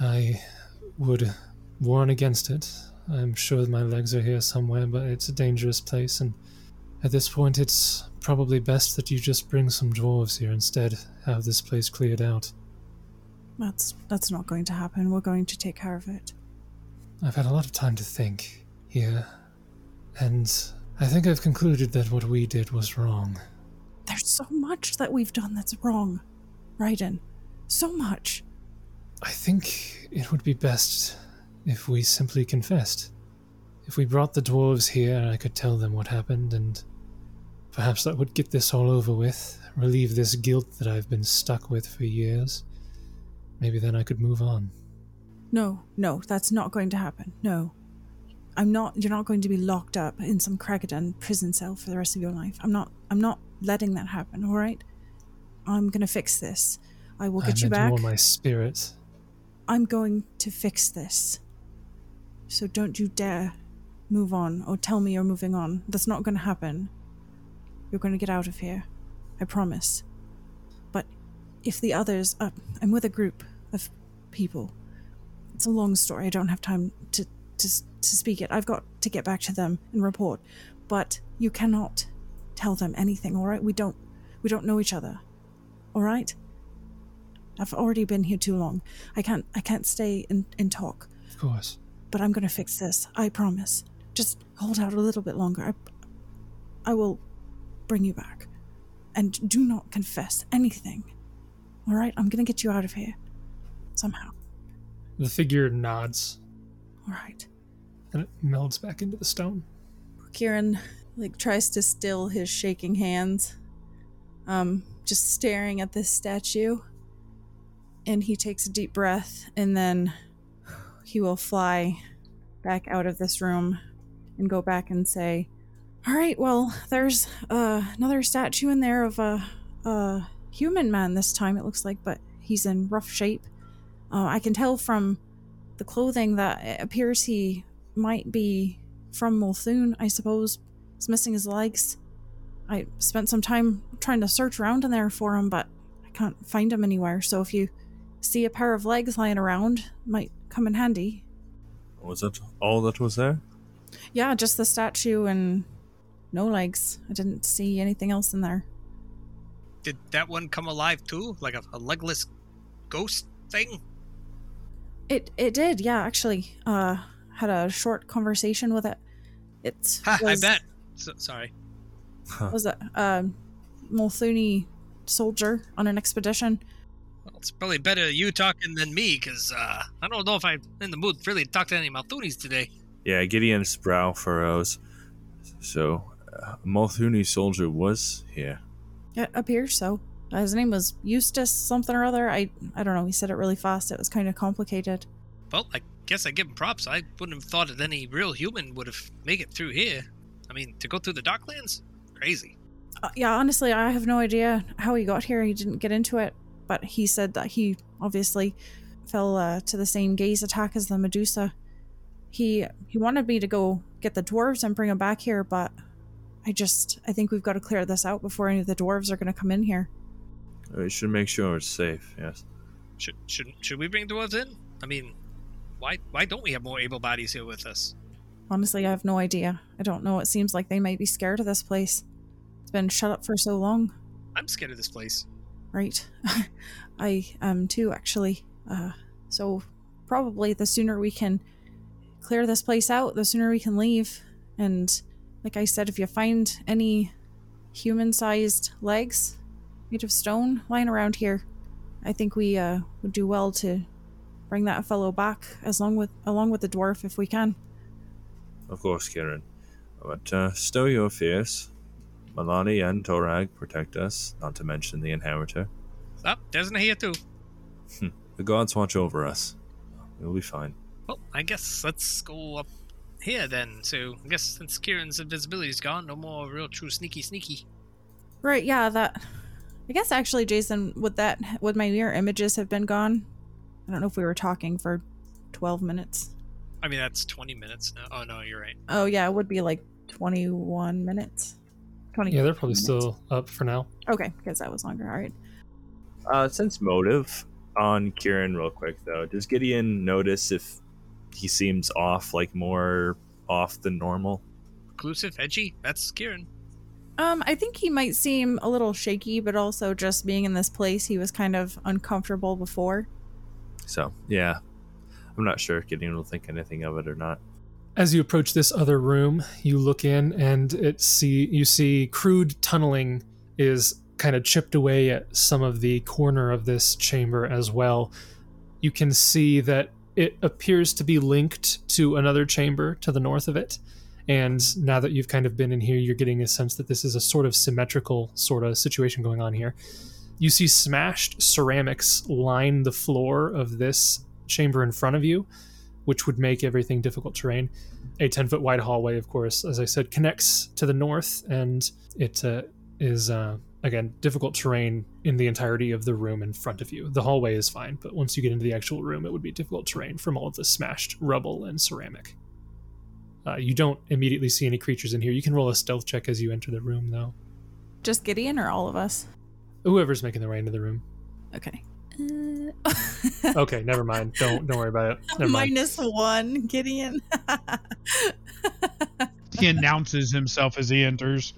[SPEAKER 1] I would warn against it. I'm sure my legs are here somewhere, but it's a dangerous place and at this point it's probably best that you just bring some dwarves here instead, have this place cleared out.
[SPEAKER 2] That's that's not going to happen. We're going to take care of it.
[SPEAKER 1] I've had a lot of time to think here, and I think I've concluded that what we did was wrong.
[SPEAKER 2] There's so much that we've done that's wrong, Raiden. So much.
[SPEAKER 1] I think it would be best if we simply confessed. If we brought the dwarves here, I could tell them what happened, and Perhaps that would get this all over with, relieve this guilt that I've been stuck with for years. Maybe then I could move on.
[SPEAKER 2] No, no, that's not going to happen. No. I'm not you're not going to be locked up in some Kragadan prison cell for the rest of your life. I'm not I'm not letting that happen, all right? I'm going to fix this. I will
[SPEAKER 1] I
[SPEAKER 2] get you
[SPEAKER 1] meant
[SPEAKER 2] back.
[SPEAKER 1] more my spirit.
[SPEAKER 2] I'm going to fix this. So don't you dare move on or tell me you're moving on. That's not going to happen. You're going to get out of here. I promise. But if the others are, I'm with a group of people. It's a long story. I don't have time to, to, to speak it. I've got to get back to them and report. But you cannot tell them anything, all right? We don't we don't know each other. All right? I've already been here too long. I can't I can't stay and, and talk,
[SPEAKER 1] Of course.
[SPEAKER 2] but I'm gonna fix this. I promise. Just hold out a little bit longer. I, I will bring you back. And do not confess anything. Alright, I'm gonna get you out of here. Somehow.
[SPEAKER 1] The figure nods
[SPEAKER 2] Alright.
[SPEAKER 1] and it melds back into the stone.
[SPEAKER 2] Kieran like tries to still his shaking hands, um, just staring at this statue. And he takes a deep breath and then he will fly back out of this room and go back and say, All right, well, there's uh, another statue in there of a, a human man this time, it looks like, but he's in rough shape. Uh, I can tell from the clothing that it appears he might be from Multhoon, I suppose. He's missing his legs. I spent some time trying to search around in there for him, but I can't find him anywhere. So if you see a pair of legs lying around, it might come in handy.
[SPEAKER 5] Was that all that was there?
[SPEAKER 2] Yeah, just the statue and no legs. I didn't see anything else in there.
[SPEAKER 3] Did that one come alive too? Like a, a legless ghost thing?
[SPEAKER 2] It it did, yeah. Actually, uh, had a short conversation with it. It
[SPEAKER 3] Ha,
[SPEAKER 2] was,
[SPEAKER 3] I bet. So, sorry.
[SPEAKER 2] was a um, Multhuni soldier on an expedition.
[SPEAKER 3] Well, it's probably better you talking than me, because uh, I don't know if I'm in the mood to really talk to any Malthunis today.
[SPEAKER 5] Yeah, Gideon's brow furrows. So, uh, Malthuni soldier was here.
[SPEAKER 2] It appears so. His name was Eustace something or other. I I don't know. He said it really fast. It was kind of complicated.
[SPEAKER 3] Well, I guess I give him props. I wouldn't have thought that any real human would have made it through here. I mean, to go through the Docklands? Crazy.
[SPEAKER 2] Uh, yeah, honestly, I have no idea how he got here. He didn't get into it, but he said that he obviously fell uh, to the same gaze attack as the Medusa. He he wanted me to go get the dwarves and bring them back here, but I just I think we've got to clear this out before any of the dwarves are going to come in here.
[SPEAKER 5] We should make sure it's safe, yes.
[SPEAKER 3] Should should should we bring dwarves in? I mean, why why don't we have more able bodies here with us?
[SPEAKER 2] Honestly, I have no idea. I don't know. It seems like they might be scared of this place. It's been shut up for so long.
[SPEAKER 3] I'm scared of this place.
[SPEAKER 2] Right. I am too, actually. Uh, so, probably the sooner we can clear this place out, the sooner we can leave. And, like I said, if you find any human sized legs made of stone lying around here, I think we uh, would do well to bring that fellow back as long with along with the dwarf if we can.
[SPEAKER 5] Of course, Kieran. But uh, stow your fears. Malani and Torag protect us, not to mention the Inheritor.
[SPEAKER 3] Oh, there's an here too.
[SPEAKER 5] The gods watch over us. We'll be fine.
[SPEAKER 3] Well, I guess let's go up here then. So I guess since Kieran's invisibility's gone, no more real true sneaky sneaky.
[SPEAKER 2] Right, yeah, that I guess actually Jason, would that would my mirror images have been gone? I don't know if we were talking for 12 minutes.
[SPEAKER 3] I mean that's 20 minutes. now. Oh no, you're right.
[SPEAKER 2] Oh yeah, it would be like 21 minutes. 20
[SPEAKER 1] Yeah, they're probably
[SPEAKER 2] minutes.
[SPEAKER 1] still up for now.
[SPEAKER 2] Okay, because that was longer. All right.
[SPEAKER 5] Uh, sense motive on Kieran, real quick though. Does Gideon notice if he seems off, like more off than normal?
[SPEAKER 3] Reclusive, edgy. That's Kieran.
[SPEAKER 2] Um I think he might seem a little shaky, but also just being in this place, he was kind of uncomfortable before.
[SPEAKER 5] So yeah, I'm not sure if Gideon will think anything of it or not.
[SPEAKER 1] As you approach this other room, you look in and it see you see crude tunneling is kind of chipped away at some of the corner of this chamber as well. You can see that it appears to be linked to another chamber to the north of it, And now that you've kind of been in here, you're getting a sense that this is a sort of symmetrical sort of situation going on here. You see smashed ceramics line the floor of this chamber in front of you, which would make everything difficult terrain. A 10 foot wide hallway, of course, as I said, connects to the north, and it uh, is, uh, again, difficult terrain in the entirety of the room in front of you. The hallway is fine, but once you get into the actual room, it would be difficult terrain from all of the smashed rubble and ceramic. Uh, you don't immediately see any creatures in here. You can roll a stealth check as you enter the room, though.
[SPEAKER 2] Just Gideon or all of us?
[SPEAKER 1] Whoever's making their way into the room.
[SPEAKER 2] Okay.
[SPEAKER 1] Okay, never mind. Don't don't worry about it. Uh, oh, Never mind.
[SPEAKER 2] Minus one, Gideon.
[SPEAKER 4] He announces himself as he enters.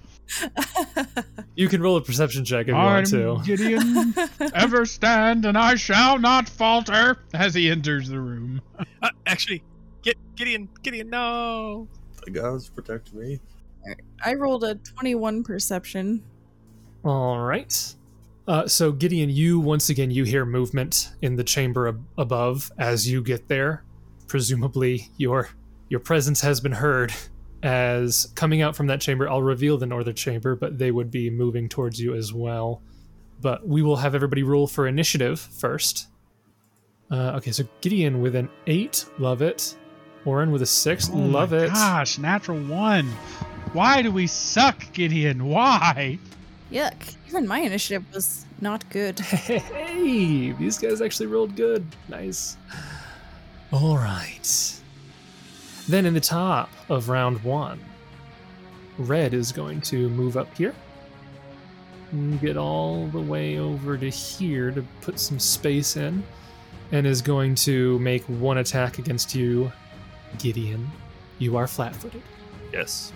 [SPEAKER 1] You can roll a perception check if you
[SPEAKER 4] I'm
[SPEAKER 1] want to.
[SPEAKER 4] Gideon, ever stand, and I shall not falter as he enters the room.
[SPEAKER 3] Uh, actually, get Gideon, Gideon, no.
[SPEAKER 5] The guys protect me.
[SPEAKER 2] I rolled a 21 perception.
[SPEAKER 1] All right. Uh, so Gideon, you once again you hear movement in the chamber ab- above as you get there. Presumably, your your presence has been heard. As coming out from that chamber, I'll reveal the northern chamber, but they would be moving towards you as well. But we will have everybody roll for initiative first. Uh, okay, so Gideon with an eight, love it. Warren with a six,
[SPEAKER 4] Oh
[SPEAKER 1] love
[SPEAKER 4] my
[SPEAKER 1] it.
[SPEAKER 4] Gosh, natural one. Why do we suck, Gideon? Why?
[SPEAKER 2] Yuck. Even my initiative was not good.
[SPEAKER 1] Hey, these guys actually rolled good. Nice. All right. Then in the top of round one, red is going to move up here. and Get all the way over to here to put some space in, and is going to make one attack against you, Gideon. You are flat footed,
[SPEAKER 5] Yes.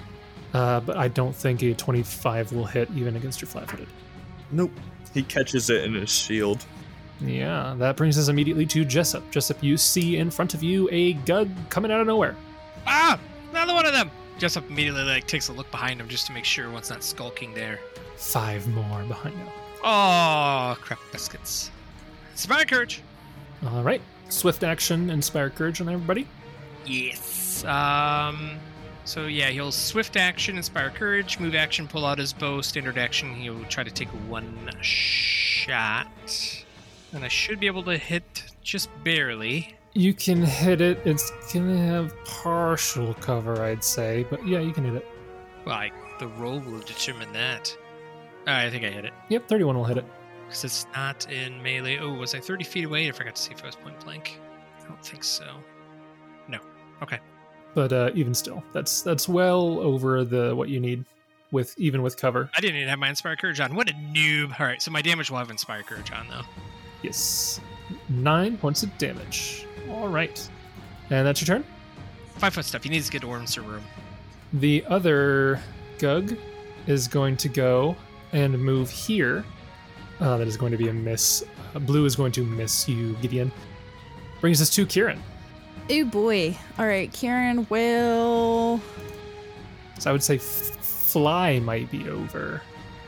[SPEAKER 1] uh, but I don't think a 25 will hit even against your flat footed.
[SPEAKER 5] Nope. He catches it in his shield.
[SPEAKER 1] Yeah, that brings us immediately to Jessup. Jessup, you see in front of you a gug coming out of nowhere.
[SPEAKER 3] Ah, another one of them. Jessup immediately like takes a look behind him just to make sure one's not skulking there.
[SPEAKER 1] Five more behind you.
[SPEAKER 3] Oh, crap biscuits. Spy courage.
[SPEAKER 1] All right, swift action, inspire courage on everybody.
[SPEAKER 3] Yes. Um. So yeah, he'll swift action, inspire courage, move action, pull out his bow, standard action. He'll try to take one shot, and I should be able to hit just barely.
[SPEAKER 1] You can hit it. It's gonna have partial cover, I'd say, but yeah, you can hit it.
[SPEAKER 3] Well, I, the roll will determine that. Uh, I think I hit it
[SPEAKER 1] Yep, 31 will hit it.
[SPEAKER 3] because it's not in melee. Oh, was I 30 feet away? I forgot to see if I was point blank. I don't think so.
[SPEAKER 1] But uh, even still, that's that's well over the what you need with even with cover.
[SPEAKER 3] I didn't even have my inspire courage on. What a noob! All right, so my damage will have inspire courage on though.
[SPEAKER 1] Yes, nine points of damage. All right, and that's your turn.
[SPEAKER 3] Five foot stuff. He needs to get Orm's room.
[SPEAKER 1] The other Gug is going to go and move here. Uh, that is going to be a miss. Uh, blue is going to miss you, Gideon. Brings us to Kieran.
[SPEAKER 2] Oh boy. All right, Karen will.
[SPEAKER 1] So I would say f- Fly might be over.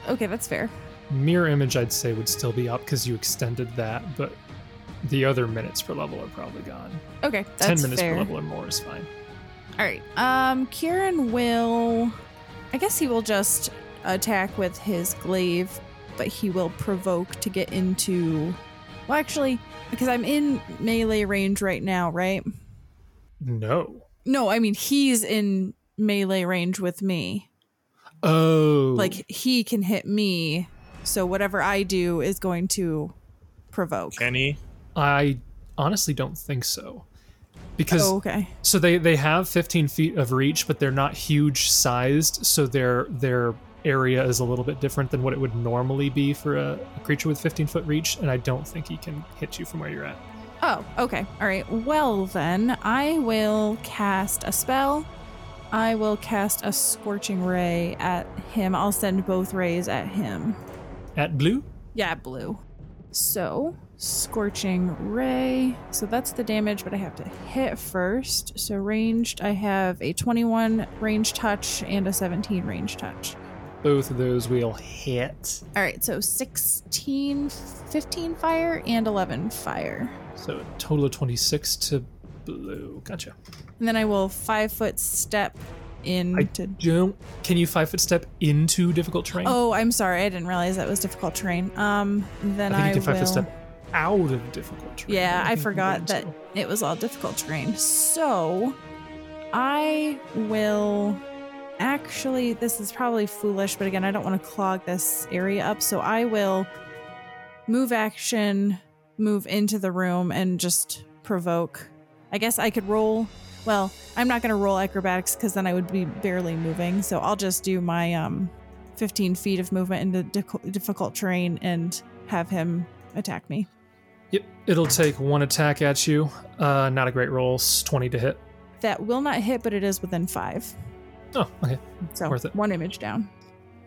[SPEAKER 2] Okay, that's fair.
[SPEAKER 1] Mirror Image, I'd say, would still be up because you extended that, but the other minutes per level are probably gone.
[SPEAKER 2] Okay, that's
[SPEAKER 1] 10 minutes
[SPEAKER 2] fair.
[SPEAKER 1] per level or more is fine.
[SPEAKER 2] All right. Um, Kieran will. I guess he will just attack with his glaive, but he will provoke to get into. Well, actually, because I'm in melee range right now, right?
[SPEAKER 1] No.
[SPEAKER 2] No, I mean he's in melee range with me.
[SPEAKER 1] Oh.
[SPEAKER 2] Like he can hit me, so whatever I do is going to provoke.
[SPEAKER 5] Kenny.
[SPEAKER 1] I honestly don't think so. Because
[SPEAKER 2] Oh, okay.
[SPEAKER 1] So they they have 15 feet of reach, but they're not huge sized, so their their area is a little bit different than what it would normally be for a, a creature with 15 foot reach. And I don't think he can hit you from where you're at.
[SPEAKER 2] Oh, okay. All right. Well, then, I will cast a spell. I will cast a scorching ray at him. I'll send both rays at him.
[SPEAKER 1] At blue,
[SPEAKER 2] Yeah, blue. So, scorching ray. So that's the damage, but I have to hit first. So, ranged, I have a 21 range touch and a 17 range touch.
[SPEAKER 1] both of those will hit.
[SPEAKER 2] All right. So, 16, 15 fire and 11 fire.
[SPEAKER 1] So a total of 26 to blue. Gotcha.
[SPEAKER 2] And then I will five foot step in
[SPEAKER 1] I-
[SPEAKER 2] to
[SPEAKER 1] Don't, can you five foot step into difficult terrain?
[SPEAKER 2] Oh, I'm sorry. I didn't realize that was difficult terrain. Um, then
[SPEAKER 1] I
[SPEAKER 2] I,
[SPEAKER 1] think you can five
[SPEAKER 2] will.
[SPEAKER 1] foot step out of difficult terrain.
[SPEAKER 2] Yeah, I
[SPEAKER 1] think you
[SPEAKER 2] forgot
[SPEAKER 1] can
[SPEAKER 2] that
[SPEAKER 1] still.
[SPEAKER 2] it was all difficult terrain. So I will actually this is probably foolish, but again, I don't want to clog this area up, so I will move action, move into the room and just provoke. I guess I could roll well, I'm not gonna roll acrobatics because then I would be barely moving. So I'll just do my um 15 feet of movement into dic- difficult terrain and have him attack me.
[SPEAKER 1] Yep, it'll take one attack at you. Uh, not a great roll. s- Twenty to hit.
[SPEAKER 2] That will not hit, but it is within five.
[SPEAKER 1] Oh, okay,
[SPEAKER 2] So
[SPEAKER 1] Worth it.
[SPEAKER 2] one image down.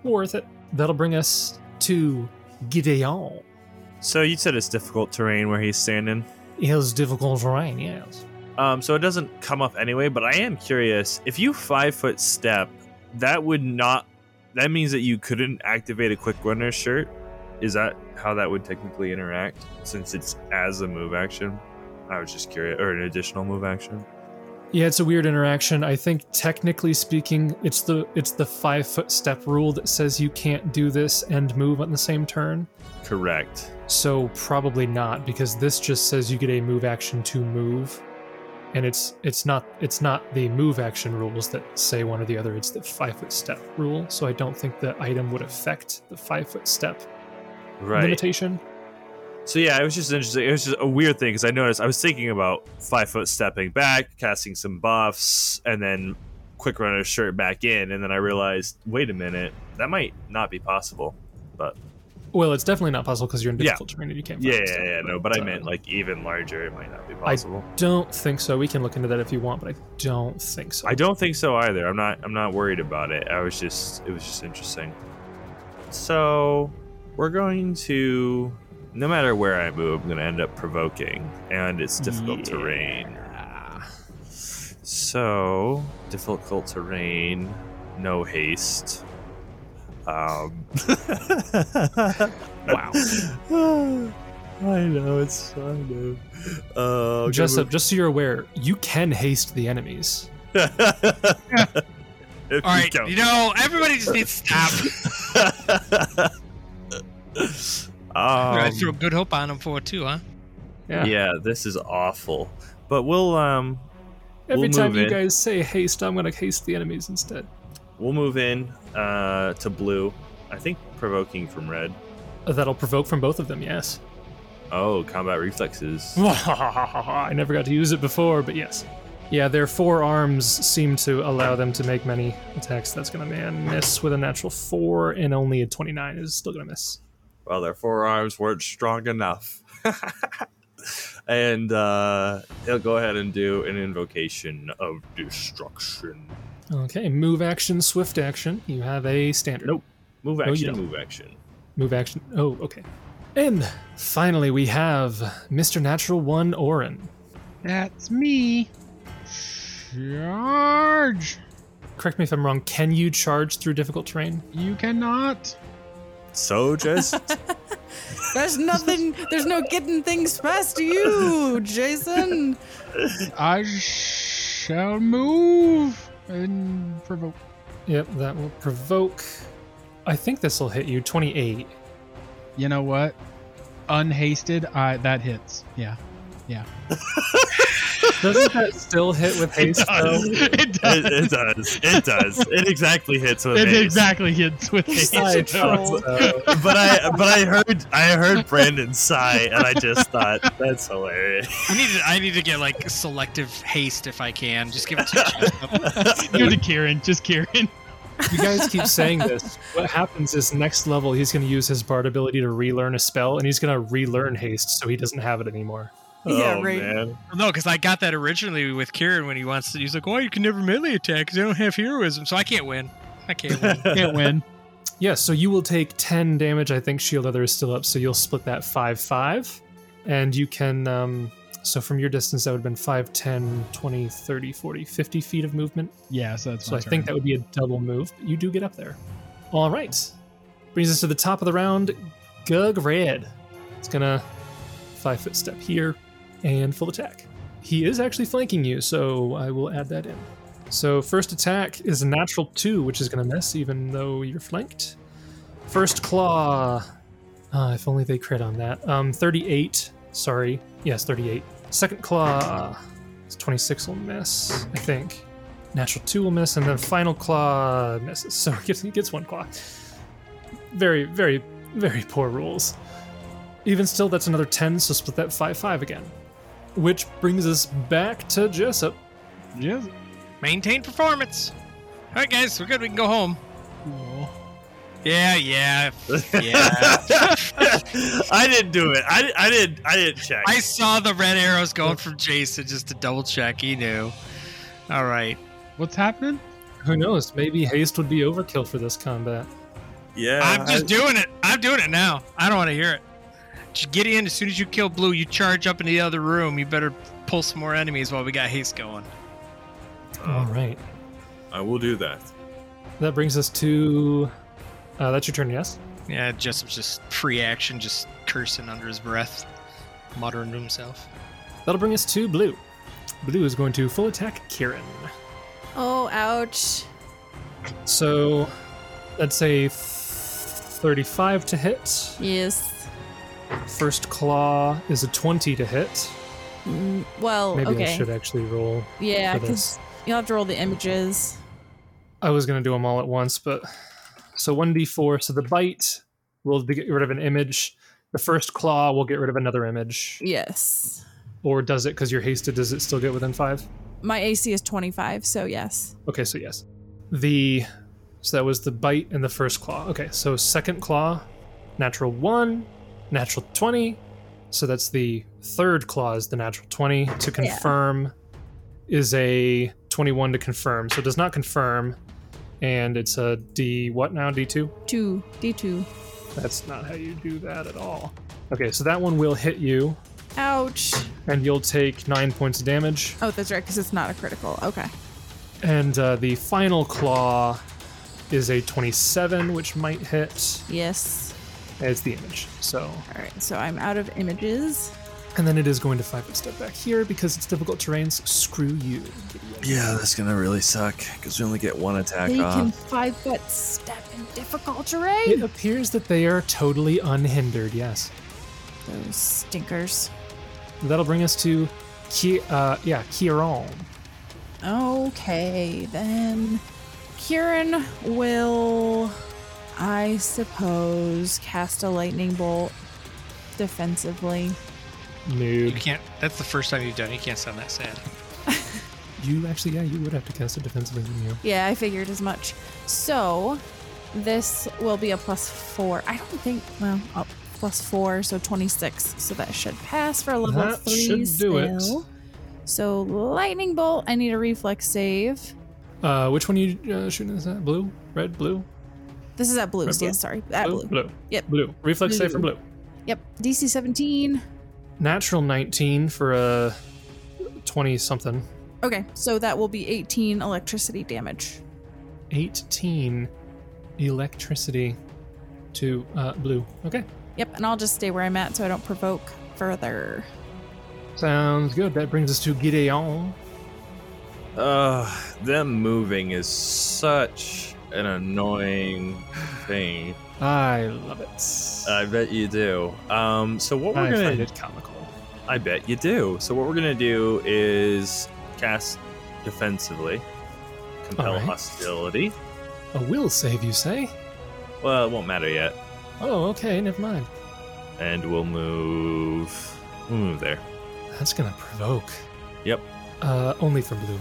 [SPEAKER 1] worth it. That'll bring us to Gideon.
[SPEAKER 5] So you said it's difficult terrain where he's standing.
[SPEAKER 1] His difficult terrain, yes.
[SPEAKER 5] Um, so it doesn't come up anyway, but I am curious. If you five foot step, that would not. That means that you couldn't activate a quick runner shirt. Is that how that would technically interact? Since it's as a move action, I was just curious, or an additional move action.
[SPEAKER 1] Yeah, it's a weird interaction. I think technically speaking, it's the it's the five foot step rule that says you can't do this and move on the same turn.
[SPEAKER 5] Correct.
[SPEAKER 1] So probably not, because this just says you get a move action to move. And it's it's not it's not the move action rules that say one or the other, it's the five foot step rule. So I don't think the item would affect the five foot step
[SPEAKER 5] Right.
[SPEAKER 1] limitation.
[SPEAKER 5] So yeah, it was just interesting. It was just a weird thing because I noticed I was thinking about five foot stepping back, casting some buffs, and then quick runner shirt back in, and then I realized, wait a minute, that might not be possible. But
[SPEAKER 1] Well, it's definitely not possible because you're in
[SPEAKER 5] Yeah.
[SPEAKER 1] difficult terrain and you can't.
[SPEAKER 5] yeah,
[SPEAKER 1] focus
[SPEAKER 5] yeah,
[SPEAKER 1] it,
[SPEAKER 5] yeah, no, but I
[SPEAKER 1] uh,
[SPEAKER 5] meant like even larger, it might not be possible.
[SPEAKER 1] Don't think so. We can look into that if you want, but I don't think so.
[SPEAKER 5] I don't think so either. I'm not. I'm not worried about it. I was just. It was just interesting. So we're going to. No matter where I move, I'm going to end up provoking, and it's difficult terrain. So, difficult terrain, no haste. Um. wow. I know, it's so new. Uh,
[SPEAKER 1] Jessup, just so you're aware, you can haste the enemies.
[SPEAKER 5] if
[SPEAKER 3] All right, you know, everybody just needs to stop. I
[SPEAKER 5] um,
[SPEAKER 3] threw a good hope on him for it too, huh?
[SPEAKER 1] Yeah.
[SPEAKER 5] yeah, this is awful. But we'll um
[SPEAKER 1] Every
[SPEAKER 5] We'll
[SPEAKER 1] time
[SPEAKER 5] move
[SPEAKER 1] you
[SPEAKER 5] in.
[SPEAKER 1] guys say haste, I'm gonna haste the enemies instead.
[SPEAKER 5] we'll move in uh to blue. I think provoking from red.
[SPEAKER 1] Uh, That'll provoke from both of them. Yes.
[SPEAKER 5] Oh, combat reflexes.
[SPEAKER 1] I never got to use it before, but yes. Yeah, their forearms seem to allow them to make many attacks. That's gonna man miss with a natural four, and only a 29 is still gonna miss.
[SPEAKER 5] Well, their forearms weren't strong enough. and uh he'll go ahead and do an invocation of destruction.
[SPEAKER 1] Okay, move action, swift action. You have a standard.
[SPEAKER 5] Nope. Move
[SPEAKER 1] you
[SPEAKER 5] action,
[SPEAKER 1] don't.
[SPEAKER 5] move action.
[SPEAKER 1] Move action. Oh, okay. And finally, we have Mr. Natural One Orin.
[SPEAKER 4] That's me. Charge.
[SPEAKER 1] Correct me if I'm wrong. Can you charge through difficult terrain?
[SPEAKER 4] You cannot.
[SPEAKER 5] So just
[SPEAKER 2] There's nothing. there's no getting things past you, Jason.
[SPEAKER 4] I shall move and provoke.
[SPEAKER 1] Yep, that will provoke. I think this will hit you. 28.
[SPEAKER 4] You know what? Unhasted, I that hits. Yeah.
[SPEAKER 1] Doesn't that still hit with haste? though?
[SPEAKER 4] it does.
[SPEAKER 5] it, it does. It does. It exactly hits with
[SPEAKER 4] It
[SPEAKER 5] haste.
[SPEAKER 4] exactly hits with haste.
[SPEAKER 1] I
[SPEAKER 2] Such a
[SPEAKER 1] thought
[SPEAKER 2] troll.
[SPEAKER 1] so.
[SPEAKER 5] But I but I heard I heard Brandon sigh and I just thought that's hilarious.
[SPEAKER 3] I need to, I need to get like selective haste if I can. Just give it to Jessup.
[SPEAKER 4] Go to Kieran. Just Kieran.
[SPEAKER 1] You guys keep saying this. What happens is next level, he's going to use his bard ability to relearn a spell, and he's going to relearn haste, so he doesn't have it anymore.
[SPEAKER 2] Yeah,
[SPEAKER 5] oh,
[SPEAKER 2] right.
[SPEAKER 5] Man.
[SPEAKER 3] No, because I got that originally with Kieran when he wants to. He's like, "Oh, you can never melee attack because I don't have heroism, so I can't win. I can't win."
[SPEAKER 4] Can't win.
[SPEAKER 1] Yeah, so you will take 10 damage. I think Shield Other is still up, so you'll split that 5 5. And you can, um, so from your distance, that would have been 5, 10, 20, 30, 40, 50 feet of movement.
[SPEAKER 4] Yeah, so that's
[SPEAKER 1] So
[SPEAKER 4] my
[SPEAKER 1] I think that
[SPEAKER 4] turn.
[SPEAKER 1] would be a double move, but you do get up there. All right. Brings us to the top of the round. Gug Red. It's going to 5 foot step here and full attack. He is actually flanking you, so I will add that in. So first attack is a natural two, which is going to miss, even though you're flanked. First claw. Ah, if only they crit on that. Um, 38. Sorry. Yes, 38. Second claw. It's 26 will miss, I think. Natural two will miss, and then final claw misses. So it gets, it gets one claw. Very, very, very poor rules. Even still, that's another 10, so split that 5 5 again. Which brings us back to Jessup.
[SPEAKER 4] Yes.
[SPEAKER 3] Maintain performance. All right, guys, we're good. We can go home.
[SPEAKER 4] Cool.
[SPEAKER 3] Yeah, yeah, yeah.
[SPEAKER 5] I didn't do it. I, I didn't. I didn't check.
[SPEAKER 3] I saw the red arrows going from Jason just to double check. He knew. All right.
[SPEAKER 4] What's happening?
[SPEAKER 1] Who knows? Maybe haste would be overkill for this combat.
[SPEAKER 5] yeah,
[SPEAKER 3] I'm just
[SPEAKER 5] Uh, I-
[SPEAKER 3] doing it. I'm doing it now. I don't want to hear it. Just get in. As soon as you kill Blue, you charge up in the other room. You better pull some more enemies while we got haste going.
[SPEAKER 1] All
[SPEAKER 5] Oh,
[SPEAKER 1] right.
[SPEAKER 5] I will do that.
[SPEAKER 1] That brings us to. Uh, that's your turn, yes?
[SPEAKER 3] Yeah, Jessup's just free action, just cursing under his breath, muttering to himself.
[SPEAKER 1] That'll bring us to Blue. Blue is going to full attack Kieran.
[SPEAKER 2] Oh, ouch.
[SPEAKER 1] So that's a 35 to hit.
[SPEAKER 2] Yes.
[SPEAKER 1] First claw is a 20 to hit.
[SPEAKER 2] Mm, Well,
[SPEAKER 1] Maybe I
[SPEAKER 2] okay.
[SPEAKER 1] should actually roll
[SPEAKER 2] Yeah,
[SPEAKER 1] for
[SPEAKER 2] because
[SPEAKER 1] this.
[SPEAKER 2] you'll have to roll the images.
[SPEAKER 1] I was going to do them all at once, but. So 1d4. So the bite will be- get rid of an image. The first claw will get rid of another image.
[SPEAKER 2] Yes.
[SPEAKER 1] Or does it because you're hasted? Does it still get within five?
[SPEAKER 2] My AC is 25, so yes.
[SPEAKER 1] Okay, so yes. The so that was the bite and the first claw. Okay, so second claw, natural 1, natural 20. So that's the third claw is the natural 20 to confirm is a 21 to confirm. So it does not confirm and it's a D what now? D2?
[SPEAKER 2] 2, D2.
[SPEAKER 1] That's not how you do that at all. Okay, so that one will hit you
[SPEAKER 2] Ouch.
[SPEAKER 1] and you'll take 9 points of damage.
[SPEAKER 2] Oh, that's right, because it's not a critical. Okay.
[SPEAKER 1] And uh, the final claw is a 27, which might hit.
[SPEAKER 2] Yes.
[SPEAKER 1] It's the image. So,
[SPEAKER 2] All right, so I'm out of images.
[SPEAKER 1] and then it is going to five foot step back here because it's difficult terrain. So screw you.
[SPEAKER 5] Yeah, that's gonna really suck because we only get one attack
[SPEAKER 2] They
[SPEAKER 5] off.
[SPEAKER 2] can five foot step in difficult terrain.
[SPEAKER 1] It appears that they are totally unhindered. Yes,
[SPEAKER 2] Those stinkers.
[SPEAKER 1] that'll bring us to, Ki- uh, yeah, Kieron.
[SPEAKER 2] Okay, then. Kieran will, I suppose, cast a lightning bolt defensively.
[SPEAKER 3] You
[SPEAKER 1] Noob.
[SPEAKER 3] can't. That's the first time you've done. it. You can't sound that sad.
[SPEAKER 1] You actually, yeah, you would have to cast it defensively, wouldn't you?
[SPEAKER 2] Yeah, I figured as much. So this will be a plus four. I don't think, well, a plus four, so 26. So that should pass for level
[SPEAKER 1] That
[SPEAKER 2] three.
[SPEAKER 1] should do it.
[SPEAKER 2] still. So lightning bolt, I need a reflex save.
[SPEAKER 1] Uh, which one are you uh, shooting this at? Blue, red, blue,
[SPEAKER 2] This is at blue,
[SPEAKER 1] Red
[SPEAKER 2] so-
[SPEAKER 1] blue?
[SPEAKER 2] sorry. At blue.
[SPEAKER 1] blue, blue.
[SPEAKER 2] Yep.
[SPEAKER 1] blue. Reflex save for blue.
[SPEAKER 2] Yep. DC 17.
[SPEAKER 1] Natural 19 for a 20 something.
[SPEAKER 2] Okay, so that will be 18 electricity damage.
[SPEAKER 1] 18 electricity to uh, blue. Okay.
[SPEAKER 2] Yep, and I'll just stay where I'm at so I don't provoke further.
[SPEAKER 1] Sounds good. That brings us to Gideon.
[SPEAKER 5] Uh, them moving is such an annoying thing.
[SPEAKER 1] I love it.
[SPEAKER 5] I bet you do. Um, so what we're
[SPEAKER 1] I
[SPEAKER 5] gonna
[SPEAKER 1] find it comical.
[SPEAKER 5] I bet you do. So what we're gonna do is cast defensively, compel
[SPEAKER 1] All right.
[SPEAKER 5] hostility.
[SPEAKER 1] A will save, you say?
[SPEAKER 5] Well, it won't matter yet,
[SPEAKER 1] Oh, okay. Never mind.
[SPEAKER 5] and we'll move. We'll move there.
[SPEAKER 1] That's gonna provoke.
[SPEAKER 5] Yep.
[SPEAKER 1] Uh, only for blue.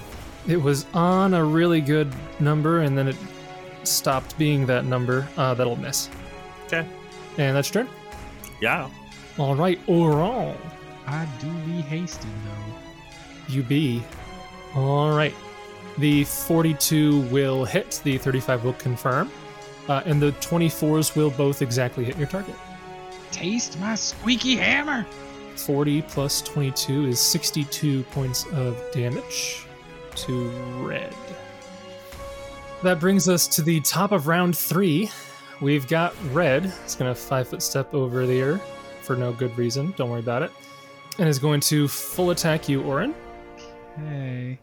[SPEAKER 1] It was on a really good number, and then it stopped being that number. Uh, that'll miss.
[SPEAKER 5] 'Kay.
[SPEAKER 1] And that's your turn.
[SPEAKER 5] Yeah.
[SPEAKER 1] All right, Oran,
[SPEAKER 4] I do be hasted though.
[SPEAKER 1] you be. All right. The 42 will hit. The 35 will confirm. Uh, and the 24s will both exactly hit your target.
[SPEAKER 4] Taste my squeaky hammer.
[SPEAKER 1] 40 plus 22 is 62 points of damage to red. That brings us to the top of round three. We've got red. It's going to five foot step over there for no good reason. Don't worry about it. And is going to full attack you, Orin.
[SPEAKER 4] Hey.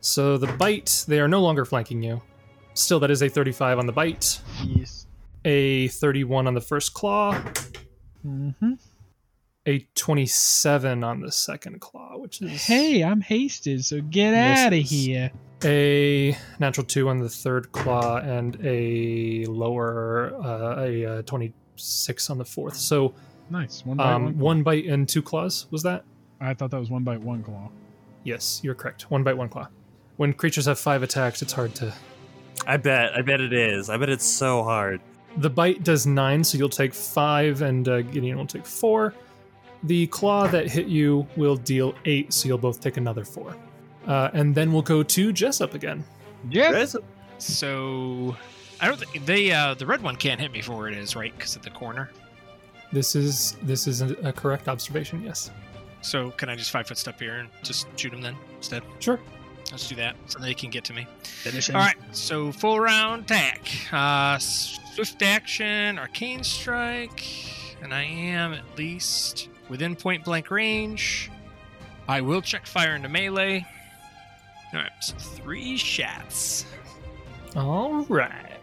[SPEAKER 1] So the bite, they are no longer flanking you. Still, that is a 35 on the bite,
[SPEAKER 4] Yes.
[SPEAKER 1] a 31 on the first claw,
[SPEAKER 4] Mm-hmm.
[SPEAKER 1] a 27 on the second claw, which is
[SPEAKER 4] Hey, I'm hasted, so get
[SPEAKER 1] Misses.
[SPEAKER 4] out of here.
[SPEAKER 1] a natural 2 on the third claw and a lower, uh, a uh, 26 on the fourth. So
[SPEAKER 4] Nice. One bite. one
[SPEAKER 1] um,
[SPEAKER 4] claw.
[SPEAKER 1] one bite and two claws, was that?
[SPEAKER 4] I thought that was one bite, one claw.
[SPEAKER 1] Yes, you're correct. One bite, one claw. When creatures have five attacks, it's hard to.
[SPEAKER 5] I bet. I bet it is. I bet it's so hard.
[SPEAKER 1] The bite does nine, so you'll take five, and uh, Gideon will take four. The claw that hit you will deal eight, so you'll both take another four. Uh, and then we'll go to Jessup again.
[SPEAKER 5] Res-
[SPEAKER 3] So I don't think they uh, the red one can't hit me for where it is right because of the corner.
[SPEAKER 1] This is this is a a correct observation. Yes.
[SPEAKER 3] So can I just five foot step here and just shoot him then instead?
[SPEAKER 1] Sure.
[SPEAKER 3] Let's do that so they can get to me.
[SPEAKER 4] Finish
[SPEAKER 3] All right, so full round attack, uh, swift action, arcane strike, and I am at least within point blank range. I will check fire into melee. All right, so three shots.
[SPEAKER 1] All right.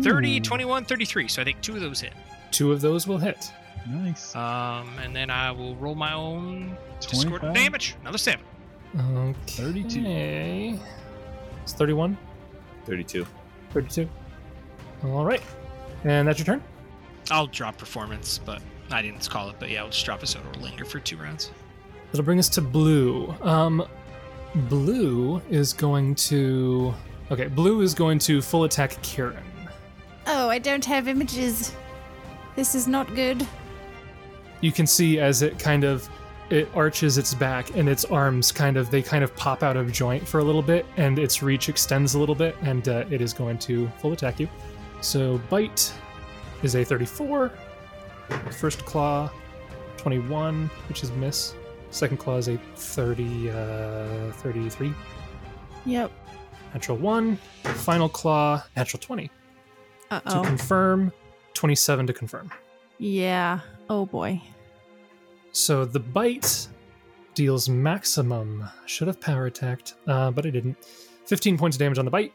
[SPEAKER 3] 30, 21, 33. So I think two of those hit.
[SPEAKER 1] Two of those will hit.
[SPEAKER 4] Nice.
[SPEAKER 1] Uh,
[SPEAKER 3] Um, and then I will roll my own discordant
[SPEAKER 4] 25,
[SPEAKER 3] damage. Another seven.
[SPEAKER 1] Okay.
[SPEAKER 4] 32.
[SPEAKER 1] It's thirty-one.
[SPEAKER 5] 32.
[SPEAKER 1] Thirty-two. All right. And that's your turn.
[SPEAKER 3] I'll drop performance, but I didn't call it. But yeah, I'll just drop it so it'll linger for two rounds.
[SPEAKER 1] That'll bring us to blue. Um, blue is going to. Okay, blue is going to full attack Kieran.
[SPEAKER 2] Oh, I don't have images. This is not good.
[SPEAKER 1] You can see as it kind of it arches its back and its arms kind of they kind of pop out of joint for a little bit and its reach extends a little bit and uh, it is going to full attack you. So bite is a 34. First claw 21, which is miss. Second claw is a 30 uh, 33.
[SPEAKER 2] Yep.
[SPEAKER 1] Natural 1, Final Claw, Natural 20.
[SPEAKER 2] Uh
[SPEAKER 1] To
[SPEAKER 2] oh.
[SPEAKER 1] confirm, 27 to confirm.
[SPEAKER 2] Yeah. Oh boy.
[SPEAKER 1] So the bite deals maximum. Should have power attacked, uh, but I didn't. 15 points of damage on the bite.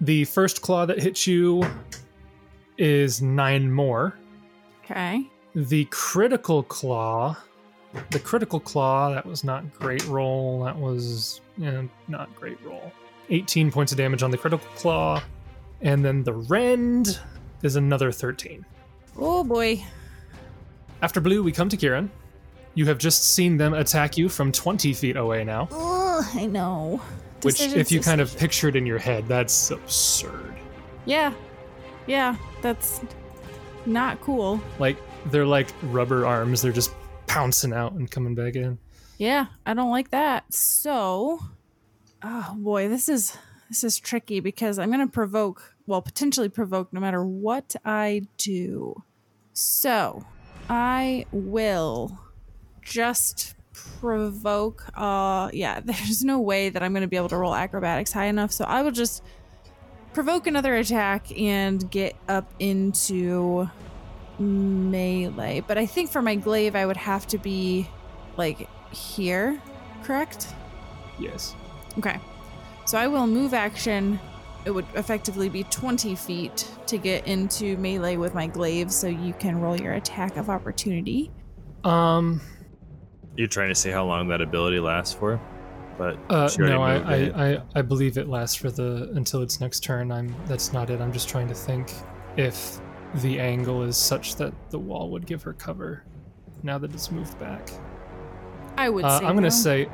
[SPEAKER 1] The first claw that hits you is 9 more.
[SPEAKER 2] Okay.
[SPEAKER 1] The critical claw. The critical claw, that was not great roll. That was eh, not great roll. 18 points of damage on the critical claw. And then the rend is another 13.
[SPEAKER 2] Oh boy.
[SPEAKER 1] After blue, we come to Kieran. You have just seen them attack you from 20 feet away now,
[SPEAKER 2] Ugh, I know.
[SPEAKER 1] which,
[SPEAKER 2] Decisions,
[SPEAKER 1] if you kind of
[SPEAKER 2] decisions.
[SPEAKER 1] pictured in your head, that's absurd.
[SPEAKER 2] Yeah. Yeah. That's not cool.
[SPEAKER 1] Like, they're like rubber arms, they're just pouncing out and coming back in.
[SPEAKER 2] Yeah, I don't like that. So, oh boy, this is this is tricky because I'm going to provoke, well, potentially provoke no matter what I do. So, I will just provoke uh yeah, there's no way that I'm going to be able to roll acrobatics high enough, so I will just provoke another attack and get up into melee. But I think for my glaive I would have to be like here, correct?
[SPEAKER 1] Yes.
[SPEAKER 2] Okay. So I will move action. It would effectively be 20 feet to get into melee with my glaive, so you can roll your attack of opportunity.
[SPEAKER 1] Um,
[SPEAKER 5] You're trying to see how long that ability lasts for, but
[SPEAKER 1] Uh,
[SPEAKER 5] She already
[SPEAKER 1] no, I,
[SPEAKER 5] moved it.
[SPEAKER 1] I, I, I believe it lasts for the until its next turn. I'm that's not it. I'm just trying to think if the angle is such that the wall would give her cover now that it's moved back.
[SPEAKER 2] I would
[SPEAKER 1] Uh,
[SPEAKER 2] say.
[SPEAKER 1] I'm gonna
[SPEAKER 2] no.
[SPEAKER 1] say,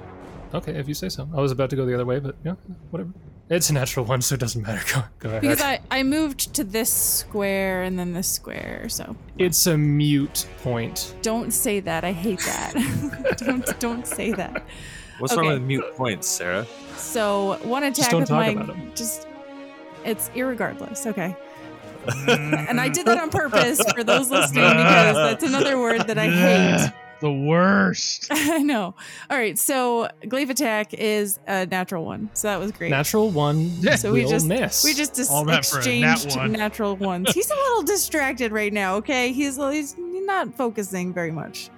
[SPEAKER 1] okay, if you say so. I was about to go the other way, but yeah, whatever. It's a natural one, so it doesn't matter. Go, go ahead.
[SPEAKER 2] Because I, I moved to this square and then this square, so
[SPEAKER 1] it's a mute point.
[SPEAKER 2] don't say that. I hate that. don't don't say that.
[SPEAKER 5] what's
[SPEAKER 2] Okay.
[SPEAKER 5] wrong with mute points, Sarah?
[SPEAKER 2] So one attack
[SPEAKER 1] don't
[SPEAKER 2] with
[SPEAKER 1] talk
[SPEAKER 2] my
[SPEAKER 1] about 'em.
[SPEAKER 2] just it's irregardless. Okay. and I did that on purpose for those listening because that's another word that I hate.
[SPEAKER 4] The worst.
[SPEAKER 2] I know. All right, so glaive attack is a natural one, so that was great.
[SPEAKER 1] Natural one
[SPEAKER 2] So
[SPEAKER 1] will
[SPEAKER 2] we just-
[SPEAKER 1] miss.
[SPEAKER 2] we just dis-
[SPEAKER 4] All that for a nat
[SPEAKER 2] exchanged
[SPEAKER 4] one.
[SPEAKER 2] natural ones. He's a little distracted right now. Okay, he's he's not focusing very much.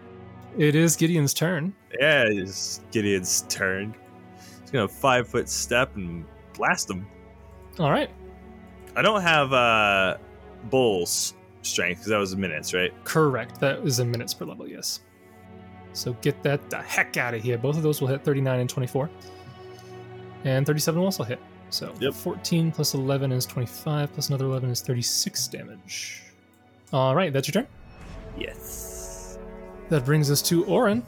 [SPEAKER 1] it is Gideon's turn.
[SPEAKER 5] Yeah, it's Gideon's turn. He's gonna five foot step and blast him.
[SPEAKER 1] All right.
[SPEAKER 5] I don't have uh bull's strength because that was minutes, right?
[SPEAKER 1] Correct. That is in minutes per level, yes. So get that the heck out of here. Both of those will hit 39 and 24. And 37 will also hit. So
[SPEAKER 5] Yep.
[SPEAKER 1] 14 plus 11 is 25, plus another 11 is 36 damage. All right, that's your turn.
[SPEAKER 5] Yes.
[SPEAKER 1] That brings us to Orin.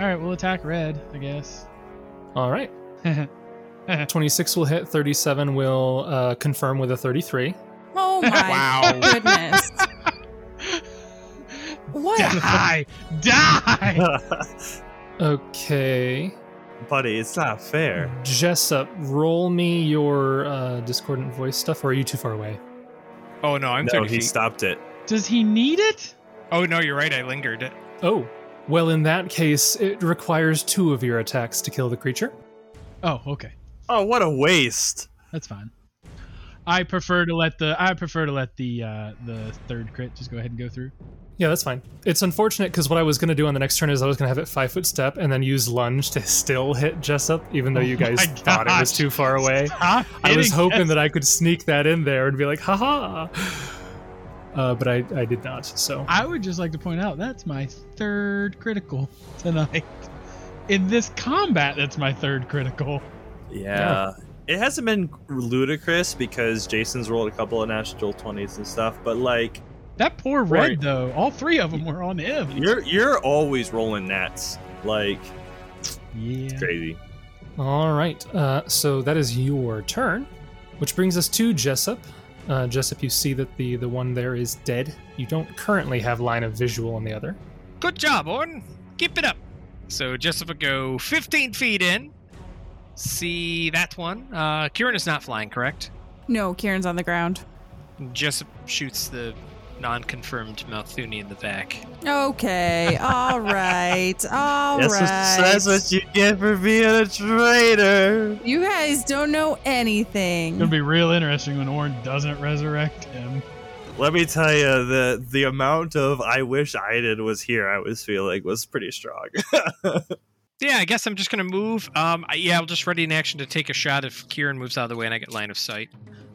[SPEAKER 4] All right, we'll attack red, I guess.
[SPEAKER 1] All right. Oh, 26 will hit, 37 will uh, confirm with a 33.
[SPEAKER 2] Oh my
[SPEAKER 6] Wow.
[SPEAKER 2] goodness. What?
[SPEAKER 4] Die! Die!
[SPEAKER 1] Okay.
[SPEAKER 5] Buddy, it's not fair.
[SPEAKER 1] Jessup, roll me your uh, discordant voice stuff, or are you too far away?
[SPEAKER 3] Oh no, I'm
[SPEAKER 5] no,
[SPEAKER 3] 30
[SPEAKER 5] he
[SPEAKER 3] feet.
[SPEAKER 5] stopped it.
[SPEAKER 4] Does he need it?
[SPEAKER 3] Oh no, you're right. I lingered.
[SPEAKER 1] Oh, well, in that case, it requires two of your attacks to kill the creature.
[SPEAKER 4] Oh, okay.
[SPEAKER 5] Oh, what a waste.
[SPEAKER 4] That's fine. I prefer to let the I prefer to let the uh, the third crit just go ahead and go through.
[SPEAKER 1] Yeah, that's fine. It's unfortunate because what I was going to do on the next turn is I was going to have it five foot step and then use lunge to still hit Jessup, even though you
[SPEAKER 4] Oh
[SPEAKER 1] guys
[SPEAKER 4] my
[SPEAKER 1] thought it was
[SPEAKER 4] gosh.
[SPEAKER 1] too far away.
[SPEAKER 4] Stop
[SPEAKER 1] I was
[SPEAKER 4] hitting
[SPEAKER 1] hoping
[SPEAKER 4] us.
[SPEAKER 1] that I could sneak that in there and be like, haha. Uh, but I, I did not, so.
[SPEAKER 4] I would just like to point out that's my third critical tonight. In this combat, that's my third critical.
[SPEAKER 5] Yeah. It hasn't been ludicrous because Jason's rolled a couple of natural 20s and stuff, but like
[SPEAKER 4] That poor red
[SPEAKER 5] Right.
[SPEAKER 4] though. All three of them were on him.
[SPEAKER 5] you're you're always rolling nats. Like
[SPEAKER 4] yeah.
[SPEAKER 5] it's crazy.
[SPEAKER 1] All right, uh, so that is your turn, which brings us to Jessup. Uh, Jessup, you see that the, the one there is dead. You don't currently have line of visual on the other.
[SPEAKER 3] Good job, Orn. Keep it up. So Jessica go 15 feet in. See that one. Uh, Kieran is not flying, correct?
[SPEAKER 2] No, Kieran's on the ground.
[SPEAKER 3] Jessup shoots the non-confirmed Malthuni in the back.
[SPEAKER 2] Okay. All right. All right.
[SPEAKER 5] you get for being a traitor.
[SPEAKER 2] you guys don't know anything.
[SPEAKER 4] It's gonna be real interesting when Orin doesn't resurrect him.
[SPEAKER 5] Let me tell you, the the amount of I wish I did was here. I was feeling was pretty strong.
[SPEAKER 3] Yeah, I guess I'm just gonna move. Um, I, yeah, I'll just ready in action to take a shot if Kieran moves out of the way and I get line of sight.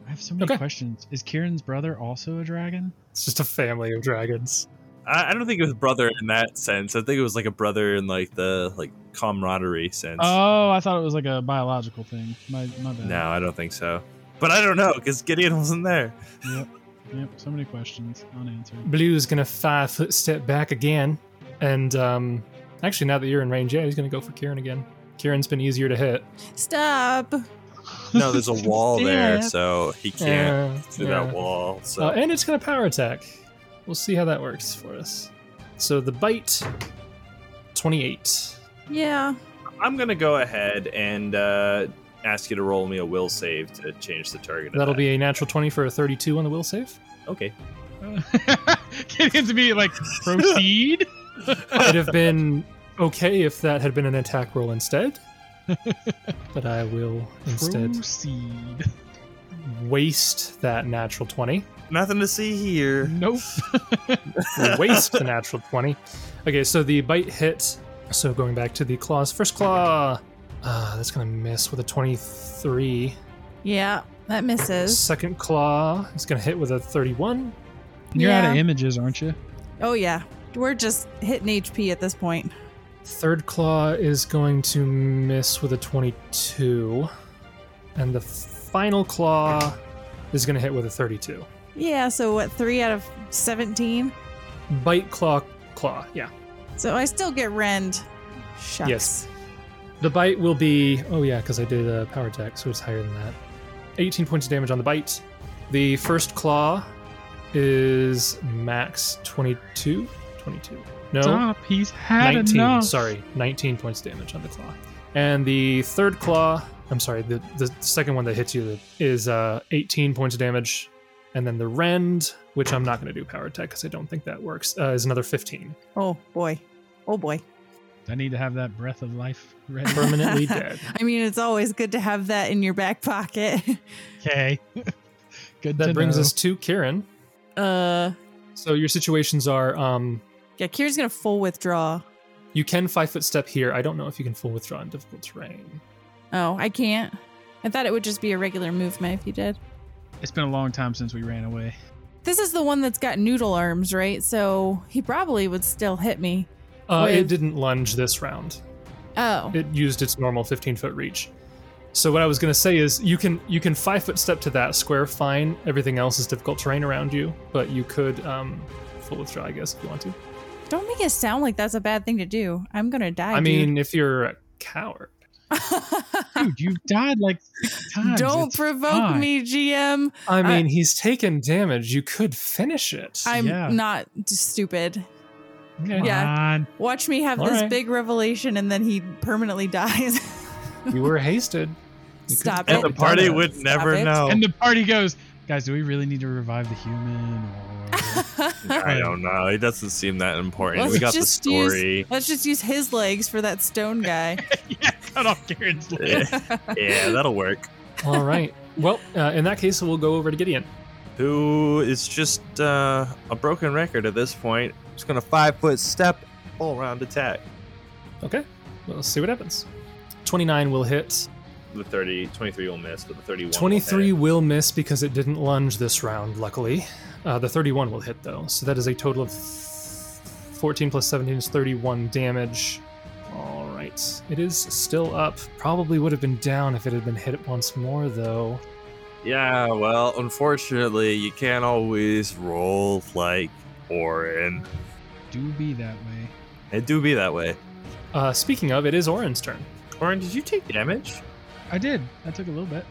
[SPEAKER 4] I have so many
[SPEAKER 1] Okay.
[SPEAKER 4] questions. Is Kieran's brother also a dragon?
[SPEAKER 1] It's just a family of dragons.
[SPEAKER 5] I, I don't think it was brother in that sense. I think it was like a brother in like the like camaraderie sense.
[SPEAKER 4] Oh, I thought it was like a biological thing. My, my bad.
[SPEAKER 5] no, I don't think so. But I don't know because Gideon wasn't there.
[SPEAKER 4] Yep, so many questions unanswered.
[SPEAKER 1] Blue's gonna five foot step back again, and um, actually, now that you're in range, yeah, he's gonna go for Kieran again. Kieran's been easier to hit.
[SPEAKER 2] Stop.
[SPEAKER 5] No, there's a wall there,
[SPEAKER 4] Yeah.
[SPEAKER 5] so he can't
[SPEAKER 1] Uh,
[SPEAKER 5] through
[SPEAKER 1] yeah.
[SPEAKER 5] that wall. So
[SPEAKER 1] Uh, and it's gonna power attack. We'll see how that works for us. So the bite, twenty-eight.
[SPEAKER 2] Yeah.
[SPEAKER 5] I'm gonna go ahead and uh, ask you to roll me a will save to change the target. of
[SPEAKER 1] That'll
[SPEAKER 5] that.
[SPEAKER 1] be a natural twenty for a thirty-two on the will save.
[SPEAKER 5] okay.
[SPEAKER 4] Kieran's to be like proceed.
[SPEAKER 1] I'd have been okay if that had been an attack roll instead, but I will instead
[SPEAKER 4] Proceed.
[SPEAKER 1] waste that natural twenty.
[SPEAKER 5] Nothing to see here.
[SPEAKER 4] Nope.
[SPEAKER 1] waste the natural 20. Okay, so the bite hit. So going back to the claws. First claw. Uh, that's going to miss with a 23.
[SPEAKER 2] Yeah. That misses.
[SPEAKER 1] Second claw is going to hit with a 31.
[SPEAKER 4] You're out of
[SPEAKER 2] Yeah.
[SPEAKER 4] images, aren't you?
[SPEAKER 2] Oh yeah. We're just hitting HP at this point.
[SPEAKER 1] Third claw is going to miss with a 22. And the final claw is going to hit with a 32.
[SPEAKER 2] Yeah, so what, three out of 17?
[SPEAKER 1] Bite claw claw. Yeah.
[SPEAKER 2] So I still get rend. Shucks.
[SPEAKER 1] Yes. The bite will be. Oh, yeah, because I did a power attack, so it's higher than that. 18 points of damage on the bite. The first claw is max 22. 22. No,
[SPEAKER 4] Stop. He's had
[SPEAKER 1] 19.
[SPEAKER 4] enough.
[SPEAKER 1] Sorry, 19 points of damage on the claw. And the third claw. I'm sorry, the, the second one that hits you is uh, 18 points of damage. And then the rend, which I'm not going to do power attack because I don't think that works, uh, is another 15.
[SPEAKER 2] Oh boy. Oh boy.
[SPEAKER 4] I need to have that breath of life ready.
[SPEAKER 1] Permanently dead.
[SPEAKER 2] I mean, it's always good to have that in your back pocket.
[SPEAKER 4] okay. Good.
[SPEAKER 1] That
[SPEAKER 4] to
[SPEAKER 1] brings
[SPEAKER 4] know.
[SPEAKER 1] us to Kieran.
[SPEAKER 2] Uh,
[SPEAKER 1] So your situations are um
[SPEAKER 2] yeah, Kieran's gonna full withdraw.
[SPEAKER 1] you can five foot step here. I don't know if you can full withdraw in difficult terrain.
[SPEAKER 2] Oh, I can't. I thought it would just be a regular movement if you did.
[SPEAKER 4] It's been a long time since we ran away.
[SPEAKER 2] This is the one that's got noodle arms, right? So he probably would still hit me.
[SPEAKER 1] Uh, it
[SPEAKER 2] With-
[SPEAKER 1] didn't lunge this round.
[SPEAKER 2] Oh,
[SPEAKER 1] It used its normal 15 foot reach. So what I was gonna say is you can you can five foot step to that square fine. Everything else is difficult terrain around you, but you could um, full withdraw, I guess, if you want to.
[SPEAKER 2] don't make it sound like that's a bad thing to do. I'm gonna die.
[SPEAKER 1] I mean, if you're a coward.
[SPEAKER 2] dude.
[SPEAKER 4] Dude, you've died like six times.
[SPEAKER 2] don't
[SPEAKER 4] It's
[SPEAKER 2] provoke
[SPEAKER 4] fine.
[SPEAKER 2] me, GM.
[SPEAKER 1] I
[SPEAKER 2] I-
[SPEAKER 1] mean, he's taken damage. You could finish it.
[SPEAKER 2] I'm
[SPEAKER 4] Yeah.
[SPEAKER 2] not stupid.
[SPEAKER 4] Come
[SPEAKER 2] Yeah.
[SPEAKER 4] on.
[SPEAKER 2] Watch me have
[SPEAKER 1] All
[SPEAKER 2] this
[SPEAKER 1] right.
[SPEAKER 2] big revelation and then he permanently dies.
[SPEAKER 1] you were hasted. You could-
[SPEAKER 2] Stop
[SPEAKER 5] And
[SPEAKER 2] it.
[SPEAKER 5] the party
[SPEAKER 1] Done it.
[SPEAKER 5] would never
[SPEAKER 2] it.
[SPEAKER 5] know.
[SPEAKER 4] And the party goes, guys, do we really need to revive the human? Or...
[SPEAKER 5] I don't know. It doesn't seem that important.
[SPEAKER 2] Let's
[SPEAKER 5] we got the
[SPEAKER 2] just
[SPEAKER 5] story.
[SPEAKER 2] use let's just use his legs for that stone guy.
[SPEAKER 4] yeah, cut off Karen's leg.
[SPEAKER 5] yeah, that'll work.
[SPEAKER 1] All right. Well, uh, in that case, we'll go over to Gideon.
[SPEAKER 5] Who is just uh, a broken record at this point? Just gonna five foot step, full round attack.
[SPEAKER 1] Okay. Let's see what happens. 29 will hit.
[SPEAKER 5] The 30, 23 will miss, but the 31. will
[SPEAKER 1] 23
[SPEAKER 5] hit.
[SPEAKER 1] will miss because it didn't lunge this round, luckily. Uh, the 31 will hit, though. So that is a total of 14 plus 17 is 31 damage. All right. It is still up. Probably would have been down if it had been hit once more, though.
[SPEAKER 5] Yeah, well, unfortunately, you can't always roll like Orin.
[SPEAKER 4] Do be that way.
[SPEAKER 5] It do be that way.
[SPEAKER 1] Uh, speaking of, it is Orin's turn.
[SPEAKER 5] Orin, did you take damage?
[SPEAKER 4] I did. I took a little bit.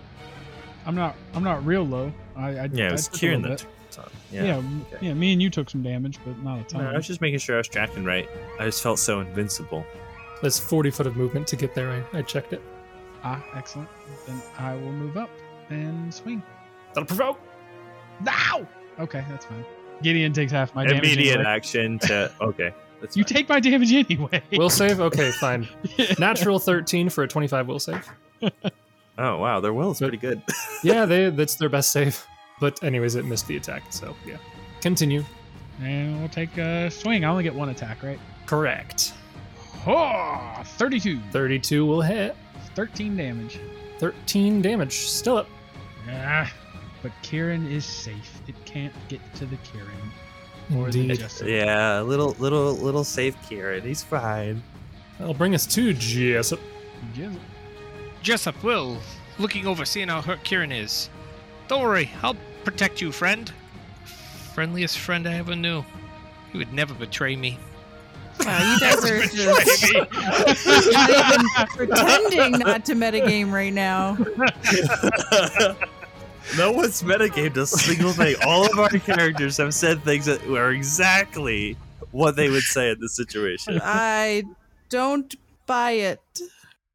[SPEAKER 4] I'm not. I'm not real low. I, I
[SPEAKER 5] Yeah,
[SPEAKER 4] I
[SPEAKER 5] it was
[SPEAKER 4] took a
[SPEAKER 5] Kieran
[SPEAKER 4] little
[SPEAKER 5] that took the time.
[SPEAKER 4] bit.
[SPEAKER 5] Yeah.
[SPEAKER 4] Yeah, m-
[SPEAKER 5] okay.
[SPEAKER 4] yeah. Me and you took some damage, but not a
[SPEAKER 5] No,
[SPEAKER 4] ton.
[SPEAKER 5] I was just making sure I was tracking right. I just felt so invincible.
[SPEAKER 1] That's 40 foot of movement to get there. I, I checked it.
[SPEAKER 4] Ah, excellent. Then I will move up and swing.
[SPEAKER 1] That'll provoke.
[SPEAKER 4] Ow! Okay, that's fine. Gideon takes half my damage.
[SPEAKER 5] Immediate
[SPEAKER 4] anyway.
[SPEAKER 5] action to. Okay. That's
[SPEAKER 4] You
[SPEAKER 5] fine.
[SPEAKER 4] take my damage anyway.
[SPEAKER 1] Will save? Okay, fine. Natural 13 for a 25 will save.
[SPEAKER 5] Oh, wow. Their will is
[SPEAKER 1] But-
[SPEAKER 5] pretty good.
[SPEAKER 1] Yeah, they that's their best save. But anyways, it missed the attack, so yeah. Continue.
[SPEAKER 4] and we'll take a swing. I only get one attack, right?
[SPEAKER 1] Correct.
[SPEAKER 4] Oh, 32.
[SPEAKER 1] 32 will hit.
[SPEAKER 4] 13 damage.
[SPEAKER 1] 13 damage. Still up.
[SPEAKER 4] Ah, but Kieran is safe. It can't get to the Kieran or the
[SPEAKER 1] Indeed.
[SPEAKER 4] Jessup.
[SPEAKER 5] Yeah, little, little, little safe Kieran. He's fine.
[SPEAKER 1] That'll bring us to Jessup.
[SPEAKER 4] Jessup.
[SPEAKER 3] Jessup will, looking over, seeing how hurt Kieran is. Don't worry, I'll protect you, friend. Friendliest friend I ever knew. He would never betray me.
[SPEAKER 2] Wow, you guys are just not even pretending not to metagame right now.
[SPEAKER 5] no one's metagamed a single thing. All of our characters have said things that were exactly what they would say in this situation.
[SPEAKER 2] I don't buy it.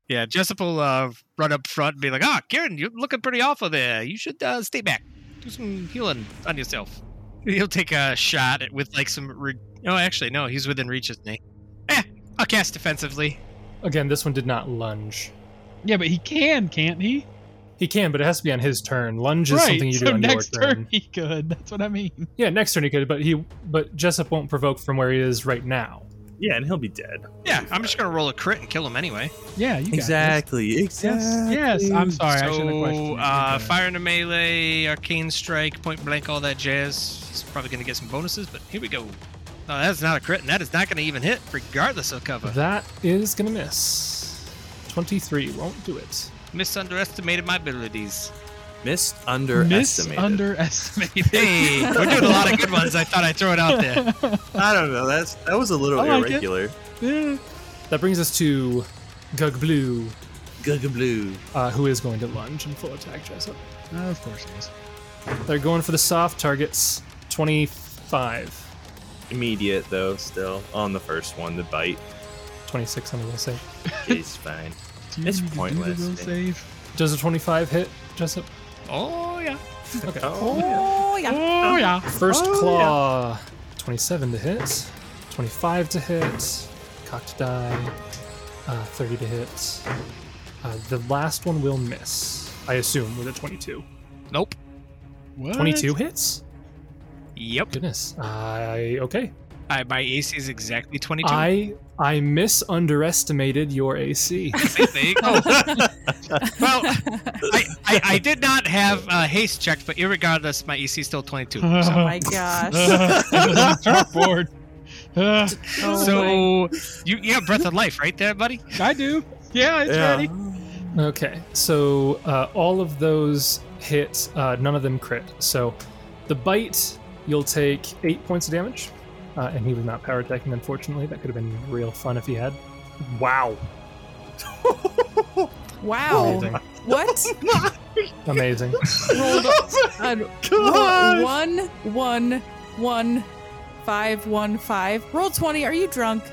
[SPEAKER 3] Yeah, Jessup will uh, run up front and be like, "Ah, Kieran, you're looking pretty awful there. You should uh, stay back. Do some healing on yourself." He'll take a shot at, with like some. Re- no, actually, no. He's within reach of me. Eh, I'll cast defensively.
[SPEAKER 1] Again, this one did not lunge.
[SPEAKER 4] Yeah, but he can, can't he?
[SPEAKER 1] He can, but it has to be on his turn. Lunge is
[SPEAKER 4] right.
[SPEAKER 1] something you do
[SPEAKER 4] so
[SPEAKER 1] on
[SPEAKER 4] next
[SPEAKER 1] your
[SPEAKER 4] turn.
[SPEAKER 1] turn.
[SPEAKER 4] he could. That's what I mean.
[SPEAKER 1] Yeah, next turn he could, but he but Jessup won't provoke from where he is right now.
[SPEAKER 5] Yeah, and he'll be dead.
[SPEAKER 3] Yeah, I'm just gonna roll a crit and kill him anyway.
[SPEAKER 4] Yeah, you got this.
[SPEAKER 5] Exactly. Exactly.
[SPEAKER 4] Yes, yes. I'm sorry. I should have questioned.
[SPEAKER 3] so,
[SPEAKER 4] you.
[SPEAKER 3] uh,
[SPEAKER 4] Okay.
[SPEAKER 3] fire into melee, arcane strike, point blank, all that jazz. He's probably gonna get some bonuses, but here we go. No, that's not a crit, and that is not gonna even hit, regardless of cover.
[SPEAKER 1] That is gonna miss. 23 won't do it.
[SPEAKER 3] Misunderestimated my abilities.
[SPEAKER 5] Missed underestimated.
[SPEAKER 4] Misunderestimated.
[SPEAKER 3] Hey, we're doing a lot of good ones. I thought I'd throw it out there.
[SPEAKER 5] I don't know. That's that was a little
[SPEAKER 4] I like it.
[SPEAKER 5] irregular.
[SPEAKER 4] Yeah.
[SPEAKER 1] That brings us to Gug Blue,
[SPEAKER 5] Gaga blue.
[SPEAKER 1] uh, who is going to lunge and full attack Jessup.
[SPEAKER 4] Oh, of course it is.
[SPEAKER 1] They're going for the soft targets. 25.
[SPEAKER 5] Immediate though, still on the first one. The bite
[SPEAKER 1] 26, I'm going to say.
[SPEAKER 5] is fine.
[SPEAKER 4] Do
[SPEAKER 5] It's
[SPEAKER 4] need to do the
[SPEAKER 5] pointless,
[SPEAKER 4] will
[SPEAKER 5] man.
[SPEAKER 4] save?
[SPEAKER 1] Does a 25 hit, Jessup?
[SPEAKER 3] Oh yeah.
[SPEAKER 1] Okay.
[SPEAKER 2] Oh yeah.
[SPEAKER 4] Oh yeah.
[SPEAKER 1] First claw. 27 to hit. 25 to hit. Cocked die. Uh, 30 to hit. Uh, the last one will miss, I assume, with a 22.
[SPEAKER 3] Nope.
[SPEAKER 4] What?
[SPEAKER 1] 22 hits?
[SPEAKER 3] Yep.
[SPEAKER 1] Goodness. I. Okay.
[SPEAKER 3] I my AC is exactly twenty-two.
[SPEAKER 1] I I misunderestimated your AC.
[SPEAKER 3] See, there you go. well, I, I, I did not have uh, haste checked, but irregardless, my AC is still 22.
[SPEAKER 2] Oh
[SPEAKER 3] So,
[SPEAKER 2] my gosh.
[SPEAKER 4] That was on chalkboard. Uh,
[SPEAKER 2] Oh my-
[SPEAKER 3] so you, you have breath of life right there, buddy?
[SPEAKER 4] I do. Yeah, it's
[SPEAKER 5] Yeah.
[SPEAKER 4] ready.
[SPEAKER 1] Okay, so uh, all of those hit, uh, none of them crit. So the bite, you'll take eight points of damage, uh, and he was not power attacking, unfortunately. That could have been real fun if he had. Wow.
[SPEAKER 2] Wow.
[SPEAKER 1] Amazing.
[SPEAKER 2] What?
[SPEAKER 1] Amazing.
[SPEAKER 2] Rolled a roll- one, one, one, five, one, five. Roll 20. Are you drunk?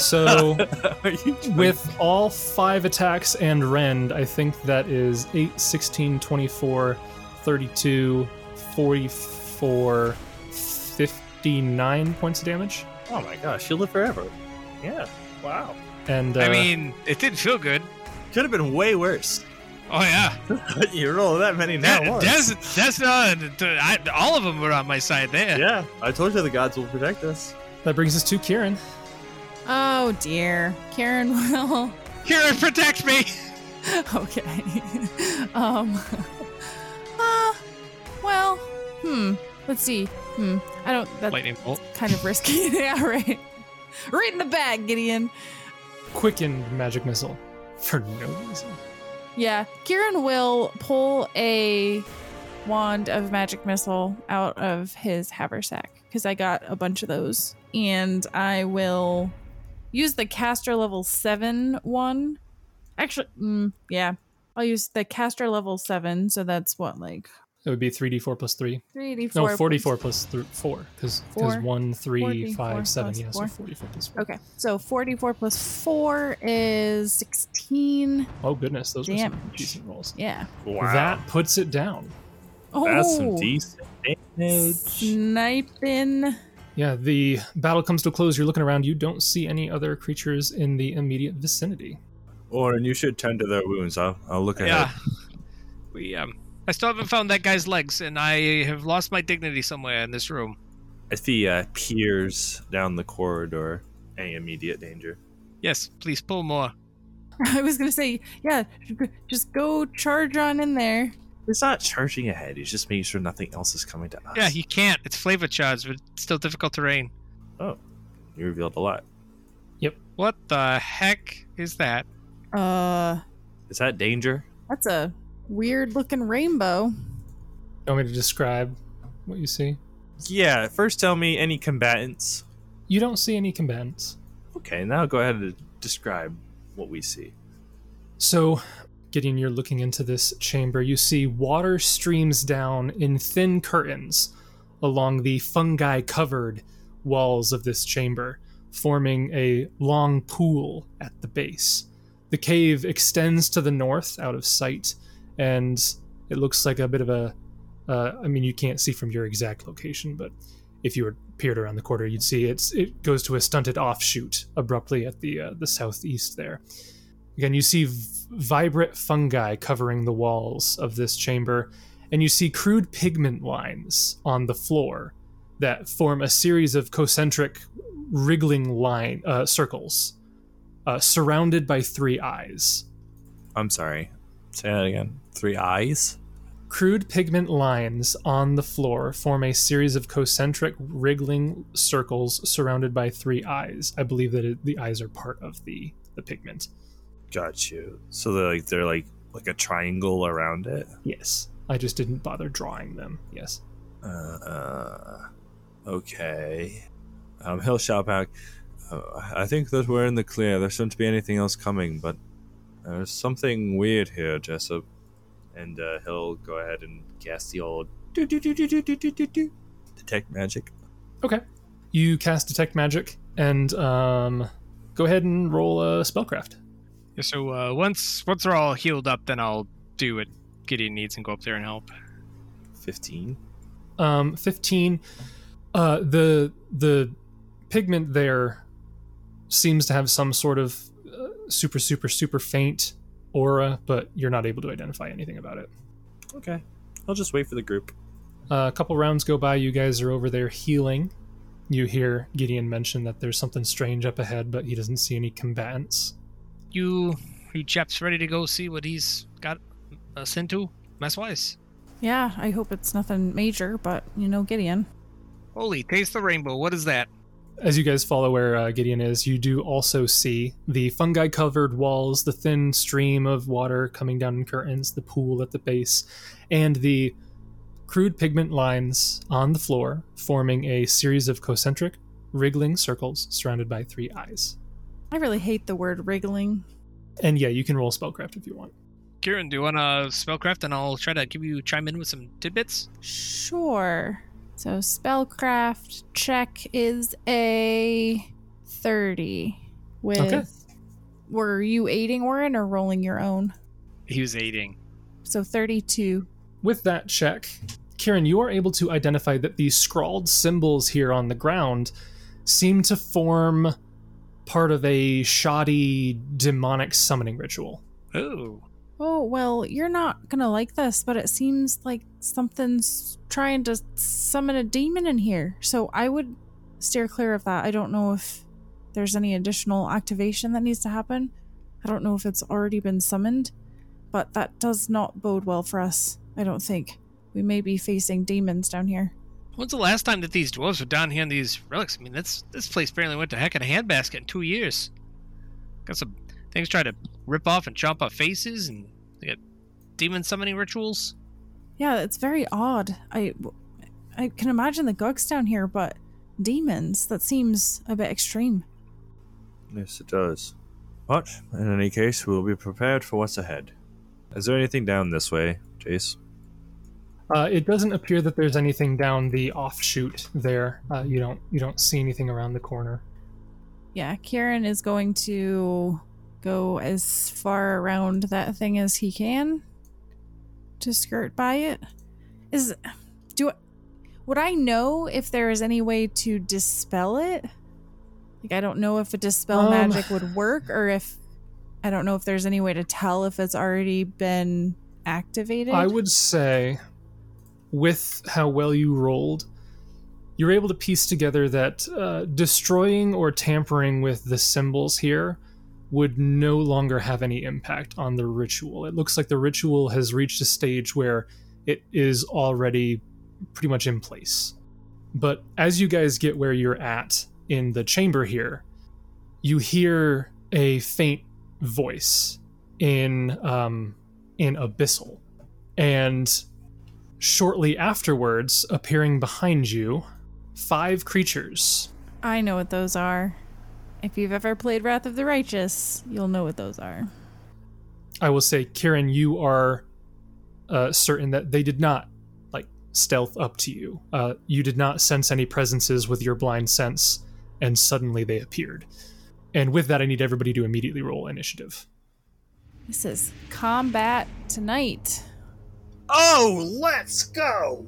[SPEAKER 1] So
[SPEAKER 5] Are you trying-
[SPEAKER 1] with all five attacks and rend, I think that is 8, 16, 24, 32, 44, 59 points of damage.
[SPEAKER 6] Oh my gosh, you live forever. Yeah. Wow.
[SPEAKER 1] And uh,
[SPEAKER 3] I mean, it didn't feel good.
[SPEAKER 6] Could have been way worse.
[SPEAKER 3] Oh, yeah.
[SPEAKER 6] you roll that many
[SPEAKER 3] That,
[SPEAKER 6] now.
[SPEAKER 3] that's, that's not. I, all of them were on my side there.
[SPEAKER 6] Yeah. I told you the gods will protect us.
[SPEAKER 1] that brings us to Kieran.
[SPEAKER 2] Oh dear. Karen will.
[SPEAKER 3] Kieran, protect me!
[SPEAKER 2] okay. um. Uh, well, hmm. Let's see. Hmm. I don't. That's
[SPEAKER 3] Lightning bolt.
[SPEAKER 2] kind of risky. yeah, right. Right in the bag, Gideon.
[SPEAKER 1] quickened magic missile for no reason.
[SPEAKER 2] Yeah, Kieran will pull a wand of magic missile out of his haversack because I got a bunch of those, and I will use the caster level seven one. Actually, mm, yeah, I'll use the caster level seven, so that's what like
[SPEAKER 1] It would be 3d4 plus 3.
[SPEAKER 2] three d
[SPEAKER 1] No,
[SPEAKER 2] four.
[SPEAKER 1] 44 plus th- 4. Because
[SPEAKER 2] Four.
[SPEAKER 1] 1, 3,
[SPEAKER 2] 44
[SPEAKER 1] five, seven,
[SPEAKER 2] plus
[SPEAKER 1] Yeah,
[SPEAKER 2] four.
[SPEAKER 1] so 44 plus 4.
[SPEAKER 2] Okay, so forty-four plus four is sixteen.
[SPEAKER 1] Oh, goodness. Those were some
[SPEAKER 2] Damage.
[SPEAKER 1] decent rolls.
[SPEAKER 2] Yeah.
[SPEAKER 5] wow.
[SPEAKER 1] That puts it down.
[SPEAKER 2] Oh,
[SPEAKER 5] That's some decent damage.
[SPEAKER 2] sniping.
[SPEAKER 1] Yeah, the battle comes to a close. You're looking around. You don't see any other creatures in the immediate vicinity.
[SPEAKER 5] Orin, you should tend to their wounds. I'll, I'll look
[SPEAKER 3] Yeah.
[SPEAKER 5] ahead.
[SPEAKER 3] We, um, I still haven't found that guy's legs, and I have lost my dignity somewhere in this room.
[SPEAKER 5] Athea uh, peers down the corridor. Any immediate danger?
[SPEAKER 3] Yes, please pull more.
[SPEAKER 2] I was gonna say, yeah, just go charge on in there.
[SPEAKER 5] He's not charging ahead. He's just making sure nothing else is coming to us.
[SPEAKER 3] Yeah, you can't. It's flavor charged, but it's still difficult terrain.
[SPEAKER 5] you revealed a lot.
[SPEAKER 3] What the heck is that?
[SPEAKER 2] Uh,
[SPEAKER 5] Is that danger?
[SPEAKER 2] that's a weird looking rainbow.
[SPEAKER 1] You want me to describe what you see?
[SPEAKER 5] Yeah. First, tell me any combatants.
[SPEAKER 1] You don't see any combatants.
[SPEAKER 5] Okay. Now go ahead and describe what we see.
[SPEAKER 1] So, Gideon, you're looking into this chamber. You see water streams down in thin curtains along the fungi covered walls of this chamber, forming a long pool at the base. The cave extends to the north out of sight, and it looks like a bit of a. Uh, I mean, you can't see from your exact location, but if you were peered around the corner, you'd see it's it goes to a stunted offshoot abruptly at the uh, the southeast there. Again, you see v- vibrant fungi covering the walls of this chamber, and you see crude pigment lines on the floor that form a series of concentric, wriggling line uh, circles, uh, surrounded by three eyes.
[SPEAKER 5] I'm sorry. Say that again. Three eyes.
[SPEAKER 1] Crude pigment lines on the floor form a series of concentric, wriggling circles surrounded by three eyes. I believe that it, the eyes are part of the the pigment.
[SPEAKER 5] Got you. So they're like they're like like a triangle around it.
[SPEAKER 1] Yes, I just didn't bother drawing them. Yes.
[SPEAKER 5] Uh, uh okay. Um, he'll shout back. Uh, I think that we're in the clear. There shouldn't be anything else coming, but there's something weird here, Jessup. And uh, he'll go ahead and cast the old do do do do do do do do do detect magic.
[SPEAKER 1] You cast detect magic and um, go ahead and roll a spellcraft.
[SPEAKER 3] Yeah, So uh, once once they're all healed up, then I'll do what Gideon needs and go up there and help.
[SPEAKER 5] Fifteen.
[SPEAKER 1] Um, Fifteen. Uh, the the pigment there seems to have some sort of uh, super super super faint aura, but you're not able to identify anything about it.
[SPEAKER 5] Okay. I'll just wait for the group.
[SPEAKER 1] Uh, a couple rounds go by. You guys are over there healing. You hear Gideon mention that there's something strange up ahead, but he doesn't see any combatants.
[SPEAKER 3] You, you chaps, ready to go see what he's got us into? Mess wise.
[SPEAKER 2] Yeah, I hope it's nothing major, but you know, Gideon.
[SPEAKER 3] Holy, taste the rainbow. What is that?
[SPEAKER 1] As you guys follow where uh, Gideon is, you do also see the fungi covered walls, the thin stream of water coming down in curtains, the pool at the base, and the crude pigment lines on the floor forming a series of concentric, wriggling circles surrounded by three eyes.
[SPEAKER 2] I really hate the word wriggling.
[SPEAKER 1] And yeah, you can roll spellcraft if you want.
[SPEAKER 3] Kieran, do you want to spellcraft? And I'll try to give you chime in with some tidbits.
[SPEAKER 2] Sure. So spellcraft check is a 30 with
[SPEAKER 1] Okay.
[SPEAKER 2] were you aiding Warren or rolling your own?
[SPEAKER 3] He was aiding.
[SPEAKER 2] So 32.
[SPEAKER 1] With that check, Kieran, you are able to identify that these scrawled symbols here on the ground seem to form part of a shoddy demonic summoning ritual.
[SPEAKER 3] Oh,
[SPEAKER 2] Oh, well, you're not going to like this, but it seems like something's trying to summon a demon in here. So I would steer clear of that. I don't know if there's any additional activation that needs to happen. I don't know if it's already been summoned, but that does not bode well for us, I don't think. We may be facing demons down here.
[SPEAKER 3] when's the last time that these dwarves were down here on these relics? I mean, that's this place barely went to heck in a handbasket in two years. Got some things trying to rip off and chomp off faces, and they got demon summoning rituals.
[SPEAKER 2] Yeah, it's very odd. I I can imagine the gugs down here, but demons, that seems a bit extreme.
[SPEAKER 5] Yes, it does. But in any case, we'll be prepared for what's ahead. Is there anything down this way, Chase?
[SPEAKER 1] Uh, it doesn't appear that there's anything down the offshoot there. Uh, you don't you don't see anything around the corner.
[SPEAKER 2] Yeah, Kieran is going to go as far around that thing as he can to skirt by it. Is do I, would I know if there is any way to dispel it? Like I don't know if a dispel
[SPEAKER 1] Um,
[SPEAKER 2] magic would work or if I don't know if there's any way to tell if it's already been activated.
[SPEAKER 1] I would say, with how well you rolled, you're able to piece together that uh, destroying or tampering with the symbols here would no longer have any impact on the ritual. It looks like the ritual has reached a stage where it is already pretty much in place. But as you guys get where you're at in the chamber here, you hear a faint voice in um, in abyssal and shortly afterwards appearing behind you five creatures
[SPEAKER 2] I know what those are. If you've ever played Wrath of the Righteous, you'll know what those are.
[SPEAKER 1] i will say kieran you are uh, certain that they did not like stealth up to you uh, you did not sense any presences with your blind sense and suddenly they appeared and with that i need everybody to immediately roll initiative
[SPEAKER 2] This is combat tonight.
[SPEAKER 6] Oh, let's go.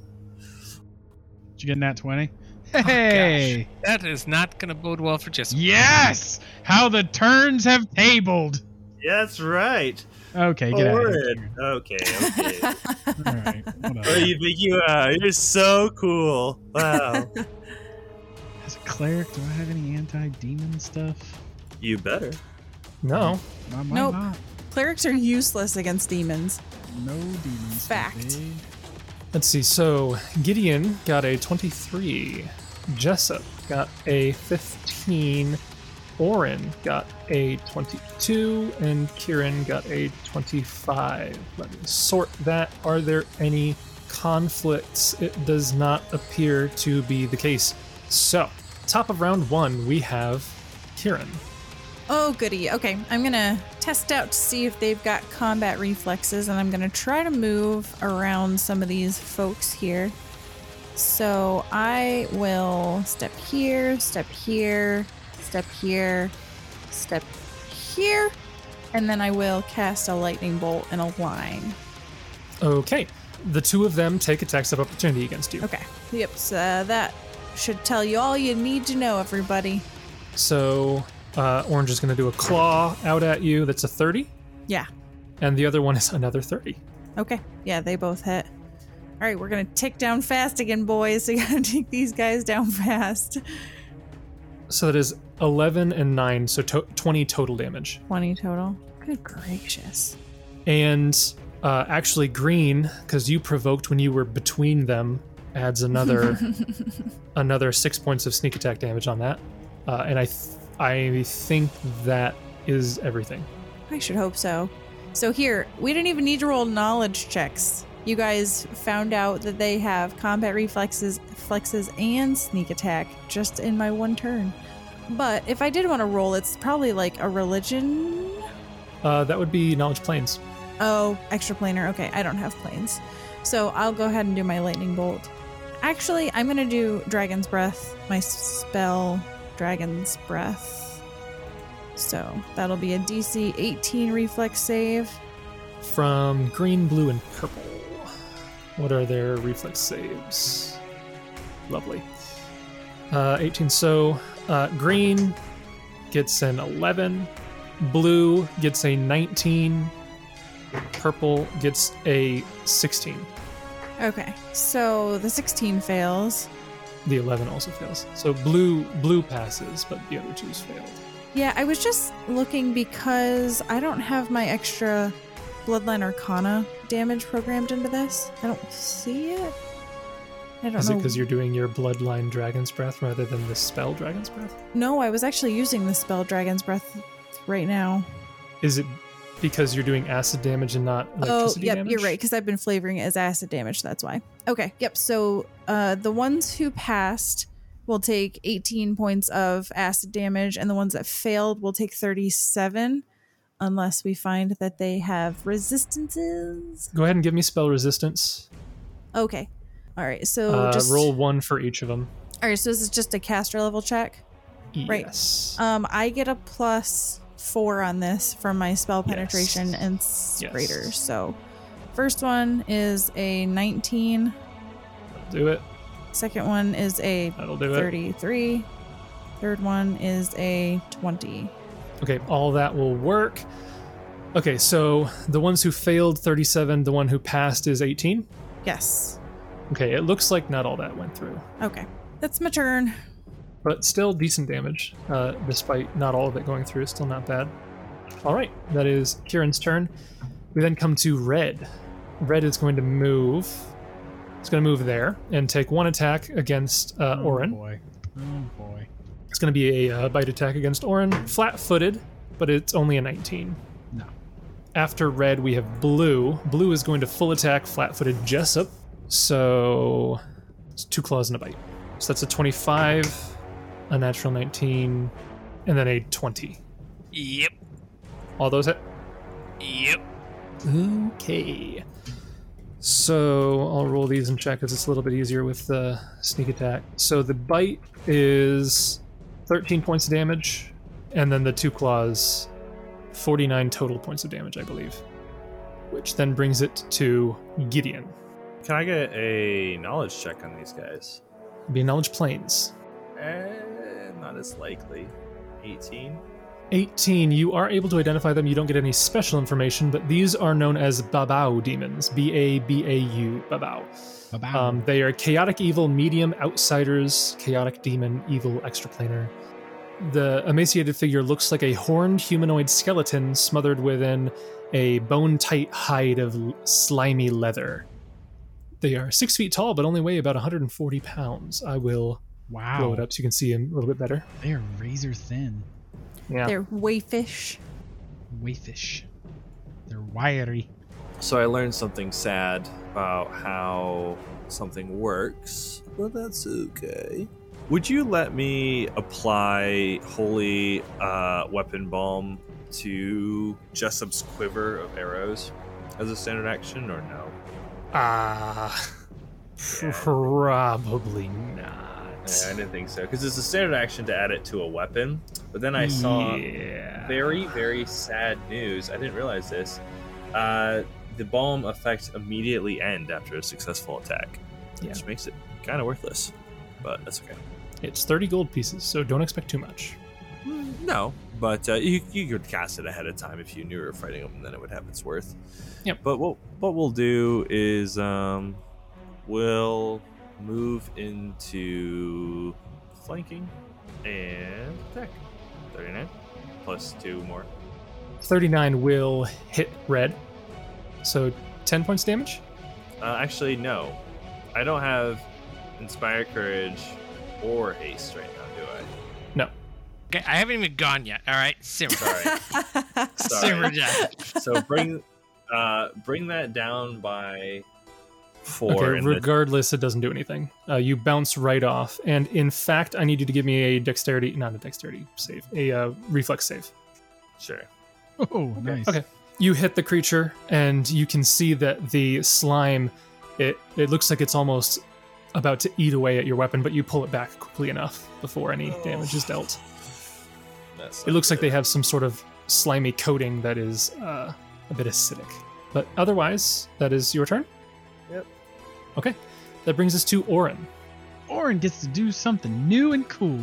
[SPEAKER 4] Did you get Oh, in that 20? Hey!
[SPEAKER 3] Oh, That is not going to bode well for Jessup.
[SPEAKER 4] yes! How the turns have tabled!
[SPEAKER 6] Yeah, that's right.
[SPEAKER 4] Okay, get out of
[SPEAKER 6] Forward.
[SPEAKER 4] here.
[SPEAKER 6] Okay, okay.
[SPEAKER 4] All right,
[SPEAKER 6] What do
[SPEAKER 4] whatever.
[SPEAKER 6] you think you are? You're so cool. Wow.
[SPEAKER 4] As a cleric, do I have any anti-demon stuff?
[SPEAKER 6] you better.
[SPEAKER 1] no
[SPEAKER 4] I might
[SPEAKER 2] Nope.
[SPEAKER 4] not.
[SPEAKER 2] Clerics are useless against demons.
[SPEAKER 4] No eh? demons.
[SPEAKER 2] Fact.
[SPEAKER 1] Let's see. So Gideon got a 23. Jessup got a 15. Orin got a 22. And Kieran got a 25. Let me sort that. Are there any conflicts? It does not appear to be the case. So, top of round one, we have Kieran.
[SPEAKER 2] Oh, goody. Okay, I'm gonna test out to see if they've got combat reflexes, and I'm gonna try to move around some of these folks here. So I will step here, step here, step here, step here, and then I will cast a lightning bolt in a line.
[SPEAKER 1] Okay. The two of them take attacks of opportunity against you.
[SPEAKER 2] Okay, yep, so that should tell you all you need to know, everybody.
[SPEAKER 1] So, uh, Orange is going to do a claw out at you. That's a 30.
[SPEAKER 2] Yeah,
[SPEAKER 1] and the other one is another 30.
[SPEAKER 2] Okay. Yeah, they both hit. All All right, we're gonna tick down fast again, boys. We gotta take these guys down fast.
[SPEAKER 1] So that is 11 and 9, so to- 20 total damage.
[SPEAKER 2] 20 total. Good gracious.
[SPEAKER 1] And uh, actually, green, because you provoked when you were between them, adds another another six points of sneak attack damage on that. Uh, and I, th- I think that is everything.
[SPEAKER 2] I should hope so. So here, we didn't even need to roll knowledge checks. You guys found out that they have combat reflexes, flexes, and sneak attack just in my one turn. But if I did want to roll, it's probably like a religion.
[SPEAKER 1] Uh, that would be knowledge planes.
[SPEAKER 2] Oh, extra planar. Okay, I don't have planes. So I'll go ahead and do my lightning bolt. Actually, I'm going to do Dragon's Breath, my s- spell, Dragon's Breath. So that'll be a DC 18 reflex save.
[SPEAKER 1] From green, blue, and purple. What are their reflex saves? Lovely. Uh, 18. So uh, green gets an 11. Blue gets a 19. Purple gets a 16.
[SPEAKER 2] Okay, so the 16 fails.
[SPEAKER 1] The 11 also fails. So blue blue passes, but the other two's failed.
[SPEAKER 2] Yeah, I was just looking because I don't have my extra Bloodline Arcana damage programmed into this. I don't see it. I don't
[SPEAKER 1] Is it
[SPEAKER 2] know.
[SPEAKER 1] because you're doing your bloodline dragon's breath rather than the spell dragon's breath?
[SPEAKER 2] No, I was actually using the spell Dragon's Breath right now.
[SPEAKER 1] Is it because you're doing acid damage and not
[SPEAKER 2] Oh,
[SPEAKER 1] electricity
[SPEAKER 2] yep,
[SPEAKER 1] damage?
[SPEAKER 2] you're right, because I've been flavoring it as acid damage. That's why. Okay, yep. So uh, the ones who passed will take 18 points of acid damage, and the ones that failed will take 37, unless we find that they have resistances.
[SPEAKER 1] Go ahead and give me spell resistance.
[SPEAKER 2] Okay. All right. So
[SPEAKER 1] uh,
[SPEAKER 2] Oh, just
[SPEAKER 1] roll one for each of them.
[SPEAKER 2] All right. So this is just a caster level check. Right.
[SPEAKER 1] Yes.
[SPEAKER 2] Um, I get a plus four on this from my spell
[SPEAKER 1] Yes.
[SPEAKER 2] penetration and
[SPEAKER 1] Yes.
[SPEAKER 2] sprayer. So, first one is a 19.
[SPEAKER 1] That'll do it.
[SPEAKER 2] Second one is a
[SPEAKER 1] That'll do
[SPEAKER 2] 33. Third one is a 20.
[SPEAKER 1] it. Okay, all that will work. Okay, so the ones who failed 37, the one who passed is 18.
[SPEAKER 2] Yes.
[SPEAKER 1] Okay, it looks like not all that went through,
[SPEAKER 2] Okay. That's my turn.
[SPEAKER 1] but still decent damage, uh, despite not all of it going through. Still not bad. All right, that is Kieran's turn. We then come to Red. Red is going to move. It's going to move there and take one attack against uh, Orin.
[SPEAKER 4] Oh boy. Oh boy.
[SPEAKER 1] It's going to be a uh, bite attack against Orin, flat footed, but it's only a 19.
[SPEAKER 4] No.
[SPEAKER 1] After red, we have blue. Blue is going to full attack, flat footed Jessup. So it's two claws and a bite. So that's a 25, a natural 19, and then a 20.
[SPEAKER 3] Yep.
[SPEAKER 1] All those hit?
[SPEAKER 3] Yep.
[SPEAKER 1] Okay. So I'll roll these and check because it's a little bit easier with the sneak attack. So the bite is 13 points of damage, and then the two claws, 49 total points of damage, I believe. Which then brings it to Gideon.
[SPEAKER 5] Can I get a knowledge check on these guys?
[SPEAKER 1] It'd Be knowledge planes.
[SPEAKER 5] Eh, not as likely. 18.
[SPEAKER 1] 18. You are able to identify them. You don't get any special information, but these are known as Babao demons. B A B A U, Babao.
[SPEAKER 4] About.
[SPEAKER 1] Um, they are chaotic evil, medium, outsiders, chaotic demon, evil, extraplanar. The emaciated figure looks like a horned humanoid skeleton smothered within a bone tight hide of l- slimy leather. They are six feet tall, but only weigh about 140 pounds. I will blow
[SPEAKER 4] wow.
[SPEAKER 1] it up so you can see him a little bit better.
[SPEAKER 4] They are razor thin.
[SPEAKER 1] Yeah.
[SPEAKER 2] They're wayfish.
[SPEAKER 4] Wayfish. They're wiry.
[SPEAKER 5] So I learned something sad about how something works, but that's okay. Would you let me apply holy uh, weapon balm to Jessup's quiver of arrows as a standard action, or no?
[SPEAKER 1] Ah. Probably not.
[SPEAKER 5] Yeah, I didn't think so because it's a standard action to add it to a weapon. But then I saw
[SPEAKER 1] Yeah.
[SPEAKER 5] very very sad news. I didn't realize this. Uh, the balm effects immediately end after a successful attack,
[SPEAKER 1] Yeah.
[SPEAKER 5] which makes it kind of worthless. But that's okay.
[SPEAKER 1] It's 30 gold pieces, so don't expect too much.
[SPEAKER 5] Mm, No, but uh, you, you could cast it ahead of time if you knew you were fighting them, and then it would have its worth.
[SPEAKER 1] Yep.
[SPEAKER 5] But what what we'll do is um, will move into flanking and attack. 39 plus two more.
[SPEAKER 1] 39 will hit red. So 10 points damage?
[SPEAKER 5] Uh, actually, no. I don't have Inspire Courage or Haste right now, do I?
[SPEAKER 3] Okay, I haven't even gone yet. All right, simmer,
[SPEAKER 5] Sorry. Sorry.
[SPEAKER 3] simmer, Jack.
[SPEAKER 5] so bring uh, bring that down by four.
[SPEAKER 1] okay,
[SPEAKER 5] in the-
[SPEAKER 1] regardless, it doesn't do anything. Uh, you bounce right off. And in fact, I need you to give me a dexterity, not a dexterity save, a uh, reflex save.
[SPEAKER 5] sure.
[SPEAKER 4] Oh, nice.
[SPEAKER 1] okay. you hit the creature and you can see that the slime it it looks like it's almost about to eat away at your weapon but you pull it back quickly enough before any damage is dealt
[SPEAKER 5] That's
[SPEAKER 1] it looks like they
[SPEAKER 5] good.
[SPEAKER 1] have some sort of slimy coating that is uh, a bit acidic but otherwise that is your turn
[SPEAKER 6] Yep.
[SPEAKER 1] okay that brings us to orin
[SPEAKER 4] Orin gets to do something new and cool.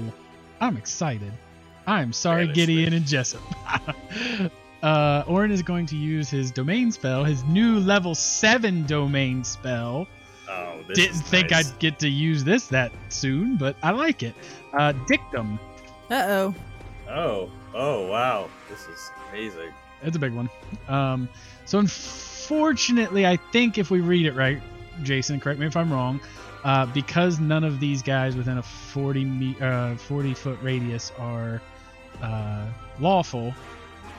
[SPEAKER 4] I'm excited. I'm sorry,
[SPEAKER 5] Fantastic.
[SPEAKER 4] Gideon and Jessup. uh, Orin is going to use his domain spell, his new level 7 domain spell.
[SPEAKER 5] Oh, this
[SPEAKER 4] Didn't
[SPEAKER 5] is
[SPEAKER 4] think
[SPEAKER 5] nice.
[SPEAKER 4] I'd get to use this that soon, but I like it. Uh, dictum.
[SPEAKER 2] Uh oh.
[SPEAKER 5] Oh, oh wow, this is amazing.
[SPEAKER 4] It's a big one. Um, so unfortunately, I think if we read it right, Jason, correct me if I'm wrong, uh, because none of these guys within a 40 me- uh, 40 foot radius are uh, lawful,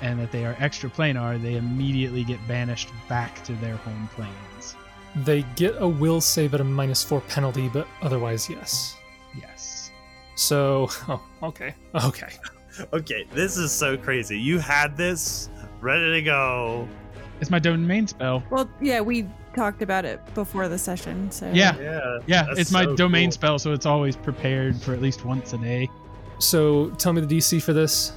[SPEAKER 4] and that they are extra planar, they immediately get banished back to their home planes.
[SPEAKER 1] they get a will save at a minus four penalty but otherwise yes
[SPEAKER 4] Yes.
[SPEAKER 1] so oh okay okay
[SPEAKER 6] Okay, this is so crazy. You had this ready to go.
[SPEAKER 4] It's my domain spell.
[SPEAKER 2] Well, yeah, we talked about it before the session. So
[SPEAKER 4] Yeah.
[SPEAKER 6] Yeah.
[SPEAKER 4] Yeah,
[SPEAKER 6] that's
[SPEAKER 4] it's my
[SPEAKER 6] so
[SPEAKER 4] domain
[SPEAKER 6] cool.
[SPEAKER 4] spell, so it's always prepared for at least once a day.
[SPEAKER 1] So tell me the DC for this.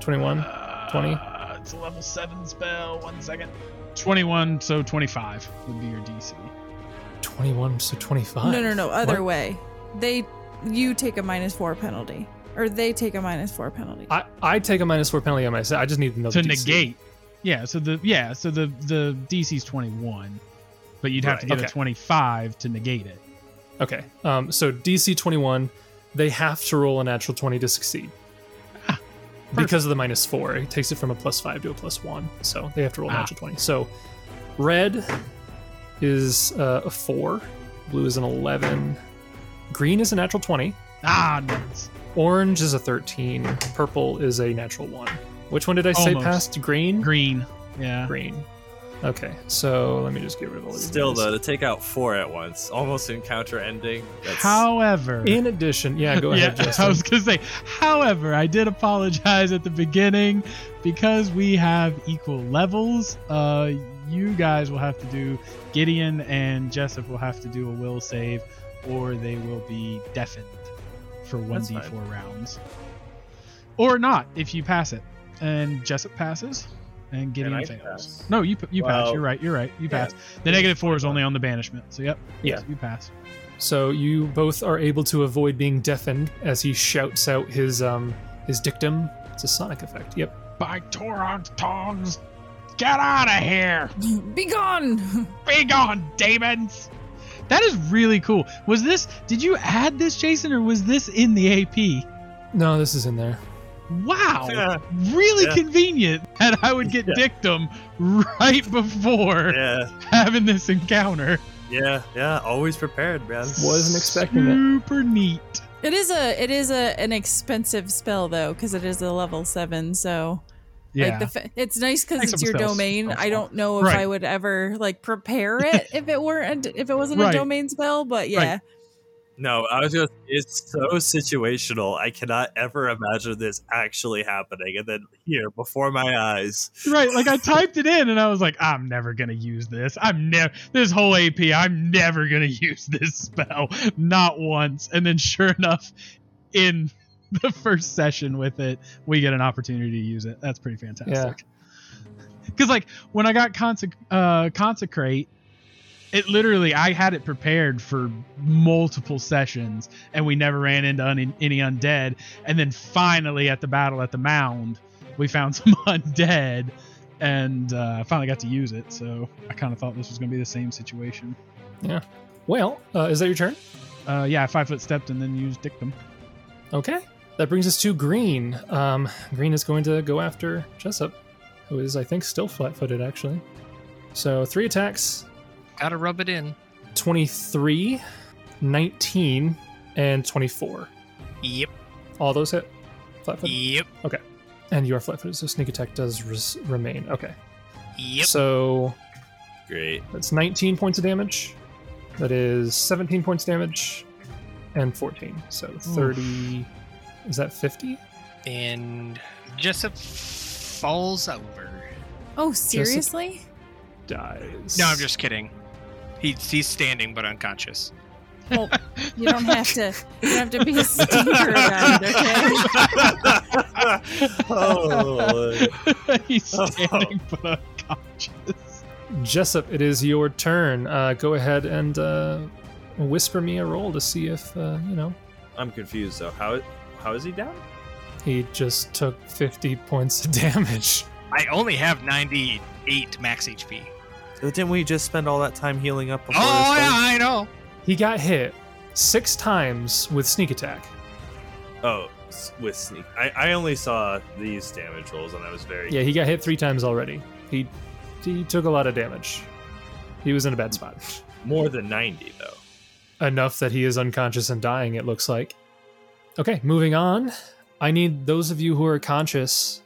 [SPEAKER 1] 21.
[SPEAKER 4] Uh,
[SPEAKER 1] 20?
[SPEAKER 4] It's a level 7 spell. One second. 21, so 25 would be your DC.
[SPEAKER 1] 21, so 25.
[SPEAKER 2] No, no, no. Other
[SPEAKER 1] What?
[SPEAKER 2] way. They, you take a minus four penalty, or they take a minus four penalty.
[SPEAKER 1] I, I take a minus four penalty on myself. I just need to know
[SPEAKER 4] to
[SPEAKER 1] the DC.
[SPEAKER 4] negate. Yeah, so the yeah, so the the DC's 21, but you'd have to
[SPEAKER 5] Right,
[SPEAKER 4] get a
[SPEAKER 1] okay.
[SPEAKER 4] 25 to negate it.
[SPEAKER 1] Okay. Um, so DC 21, they have to roll a natural 20 to succeed.
[SPEAKER 4] Ah,
[SPEAKER 1] Because of the minus four, it takes it from a plus five to a plus one. So they have to roll a
[SPEAKER 4] Ah.
[SPEAKER 1] natural 20. So red is uh, a four, blue is an 11, green is a natural 20,
[SPEAKER 4] Ah, nice.
[SPEAKER 1] orange is a 13, purple is a natural one. Which one did I say
[SPEAKER 4] Almost.
[SPEAKER 1] passed? Green?
[SPEAKER 4] green. Yeah.
[SPEAKER 1] green. Okay, so let me just get rid of all these.
[SPEAKER 5] Still
[SPEAKER 1] guys.
[SPEAKER 5] though, to take out four at once, almost encounter ending. That's
[SPEAKER 4] However,
[SPEAKER 1] In addition, yeah, go ahead,
[SPEAKER 4] yeah,
[SPEAKER 1] Justin.
[SPEAKER 4] I was gonna say. However, I did apologize at the beginning because we have equal levels. Uh, you guys will have to do Gideon and Jessup will have to do a will save, or they will be deafened for one
[SPEAKER 5] That's
[SPEAKER 4] d
[SPEAKER 5] fine.
[SPEAKER 4] four rounds, or not if you pass it. And Jessup passes, and Gideon
[SPEAKER 5] I
[SPEAKER 4] fails.
[SPEAKER 5] pass.
[SPEAKER 4] No, you you pass.
[SPEAKER 5] Well,
[SPEAKER 4] You're right. You're right. You
[SPEAKER 5] yeah.
[SPEAKER 4] pass. The negative four is only on the banishment. So yep.
[SPEAKER 1] Yeah.
[SPEAKER 4] You pass.
[SPEAKER 1] So you both are able to avoid being deafened as he shouts out his um his dictum. It's a sonic effect. Yep.
[SPEAKER 4] By Toron's tongs, get out of here.
[SPEAKER 2] Be gone.
[SPEAKER 4] Be gone, demons! That is really cool. Was this? Did you add this, Jason, or was this in the AP?
[SPEAKER 1] No, this is in there.
[SPEAKER 4] Wow!
[SPEAKER 6] Yeah.
[SPEAKER 4] Really
[SPEAKER 6] Yeah.
[SPEAKER 4] convenient that I would get
[SPEAKER 6] Yeah.
[SPEAKER 4] dictum right before
[SPEAKER 6] Yeah.
[SPEAKER 4] having this encounter.
[SPEAKER 6] Yeah. Yeah. Always prepared, man.
[SPEAKER 1] Wasn't expecting it.
[SPEAKER 4] Super neat.
[SPEAKER 2] It is a it is a an expensive spell though because it is a level seven. So
[SPEAKER 4] Yeah.
[SPEAKER 2] like the fa- it's nice because
[SPEAKER 4] Expensive
[SPEAKER 2] it's your
[SPEAKER 4] spells.
[SPEAKER 2] domain. I don't know if
[SPEAKER 4] Right.
[SPEAKER 2] I would ever like prepare it if it weren't if it wasn't
[SPEAKER 4] Right.
[SPEAKER 2] a domain spell. But yeah,
[SPEAKER 5] No, I was just
[SPEAKER 6] It's so situational. I cannot ever imagine this actually happening. And then here, before my eyes.
[SPEAKER 4] right. Like I typed it in, and I was like, I'm never gonna use this. I'm never this whole AP. I'm never gonna use this spell. Not once. And then, sure enough, in the first session with it, we get an opportunity to use it. That's pretty fantastic. Because like when I got consec- uh, consecrate, it literally I had it prepared for multiple sessions, and we never ran into un- any undead. And then finally, at the battle at the mound, we found some undead, and uh, I finally got to use it. So I kind of thought this was going to be the same situation.
[SPEAKER 1] Well, uh, is that your turn?
[SPEAKER 4] Uh, yeah, five foot stepped and then used dictum.
[SPEAKER 1] Okay. That brings us to Green. Um, Green is going to go after Jessup, who is, I think, still flat footed, actually. So three attacks
[SPEAKER 3] Gotta rub it in.
[SPEAKER 1] 23, 19, and 24.
[SPEAKER 3] Yep.
[SPEAKER 1] All those hit flat footed.
[SPEAKER 3] Yep.
[SPEAKER 1] And you are flat footed, so sneak attack does res- remain. Okay.
[SPEAKER 3] Yep.
[SPEAKER 1] So
[SPEAKER 5] Great.
[SPEAKER 1] That's 19 points of damage. That is 17 points damage and 14. So 30. Is that 50?
[SPEAKER 3] And Jessup falls over.
[SPEAKER 2] Oh, seriously?
[SPEAKER 1] Dies.
[SPEAKER 3] No, I'm just kidding. He's he's standing but unconscious.
[SPEAKER 2] Well, you don't have to. You don't have to be a stinker around, okay?
[SPEAKER 5] oh,
[SPEAKER 4] He's standing but unconscious.
[SPEAKER 1] Jessup, it is your turn. Uh, go ahead and uh, whisper me a roll to see if, uh, you know,
[SPEAKER 5] I'm confused though. How how is he down?
[SPEAKER 1] he just took 50 points of damage.
[SPEAKER 3] I only have 98 max HP.
[SPEAKER 5] Didn't we just spend all that time healing up? Before
[SPEAKER 3] Oh yeah, I know.
[SPEAKER 1] He got hit six times with sneak attack.
[SPEAKER 5] Oh, s- with sneak. I, I only saw these damage rolls, and I was very.
[SPEAKER 1] Yeah, he got hit three times already. He, he took a lot of damage. He was in a bad spot.
[SPEAKER 5] More than 90, though.
[SPEAKER 1] enough that he is unconscious and dying, it looks like. Okay, moving on. I need those of you who are conscious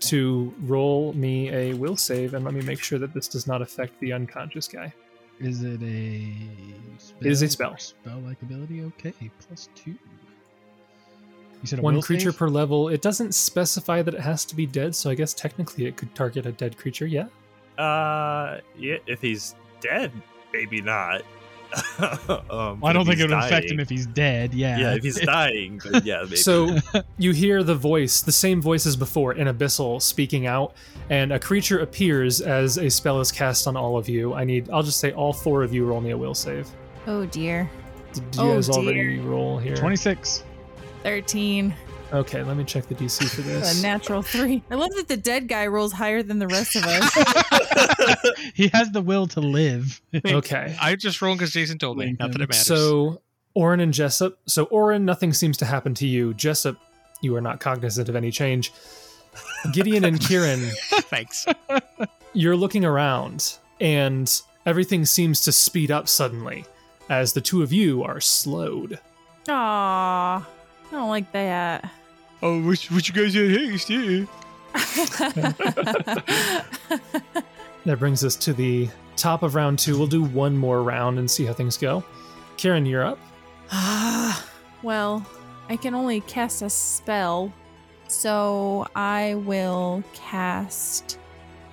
[SPEAKER 1] to roll me a will save and let me make sure that this does not affect the unconscious guy.
[SPEAKER 4] Is it a spell?
[SPEAKER 1] It is a spell.
[SPEAKER 4] Spell like ability? Okay, plus two. You said a
[SPEAKER 1] One
[SPEAKER 4] will
[SPEAKER 1] creature
[SPEAKER 4] save?
[SPEAKER 1] per level. It doesn't specify that it has to be dead, so I guess technically it could target a dead creature, yeah?
[SPEAKER 5] Uh, yeah. If he's dead, maybe not. um,
[SPEAKER 4] Well, I
[SPEAKER 5] but
[SPEAKER 4] don't
[SPEAKER 5] if
[SPEAKER 4] think
[SPEAKER 5] he's
[SPEAKER 4] it would affect him
[SPEAKER 5] dying-
[SPEAKER 4] if he's dead. Yeah.
[SPEAKER 5] Yeah, if he's dying, but yeah, maybe.
[SPEAKER 1] So you hear the voice, the same voice as before in Abyssal speaking out, and a creature appears as a spell is cast on all of you. I need, I'll just say all four of you roll me a will save.
[SPEAKER 2] Oh dear.
[SPEAKER 1] Did you
[SPEAKER 2] Oh,
[SPEAKER 1] guys
[SPEAKER 2] dear.
[SPEAKER 1] already roll here?
[SPEAKER 4] Twenty-six.
[SPEAKER 2] Thirteen.
[SPEAKER 1] Okay, let me check the DC for
[SPEAKER 2] A
[SPEAKER 1] this.
[SPEAKER 2] natural three. I love that the dead guy rolls higher than the rest of us.
[SPEAKER 4] he has the will to live.
[SPEAKER 1] okay.
[SPEAKER 3] I just rolled because Jason told me. Not that it matters.
[SPEAKER 1] So, Orin and Jessup. So, Orin, nothing seems to happen to you. Jessup, you are not cognizant of any change. Gideon and Kieran,
[SPEAKER 3] thanks.
[SPEAKER 1] you're looking around, and everything seems to speed up suddenly as the two of you are slowed.
[SPEAKER 2] Aww. I don't like that.
[SPEAKER 3] Oh, what, what you guys had haste? Yeah.
[SPEAKER 1] That brings us to the top of round two. We'll do one more round and see how things go. Kieran, you're up.
[SPEAKER 2] Ah, well, I can only cast a spell, so I will cast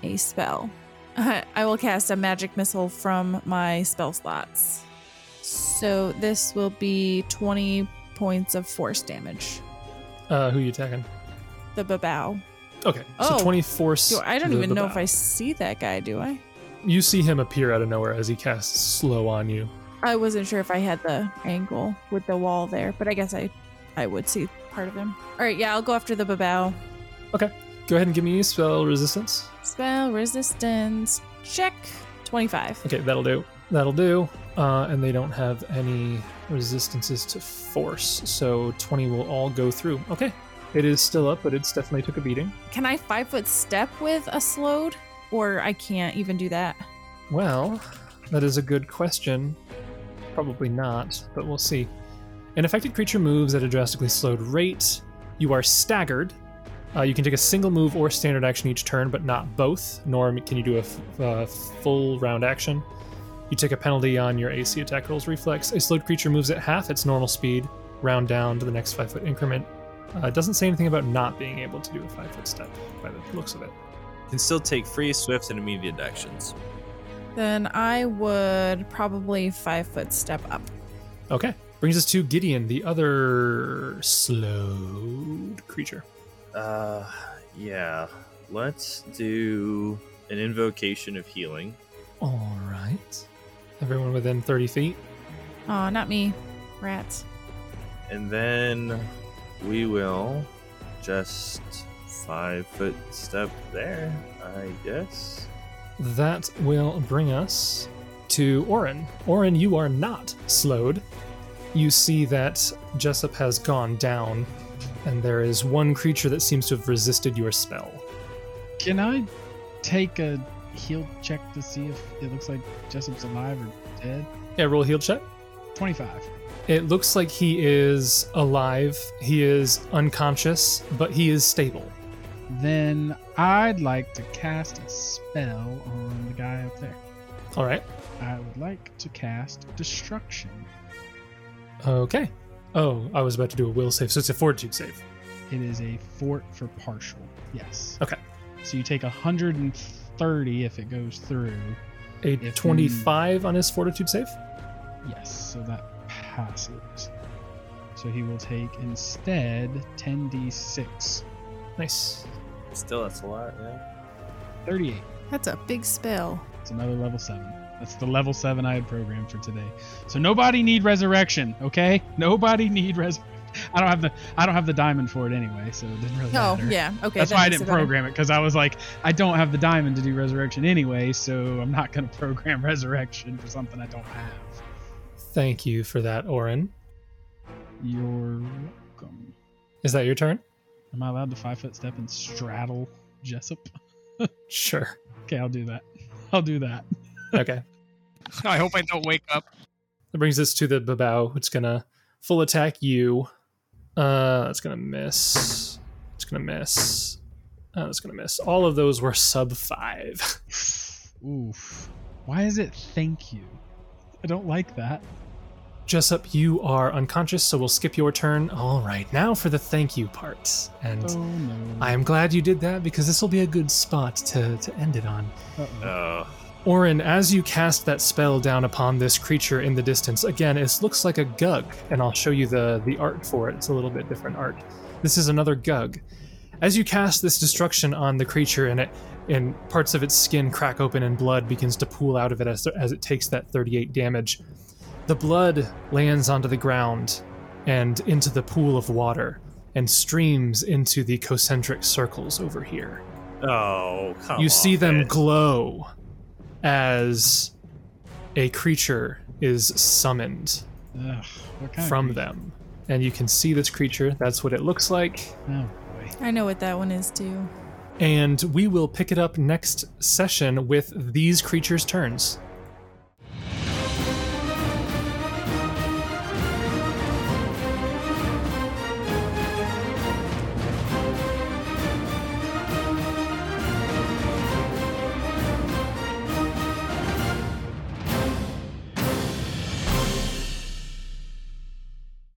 [SPEAKER 2] a spell. I will cast a magic missile from my spell slots. So this will be 20 points of force damage.
[SPEAKER 1] Uh, who you attacking?
[SPEAKER 2] The babao.
[SPEAKER 1] Okay,
[SPEAKER 2] Oh.
[SPEAKER 1] so 20 force.
[SPEAKER 2] Do, I don't
[SPEAKER 1] the-
[SPEAKER 2] even
[SPEAKER 1] the
[SPEAKER 2] know
[SPEAKER 1] bow.
[SPEAKER 2] if I see that guy, do I?
[SPEAKER 1] You see him appear out of nowhere as he casts slow on you.
[SPEAKER 2] I wasn't sure if I had the angle with the wall there, but I guess I I would see part of him. All right, yeah, I'll go after the babao.
[SPEAKER 1] Go ahead and give me spell resistance.
[SPEAKER 2] Spell resistance check 25.
[SPEAKER 1] Okay, that'll do. That'll do. Uh, and they don't have any resistances to force, so 20 will all go through. Okay, it is still up, but it's definitely took a beating.
[SPEAKER 2] Can I five foot step with a slowed? Or I can't even do that.
[SPEAKER 1] Well, that is a good question. Probably not, but we'll see. An affected creature moves at a drastically slowed rate. You are staggered. Uh, you can take a single move or standard action each turn, but not both, nor can you do a f- uh, full round action. You take a penalty on your AC attack rolls reflex. A slowed creature moves at half its normal speed, round down to the next five foot increment. Uh, it doesn't say anything about not being able to do a five foot step by the looks of it.
[SPEAKER 5] can still take free, swift, and immediate actions.
[SPEAKER 2] Then I would probably five foot step up.
[SPEAKER 1] Okay. Brings us to Gideon, the other slowed creature.
[SPEAKER 5] Uh, yeah. Let's do an invocation of healing.
[SPEAKER 1] All right. Everyone within 30 feet.
[SPEAKER 2] Oh, not me. Rats.
[SPEAKER 5] And then we will just five foot step there, I guess.
[SPEAKER 1] That will bring us to Orin. Orin, you are not slowed. You see that Jessup has gone down, and there is one creature that seems to have resisted your spell.
[SPEAKER 4] Can I take a heal check to see if it looks like Jessup's alive or dead?
[SPEAKER 1] Yeah, roll a heal check.
[SPEAKER 4] 25.
[SPEAKER 1] It looks like he is alive. He is unconscious, but he is stable.
[SPEAKER 4] Then I'd like to cast a spell on the guy up there.
[SPEAKER 1] All right.
[SPEAKER 4] I would like to cast Destruction.
[SPEAKER 1] Okay. Oh, I was about to do a will save, so it's a fortitude save.
[SPEAKER 4] It is a fort for partial. Yes.
[SPEAKER 1] Okay.
[SPEAKER 4] So you take 130 if it goes through.
[SPEAKER 1] A
[SPEAKER 4] If-
[SPEAKER 1] 25 on his fortitude save.
[SPEAKER 4] Yes, so that passes. So he will take instead 10d6.
[SPEAKER 1] Nice.
[SPEAKER 6] Still, that's a lot. Yeah.
[SPEAKER 4] 38.
[SPEAKER 2] That's a big spell.
[SPEAKER 4] It's another level 7. That's the level 7 I had programmed for today. So nobody need resurrection, okay? Nobody need res I don't have the I don't have the diamond for it anyway, so it didn't really
[SPEAKER 2] Oh,
[SPEAKER 4] matter.
[SPEAKER 2] yeah. Okay.
[SPEAKER 4] That's
[SPEAKER 2] that
[SPEAKER 4] why I
[SPEAKER 2] makes
[SPEAKER 4] didn't
[SPEAKER 2] it better.
[SPEAKER 4] program it because I was like, I don't have the diamond to do resurrection anyway, so I'm not going to program resurrection for something I don't have.
[SPEAKER 1] Thank you for that, Orin.
[SPEAKER 4] You're welcome.
[SPEAKER 1] Is that your turn?
[SPEAKER 4] Am I allowed to five foot step and straddle Jessup?
[SPEAKER 1] Sure.
[SPEAKER 4] Okay, I'll do that. I'll do that.
[SPEAKER 1] Okay.
[SPEAKER 3] I hope I don't wake up.
[SPEAKER 1] That brings us to the Babao. It's gonna full attack you. Uh, it's gonna miss. It's gonna miss. Uh, it's gonna miss. All of those were sub five.
[SPEAKER 4] Oof. Why is it thank you? I don't like that.
[SPEAKER 1] Jessup, you are unconscious, so we'll skip your turn. All right, now for the thank you part. And
[SPEAKER 4] Oh no.
[SPEAKER 1] I am glad you did that because this will be a good spot to, to end it on.
[SPEAKER 4] Uh-oh.
[SPEAKER 5] Uh,
[SPEAKER 1] Orin, as you cast that spell down upon this creature in the distance, again, it looks like a gug, and I'll show you the, the art for it. It's a little bit different art. This is another gug. As you cast this destruction on the creature, and it and parts of its skin crack open, and blood begins to pool out of it as, as it takes that 38 damage. The blood lands onto the ground and into the pool of water, and streams into the concentric circles over here
[SPEAKER 5] oh, come
[SPEAKER 1] you see
[SPEAKER 5] off
[SPEAKER 1] them
[SPEAKER 5] it.
[SPEAKER 1] glow as a creature is summoned
[SPEAKER 4] Ugh, what kind
[SPEAKER 1] from
[SPEAKER 4] of
[SPEAKER 1] them and you can see this creature that's what it looks like
[SPEAKER 4] creep- Oh boy.
[SPEAKER 2] I know what that one is too.
[SPEAKER 1] and we will pick it up next session with these creatures turns